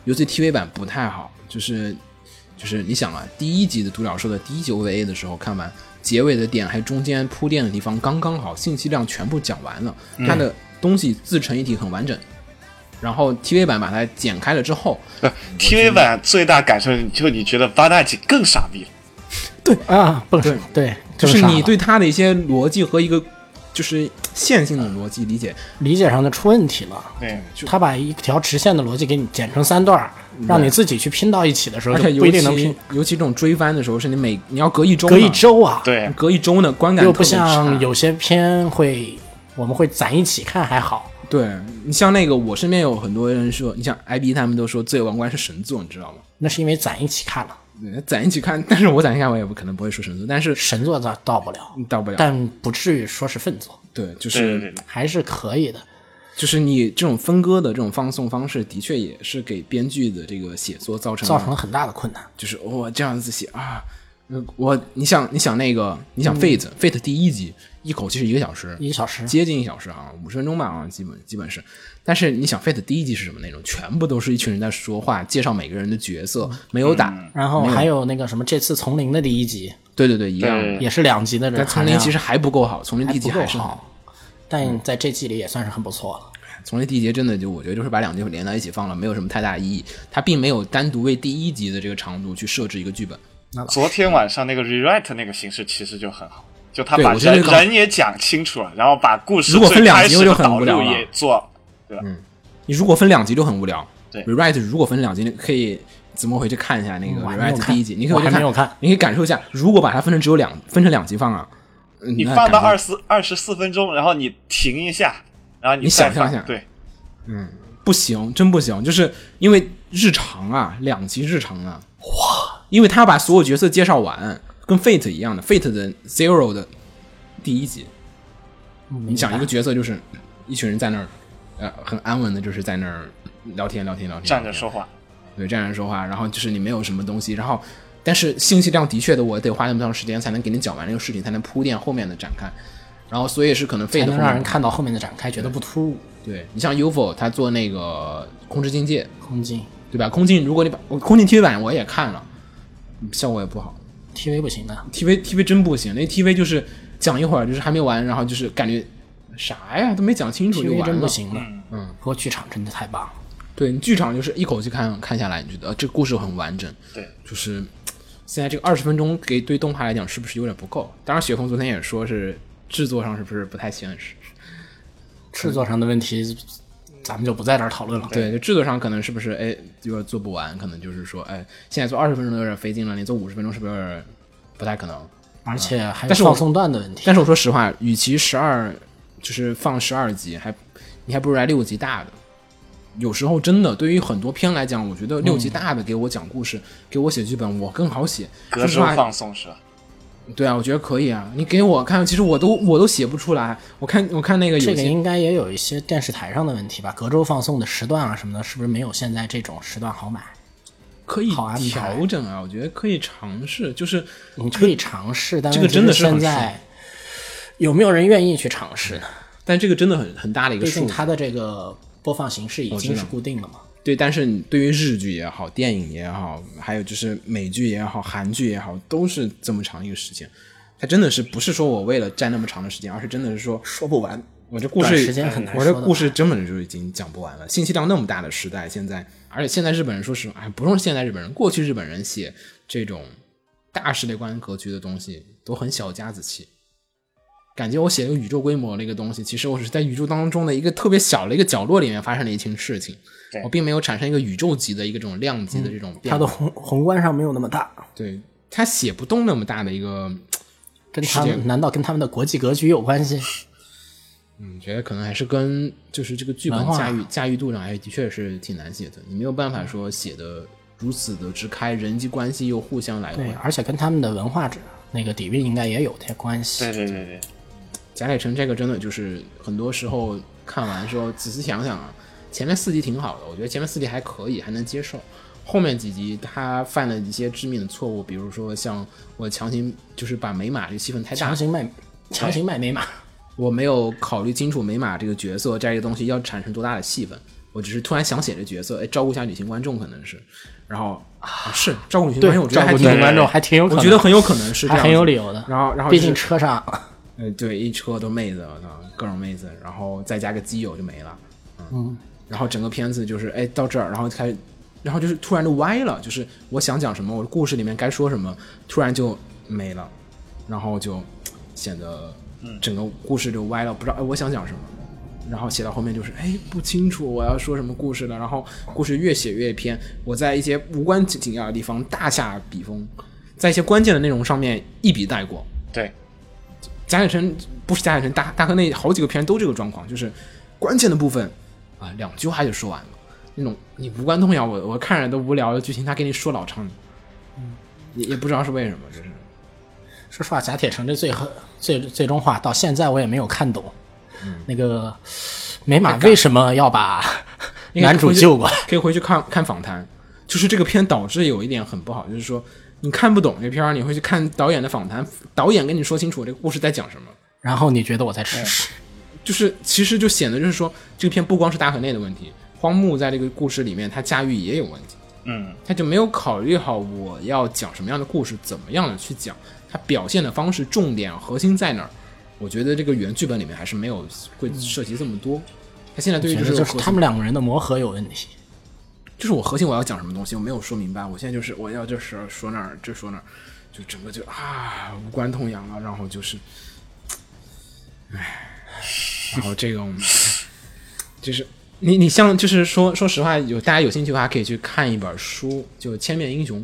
B: UC TV 版不太好，就是就是你想啊，第一集的独角兽的第一集 OVA 的时候看完，结尾的点还中间铺垫的地方刚刚好，信息量全部讲完了，它的东西自成一体，很完整。然后 TV 版把它剪开了之后，
E: TV 版最大感受就你觉得八大姐更傻逼了，
D: 啊，不
B: 对
D: 是对，
B: 就
D: 这
B: 是
D: 个傻
B: 你
D: 了
B: 对它的一些逻辑和一个就是线性的逻辑理解，
D: 理解上的出问题了。
E: 对，
D: 他把一条直线的逻辑给你剪成三段儿，让你自己去拼到一起的时候，
B: 而
D: 就
B: 且尤
D: 不一定能
B: 其
D: 拼。
B: 尤其这种追番的时候，是你每你要隔一周呢，
D: 隔一周啊，
E: 对，
B: 隔一周呢，观感
D: 又
B: 特
D: 不
B: 别差
D: 像有些片会我们会攒一起看还好。
B: 对你像那个我身边有很多人说，你像 IB 他们都说《罪恶王冠》是神作，你知道吗？
D: 那是因为攒一起看了，
B: 对攒一起看，但是我攒一下我也不可能不会说神作，但是
D: 神作倒到不了，
B: 到不了，
D: 但不至于说是粪作，
B: 对，就
E: 对对
B: 是
E: 对，
D: 还是可以的。
B: 就是你这种分割的这种放送方式，的确也是给编剧的这个写作造成
D: 造成了很大的困难。
B: 就是我、这样子写啊，呃我你想你想那个你想 Fate、Fate 第一集一口气是一个小时，
D: 嗯一个小时
B: 接近一小时啊，五十分钟吧啊，基本基本是。但是你想 Fate 第一集是什么内容？全部都是一群人在说话，介绍每个人的角色，
D: 嗯
B: 没有打。
D: 然后还有那个什么，这次丛林的第一集
B: 对对对，一样。
E: 对
D: 也是两集的人
B: 但嗯
D: 含
B: 丛
D: 量，
B: 林其实嗯还不够好，丛林第一集
D: 还不够
B: 还是
D: 好，但在这季里也算是很不错了。
B: 丛林第一集真的就我觉得就是把两集连到一起放了，没有什么太大意义。它并没有单独为第一集的这个长度去设置一个剧本。
E: 昨天晚上那个 rewrite 那个形式其实就很好，就他
B: 对
E: 把
B: 我觉得
E: 人
B: 这个
E: 人也讲清楚了，然后把故事
B: 如果分
E: 最
B: 两
E: 开
B: 集
E: 始
B: 就
E: 的
B: 很
E: 导
B: 无聊
E: 入
B: 了
E: 也做，对吧？
B: 你如果分两集就很无聊。
E: 对
B: r e w r i t e 如果分两集，你可以怎么回去看一下那个
D: 嗯我还
B: r e w
D: 没
B: r i
D: 有
B: t e
D: 看
B: 第一集？你可以
D: 我
B: 回去
D: 还没有看
B: 你可以感受一下，如果把它分成只有两分成两集放啊，嗯
E: 你
B: 那
E: 放到
B: 感觉
E: 二十二十四分钟，然后你停一下，然后
B: 你
E: 再
B: 想象
E: 放
B: 一下
E: 对，
B: 不行，真不行，就是因为日常啊，两集日常啊，哇！因为他把所有角色介绍完，跟 Fate 一样的，Fate 的 Zero 的第一集，
D: 嗯
B: 你想一个角色就是一群人在那儿，呃，很安稳的，就是在那儿聊天聊天聊天，
E: 站
B: 聊
E: 着
B: 天
E: 说话，
B: 对站着说话，然后就是你没有什么东西，然后但是信息量的确的，我得花那么长时间才能给你讲完这个事情，才能铺垫后面的展开，然后所以是可能
D: 才
B: Fate
D: 能
B: 后面
D: 让人看到后面的展开，觉得不突兀。
B: 对你像 UFO 他做那个空之境界，
D: 空镜
B: 对吧？空镜如果你把我空镜 TV 版我也看了，嗯效果也不好。
D: TV 不行的，
B: TV TV 真不行，那 TV 就是讲一会儿就是还没完，然后就是感觉啥呀都没讲清楚就
D: TV
B: 完
D: 真不
B: 了。
D: 行的。嗯，不过剧场真的太棒了。
B: 对你剧场就是一口气看看下来，你觉得、呃这故事很完整。
E: 对，
B: 就是嘖现在这个二十分钟给对动画来讲是不是有点不够？当然，雪峰昨天也说是制作上是不是不太现实？
D: 制作上的问题，咱们就不在这儿讨论了。
B: 嗯对，就制作上可能是不是哎有点做不完，可能就是说哎现在做二十分钟都有点费劲了，你做五十分钟是不是有点不太可能？
D: 而且还有
B: 但是我
D: 放送段的问题。
B: 但是我说实话，与其十二就是放十二集，还你还不如来六集大的。有时候真的，对于很多片来讲，我觉得六集
E: 嗯
B: 大的给我讲故事，给我写剧本，我更好写。
E: 隔
B: 哎说实
E: 周
B: 话，
E: 放松是吧？
B: 对啊，我觉得可以啊。你给我看，其实我都我都写不出来。我看我看那个有
D: 这个
B: 些，
D: 应该也有一些电视台上的问题吧？隔周放送的时段啊什么的，是不是没有现在这种时段好买？
B: 可以
D: 好安排嗯
B: 调整啊，我觉得可以尝试。就是
D: 你可以尝试，但
B: 这个
D: 问题
B: 真的是
D: 现
B: 很
D: 在有没有人愿意去尝试呢？
B: 但这个真的很很大的一个
D: 毕
B: 数
D: 竟
B: 字。
D: 它的这个播放形式已经是固定了嘛。
B: 对，但是你对于日剧也好，电影也好，还有就是美剧也好，韩剧也好，都是这么长一个时间。它真的是不是说我为了占那么长的时间，而是真的是说说不完。我这故事
D: 短时间很难
B: 我这
D: 说的
B: 故事根本就已经讲不完了。信息量那么大的时代，现在而且现在日本人说实话，哎，不用现在日本人，过去日本人写这种大世界观格局的东西都很小家子气。感觉我写了个宇宙规模的一个东西，其实我只是在宇宙当中的一个特别小的一个角落里面发生了一件事情
E: 对，
B: 我并没有产生一个宇宙级的一个这种量级的这种变
D: 它
B: 化。
D: 的宏宏观上没有那么大，
B: 对他写不动那么大的一个
D: 跟他
B: 是这
D: 们难道跟他们的国际格局有关系？
B: 嗯，觉得可能还是跟就是这个剧本
D: 文化
B: 驾驭驾驭度上，还的确是挺难写的。你没有办法说写的如此的直开，人际关系又互相来
D: 对
B: 回，。
D: 而且跟他们的文化这那个底蕴应该也有些关系。
E: 对对对对，
B: 贾乃成这个真的就是很多时候看完之后仔细想想啊，前面四集挺好的，我觉得前面四集还可以，还能接受。后面几集他犯了一些致命的错误，比如说像我强行就是把美马这个戏份太大
D: 强，行卖，强行卖美马，
B: 我没有考虑清楚美马这个角色在这个东西要产生多大的戏份，我只是突然想写这角色，哎，照顾一下女性观众可能是，然后、啊、是照顾女性观众，我觉得
D: 照
B: 还
D: 顾
B: 挺
D: 女观众还挺有可
B: 我
D: 能，
B: 觉得很有可能是这
D: 还
B: 样，
D: 很有理。由的。
B: 然后然后
D: 毕竟
B: 是
D: 车上
B: 呃对，一车都妹子，我操，各种妹子，然后再加个基友就没了，嗯，然后整个片子就是哎到这儿，然后开始，然后就是突然就歪了，就是我想讲什么，我的故事里面该说什么，突然就没了，然后就嘖显得整个故事就歪了，不知道哎我想讲什么。然后写到后面就是，哎，不清楚我要说什么故事了。然后故事越写越偏，我在一些无关紧要的地方大下笔锋，在一些关键的内容上面一笔带过。
E: 对，
B: 贾乃成不是贾乃成，大大河内好几个片都这个状况，就是关键的部分啊、两句话就说完了，那种你无关痛痒，我我看着都无聊的剧情，他给你说老长，
D: 嗯
B: 也也不知道是为什么，就是
D: 说实话，贾铁城这最后最最终话到现在我也没有看懂，
B: 嗯
D: 那个美马为什么要把
B: 应该
D: 男主
B: 回去
D: 救过来？
B: 可以回去看看访谈，就是这个片导致有一点很不好，就是说你看不懂这片儿，你会去看导演的访谈，导演跟你说清楚这个故事在讲什么。
D: 然后你觉得我在
B: 哎
D: 吃屎？
B: 就是其实就显得就是说，这个片不光是大河内的问题，荒木在这个故事里面他驾驭也有问题。
E: 嗯，
B: 他就没有考虑好我要讲什么样的故事，怎么样的去讲，他表现的方式、重点、核心在哪儿？我觉得这个原剧本里面还是没有会涉及这么多。他现在对于
D: 觉
B: 就
D: 得
B: 是
D: 就是
B: 核
D: 他
B: 心
D: 们两个人的磨合有问题。
B: 就是我核心我要讲什么东西，我没有说明白。我现在就是我要这时候说那儿，这说那儿，就整个就啊无关痛痒了。然后就是，唉，然后这种就是你你像就是说说实话，有大家有兴趣的话可以去看一本书，就《千面英雄》，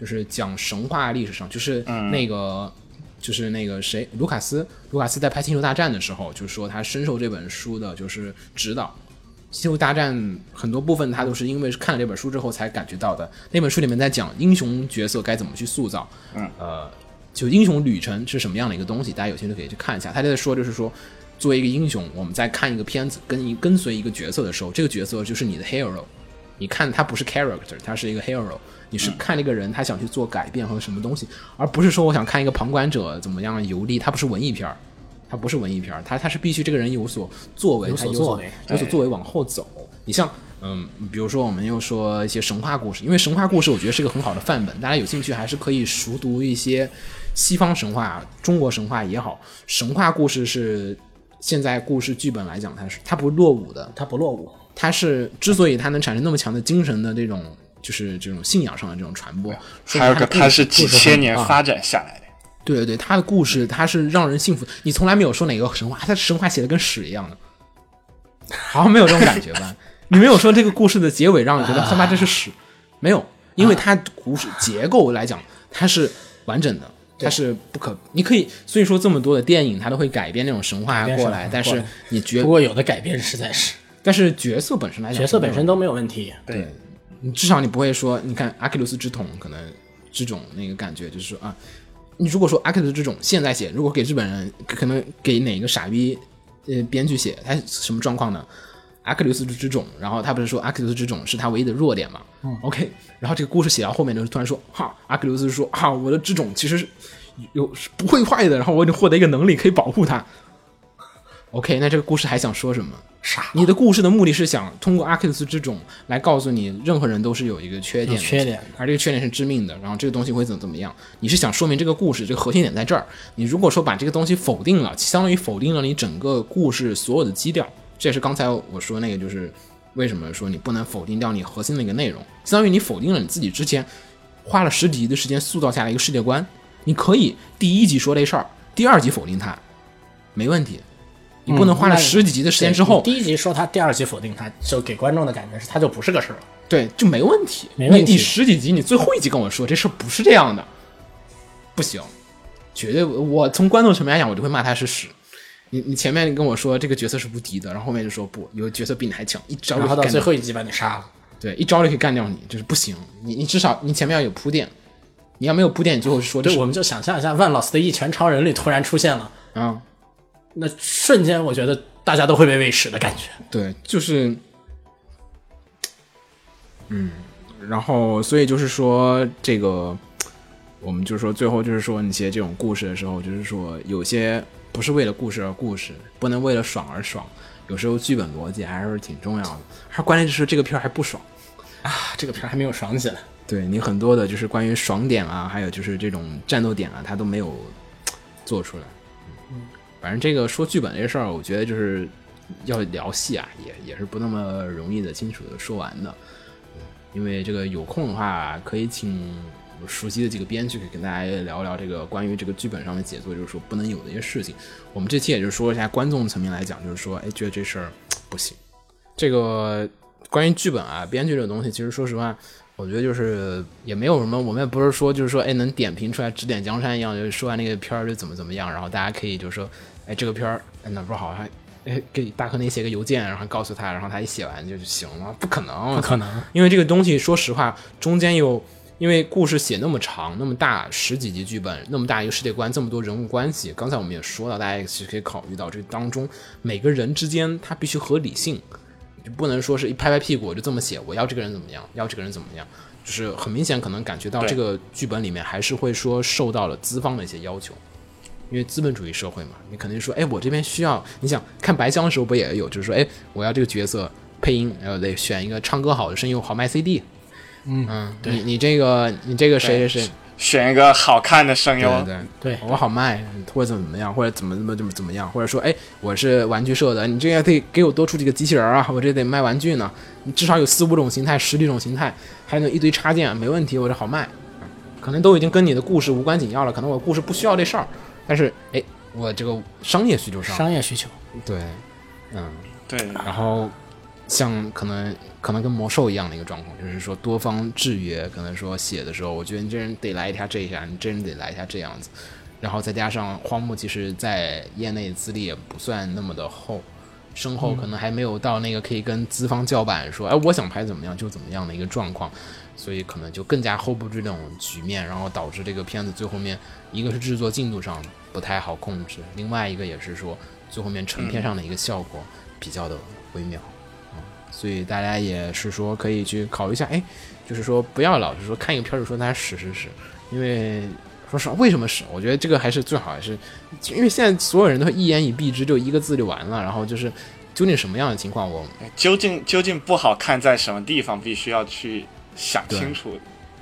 B: 就是讲神话历史上，就是那个、就是那个谁卢卡斯，卢卡斯在拍《星球大战》的时候，就是说他深受这本书的就是指导。《星球大战》很多部分他都是因为是看了这本书之后才感觉到的。那本书里面在讲英雄角色该怎么去塑造，嗯，呃，就英雄旅程是什么样的一个东西，大家有兴趣可以去看一下。他就在说，就是说，作为一个英雄，我们在看一个片子，跟一跟随一个角色的时候，这个角色就是你的 hero。你看他不是 character，他是一个 hero。你
D: 嗯
B: 是看这个人他想去做改变和什么东西，而不是说我想看一个旁观者怎么样游历。他不是文艺片儿，他不是文艺片儿，他他是必须这个人有所作为，
D: 有
B: 他
D: 所
B: 有
D: 作为
B: 有所作为往后走。你像嗯，比如说我们又说一些神话故事，因为神话故事我觉得是个很好的范本，大家有兴趣还是可以熟读一些西方神话、中国神话也好，神话故事是。现在故事剧本来讲，它是它不落伍的，
D: 他不落伍，
B: 它是之所以它能产生那么强的精神的这种，就是这种信仰上的这种传播，说
E: 还有
B: 明
E: 个
B: 它的故
E: 它是几
B: 故事
E: 千
B: 很啊
E: 年
B: 棒
E: 发展下来的，
B: 对对对，他的故事他是让人信服，你从来没有说哪个神话，他的神话写的跟屎一样的，好像没有这种感觉吧？ 你没有说这个故事的结尾让你觉得他妈这是屎，没有，因为它故事结构来讲它是完整的，它是不可，你可以，所以说这么多的电影它都会改编那种神话
D: 编神
B: 过
D: 话
B: 来，但
D: 过
B: 是
D: 来
B: 你角
D: 不，过有的改变实在是
B: 但是角色本身来讲，
D: 角色本身都没有问题。
E: 对，
B: 你至少你不会说，你看阿克琉斯之桶可能这种那个感觉，就是说啊，你如果说阿克琉斯之种现在写，如果给日本人，可能给哪个傻逼呃编剧写，他什么状况呢？阿克琉斯之种，然后他不是说阿克琉斯之种是他唯一的弱点嘛、o k 然后这个故事写到后面，就是突然说哈，阿克琉斯说哈，我的之种其实是有是不会坏的，然后我已经获得一个能力可以保护他。OK，那这个故事还想说什么？你的故事的目的是想通过阿克琉斯之种来告诉你，任何人都是有一个缺点的，
D: 有缺点，
B: 而这个缺点是致命的。然后这个东西会怎么怎么样？你是想说明这个故事这个核心点在这儿。你如果说把这个东西否定了，相当于否定了你整个故事所有的基调。这也是刚才我说那个，就是为什么说你不能否定掉你核心的一个内容，相当于你否定了你自己之前花了十几集的时间塑造下来一个世界观。你可以第一集说这事儿，第二集否定它，没问题。你不能花了
D: 嗯那
B: 十几集的时间之
D: 对
B: 后
D: 你，第一集说他，第二集否定他，就给观众的感觉是他就不是个事儿了。
B: 对，就没问题。
D: 没问
B: 你
D: 题
B: 你十几集，你最后一集跟我说这事儿不是这样的，不行，绝对我从观众层面来讲，我就会骂他是屎。你你前面跟我说这个角色是无敌的，然后后面就说不，有角色比你还强，一招就
D: 然后到
B: 干
D: 最
B: 掉
D: 后一集把你杀了。
B: 对，一招就可以干掉你，就是不行。你你至少你前面要有铺垫，你要没有铺垫，你最后说这
D: 对，
B: 是
D: 我们就想象一下，万老四的一拳超人里突然出现了，
B: 啊，
D: 那瞬间我觉得大家都会被喂食的感觉。
B: 对，就是，嗯，然后所以就是说这个，我们就是说最后就是说你写这种故事的时候，就是说有些不是为了故事而故事，不能为了爽而爽，有时候剧本逻辑还是挺重要的。而关键就是这个片儿还不爽。
D: 啊这个片儿还没有爽起来。
B: 对你很多的就是关于爽点啊，还有就是这种战斗点啊，他都没有做出来。嗯，反正这个说剧本这事儿，我觉得就是要聊戏啊，也也是不那么容易的、清楚的说完的。嗯，因为这个有空的话，可以请我熟悉的几个编剧跟大家聊一聊这个关于这个剧本上的写作，就是说不能有的一些事情。我们这期也就是说一下观众层面来讲，就是说，哎，觉得这事儿不行。这个关于剧本啊、编剧这个东西，其实说实话，我觉得就是也没有什么，我们也不是说就是说，哎，能点评出来指点江山一样，就是说完那个片儿就怎么怎么样，然后大家可以就说，哎，这个片儿哎哪不好，还哎给大柯内写个邮件，然后告诉他，然后他一写完就就行了，不可能，
D: 不可能，
B: 因为这个东西，说实话，中间有因为故事写那么长、那么大十几集剧本，那么大一个世界观，这么多人物关系，刚才我们也说到，大家也是可以考虑到这当中每个人之间他必须合理性，就不能说是一拍拍屁股我就这么写，我要这个人怎么样，要这个人怎么样，就是很明显可能感觉到
E: 对
B: 这个剧本里面还是会说受到了资方的一些要求。因为资本主义社会嘛，你肯定说，哎，我这边需要，你想看白箱的时候不也有，就是说，哎，我要这个角色配音，然后得选一个唱歌好的，声优好卖 CD。嗯你你这个你这个谁谁谁，
E: 选一个好看的声优，
B: 对对
D: 对
B: 我好卖，或者怎么怎么样，或者怎么怎么怎么怎么样，或者说，哎，我是玩具社的，你这个得给我多出几个机器人儿啊，我这得卖玩具呢，你至少有四五种形态，十几种形态，还有那一堆插件，没问题，我这好卖。可能都已经跟你的故事无关紧要了，可能我故事不需要这事儿，但是哎，我这个商业需求上，
D: 商业需求。
B: 对，嗯，
E: 对
B: 然后像可能可能跟魔兽一样的一个状况，就是说多方制约，可能说写的时候，我觉得你这人得来一下这一下，你这人得来一下这样子，然后再加上荒木，其实在业内资历也不算那么的厚。身后可能还没有到那个可以跟资方叫板说，哎，我想拍怎么样就怎么样的一个状况，所以可能就更加 hold 不住这种局面，然后导致这个片子最后面，一个是制作进度上不太好控制，另外一个也是说最后面成片上的一个效果比较的微妙。嗯所以大家也是说可以去考虑一下，哎，就是说不要老是说看一个片儿就说它屎屎屎，因为说实话，为什么屎？我觉得这个还是最好还是，就因为现在所有人都一言以蔽之，就一个字就完了，然后就是究竟什么样的情况，我
E: 究竟究竟不好看在什么地方，必须要去想清楚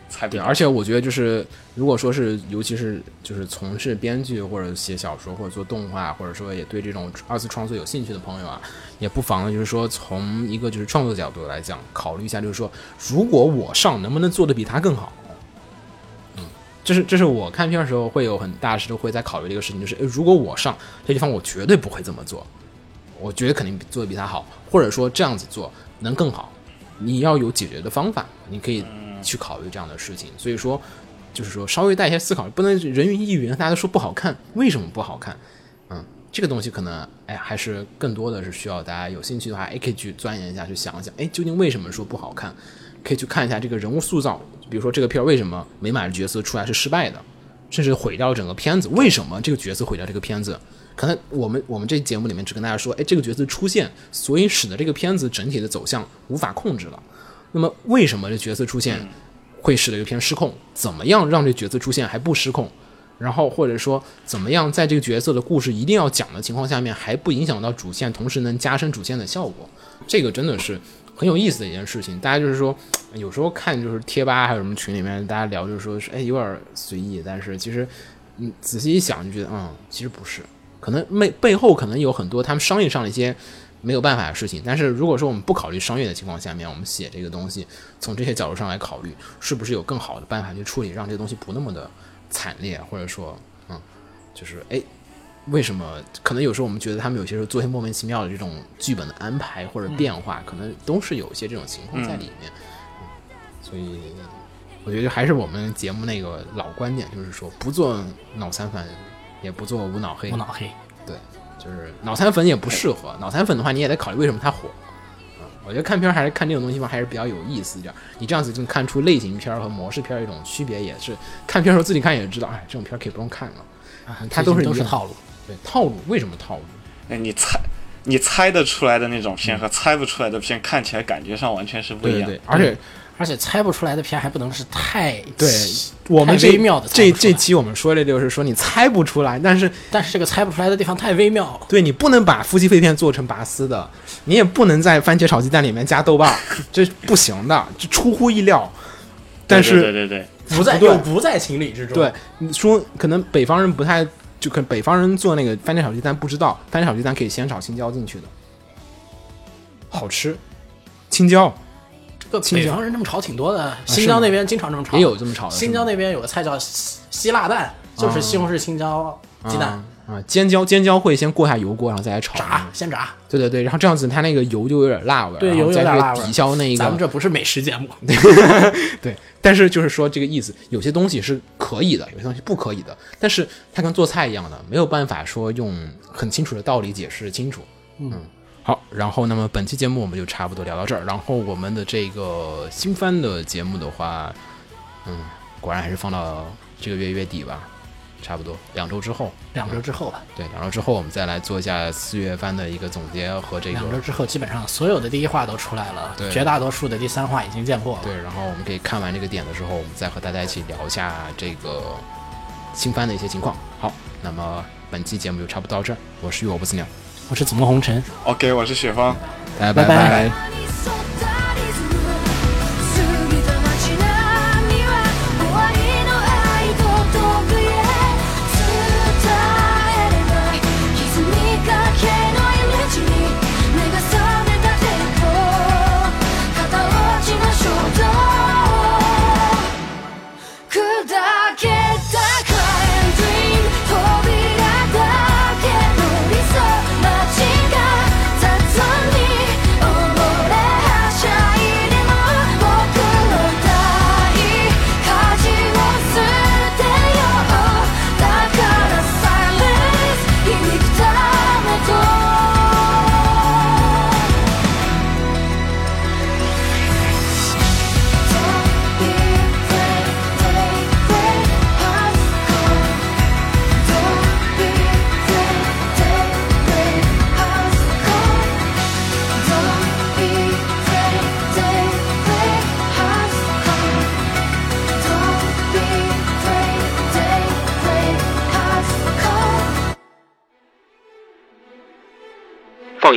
E: 才比
B: 对，
E: 较
B: 而且我觉得就是，如果说是，尤其是就是从事编剧或者写小说或者做动画，或者说也对这种二次创作有兴趣的朋友啊，也不妨就是说从一个就是创作角度来讲，考虑一下，就是说如果我上能不能做的比他更好。嗯，这是这是我看片儿的时候会有很大时候会在考虑这个事情，就是诶如果我上这地方，我绝对不会这么做，我觉得肯定比做的比他好，或者说这样子做能更好。你要有解决的方法，你可以去考虑这样的事情。所以说，就是说稍微带一些思考，不能人云亦云，大家都说不好看，为什么不好看？嗯，这个东西可能哎还是更多的是需要大家有兴趣的话，哎可以去钻研一下，去想一想，哎究竟为什么说不好看？可以去看一下这个人物塑造，比如说这个片儿为什么美马的角色出来是失败的，甚至毁掉整个片子，为什么这个角色毁掉这个片子？可能我们我们这节目里面只跟大家说，哎，这个角色出现，所以使得这个片子整体的走向无法控制了。那么为什么这角色出现会使得这个片失控？怎么样让这角色出现还不失控？然后或者说怎么样在这个角色的故事一定要讲的情况下面，还不影响到主线，同时能加深主线的效果，这个真的是很有意思的一件事情。大家就是说，有时候看就是贴吧还有什么群里面大家聊，就是说是哎有点随意，但是其实你仔细一想，就觉得嗯，其实不是，可能背背后可能有很多他们商业上的一些没有办法的事情。但是如果说我们不考虑商业的情况下面，我们写这个东西，从这些角度上来考虑，是不是有更好的办法去处理，让这个东西不那么的惨烈，或者说，嗯，就是哎，为什么？可能有时候我们觉得他们有些时候做一些莫名其妙的这种剧本的安排嗯或者变化，可能都是有一些这种情况在里面。嗯所以我觉得就还是我们节目那个老观点，就是说不做脑残粉，也不做无脑黑。
D: 无脑黑。
B: 对，就是脑残粉也不适合。脑残粉的话，你也得考虑为什么它火。啊，我觉得看片儿还是看这种东西吧，还是比较有意思一点儿。你这样子就能看出类型片儿和模式片儿一种区别，也是看片儿的时候自己看也知道，哎，这种片儿可以不用看了。嗯它都是
D: 啊都
B: 一
D: 是
B: 样
D: 套路。
B: 对，套路为什么套路？
E: 哎，你猜你猜得出来的那种片和猜不出来的片，看起来感觉上完全是不
B: 对
E: 一
B: 对嗯
E: 样。
B: 对，而且
D: 而且猜不出来的片还不能是太
B: 对我们
D: 太
B: 这
D: 微妙的
B: 这这期我们说的就是说你猜不出来，但是
D: 但是这个猜不出来的地方太微妙了。
B: 对你不能把夫妻肺片做成拔丝的，你也不能在番茄炒鸡蛋里面加豆瓣儿，这不行的，这出乎意料。但是
E: 对对对对，
D: 不在
B: 不对
D: 又不在情理之中。
B: 对，你说可能北方人不太，就可能北方人做那个番茄炒鸡蛋不知道，番茄炒鸡蛋可以先炒青椒进去的，好吃。青椒
D: 这个
B: 青
D: 北
B: 椒
D: 方人这么炒挺多的，新
B: 啊是
D: 疆
B: 吗
D: 那边经常这么炒，
B: 也有这么炒的是吗，
D: 新疆那边有个菜叫希希腊蛋，就是西红柿、青椒、鸡蛋
B: 啊啊，尖椒尖椒会先过下油锅，然后再来炒
D: 炸，先炸。
B: 对对对，然后这样子它那个油就有点辣味儿，
D: 对，
B: 啊然
D: 油
B: 后
D: 有
B: 再
D: 点
B: 去
D: 辣味儿。
B: 抵消那
D: 咱们
B: 个。
D: 这不是美食节目，
B: 对，但是就是说这个意思，有些东西是可以的，有些东西不可以的。但是它跟做菜一样的，没有办法说用很清楚的道理解释清楚。嗯，好，然后那么本期节目我们就差不多聊到这儿。然后我们的这个新番的节目的话，嗯，果然还是放到这个月月底吧，差不多两周之后。
D: 两周之后吧，
B: 对，两周之后我们再来做一下四月番的一个总结和这个
D: 两周之后基本上所有的第一话都出来了
B: 对，
D: 绝大多数的第三话已经见过了。
B: 对，然后我们可以看完这个点的时候，我们再和大家一起聊一下这个新番的一些情况。好，那么本期节目就差不多到这儿，我是与我不死鸟，
D: 我是紫梦红尘。
E: OK，我是雪峰。
B: 大家
D: 拜拜
B: 拜
C: 「過ぎた街並みは終わりの愛と遠くへ伝えれば」「歪みかけのイメージに目が覚めた抵抗」「片落ちの衝動」砕けた Crying Dream 扉だけの理想街が雑に溺れはしゃいでも僕の大火事を捨てようだから Silence 響くためと「Don't be afraid, afraid, afraid,
H: 放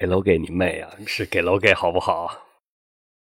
A: 给楼给你妹啊！是给楼给好不好？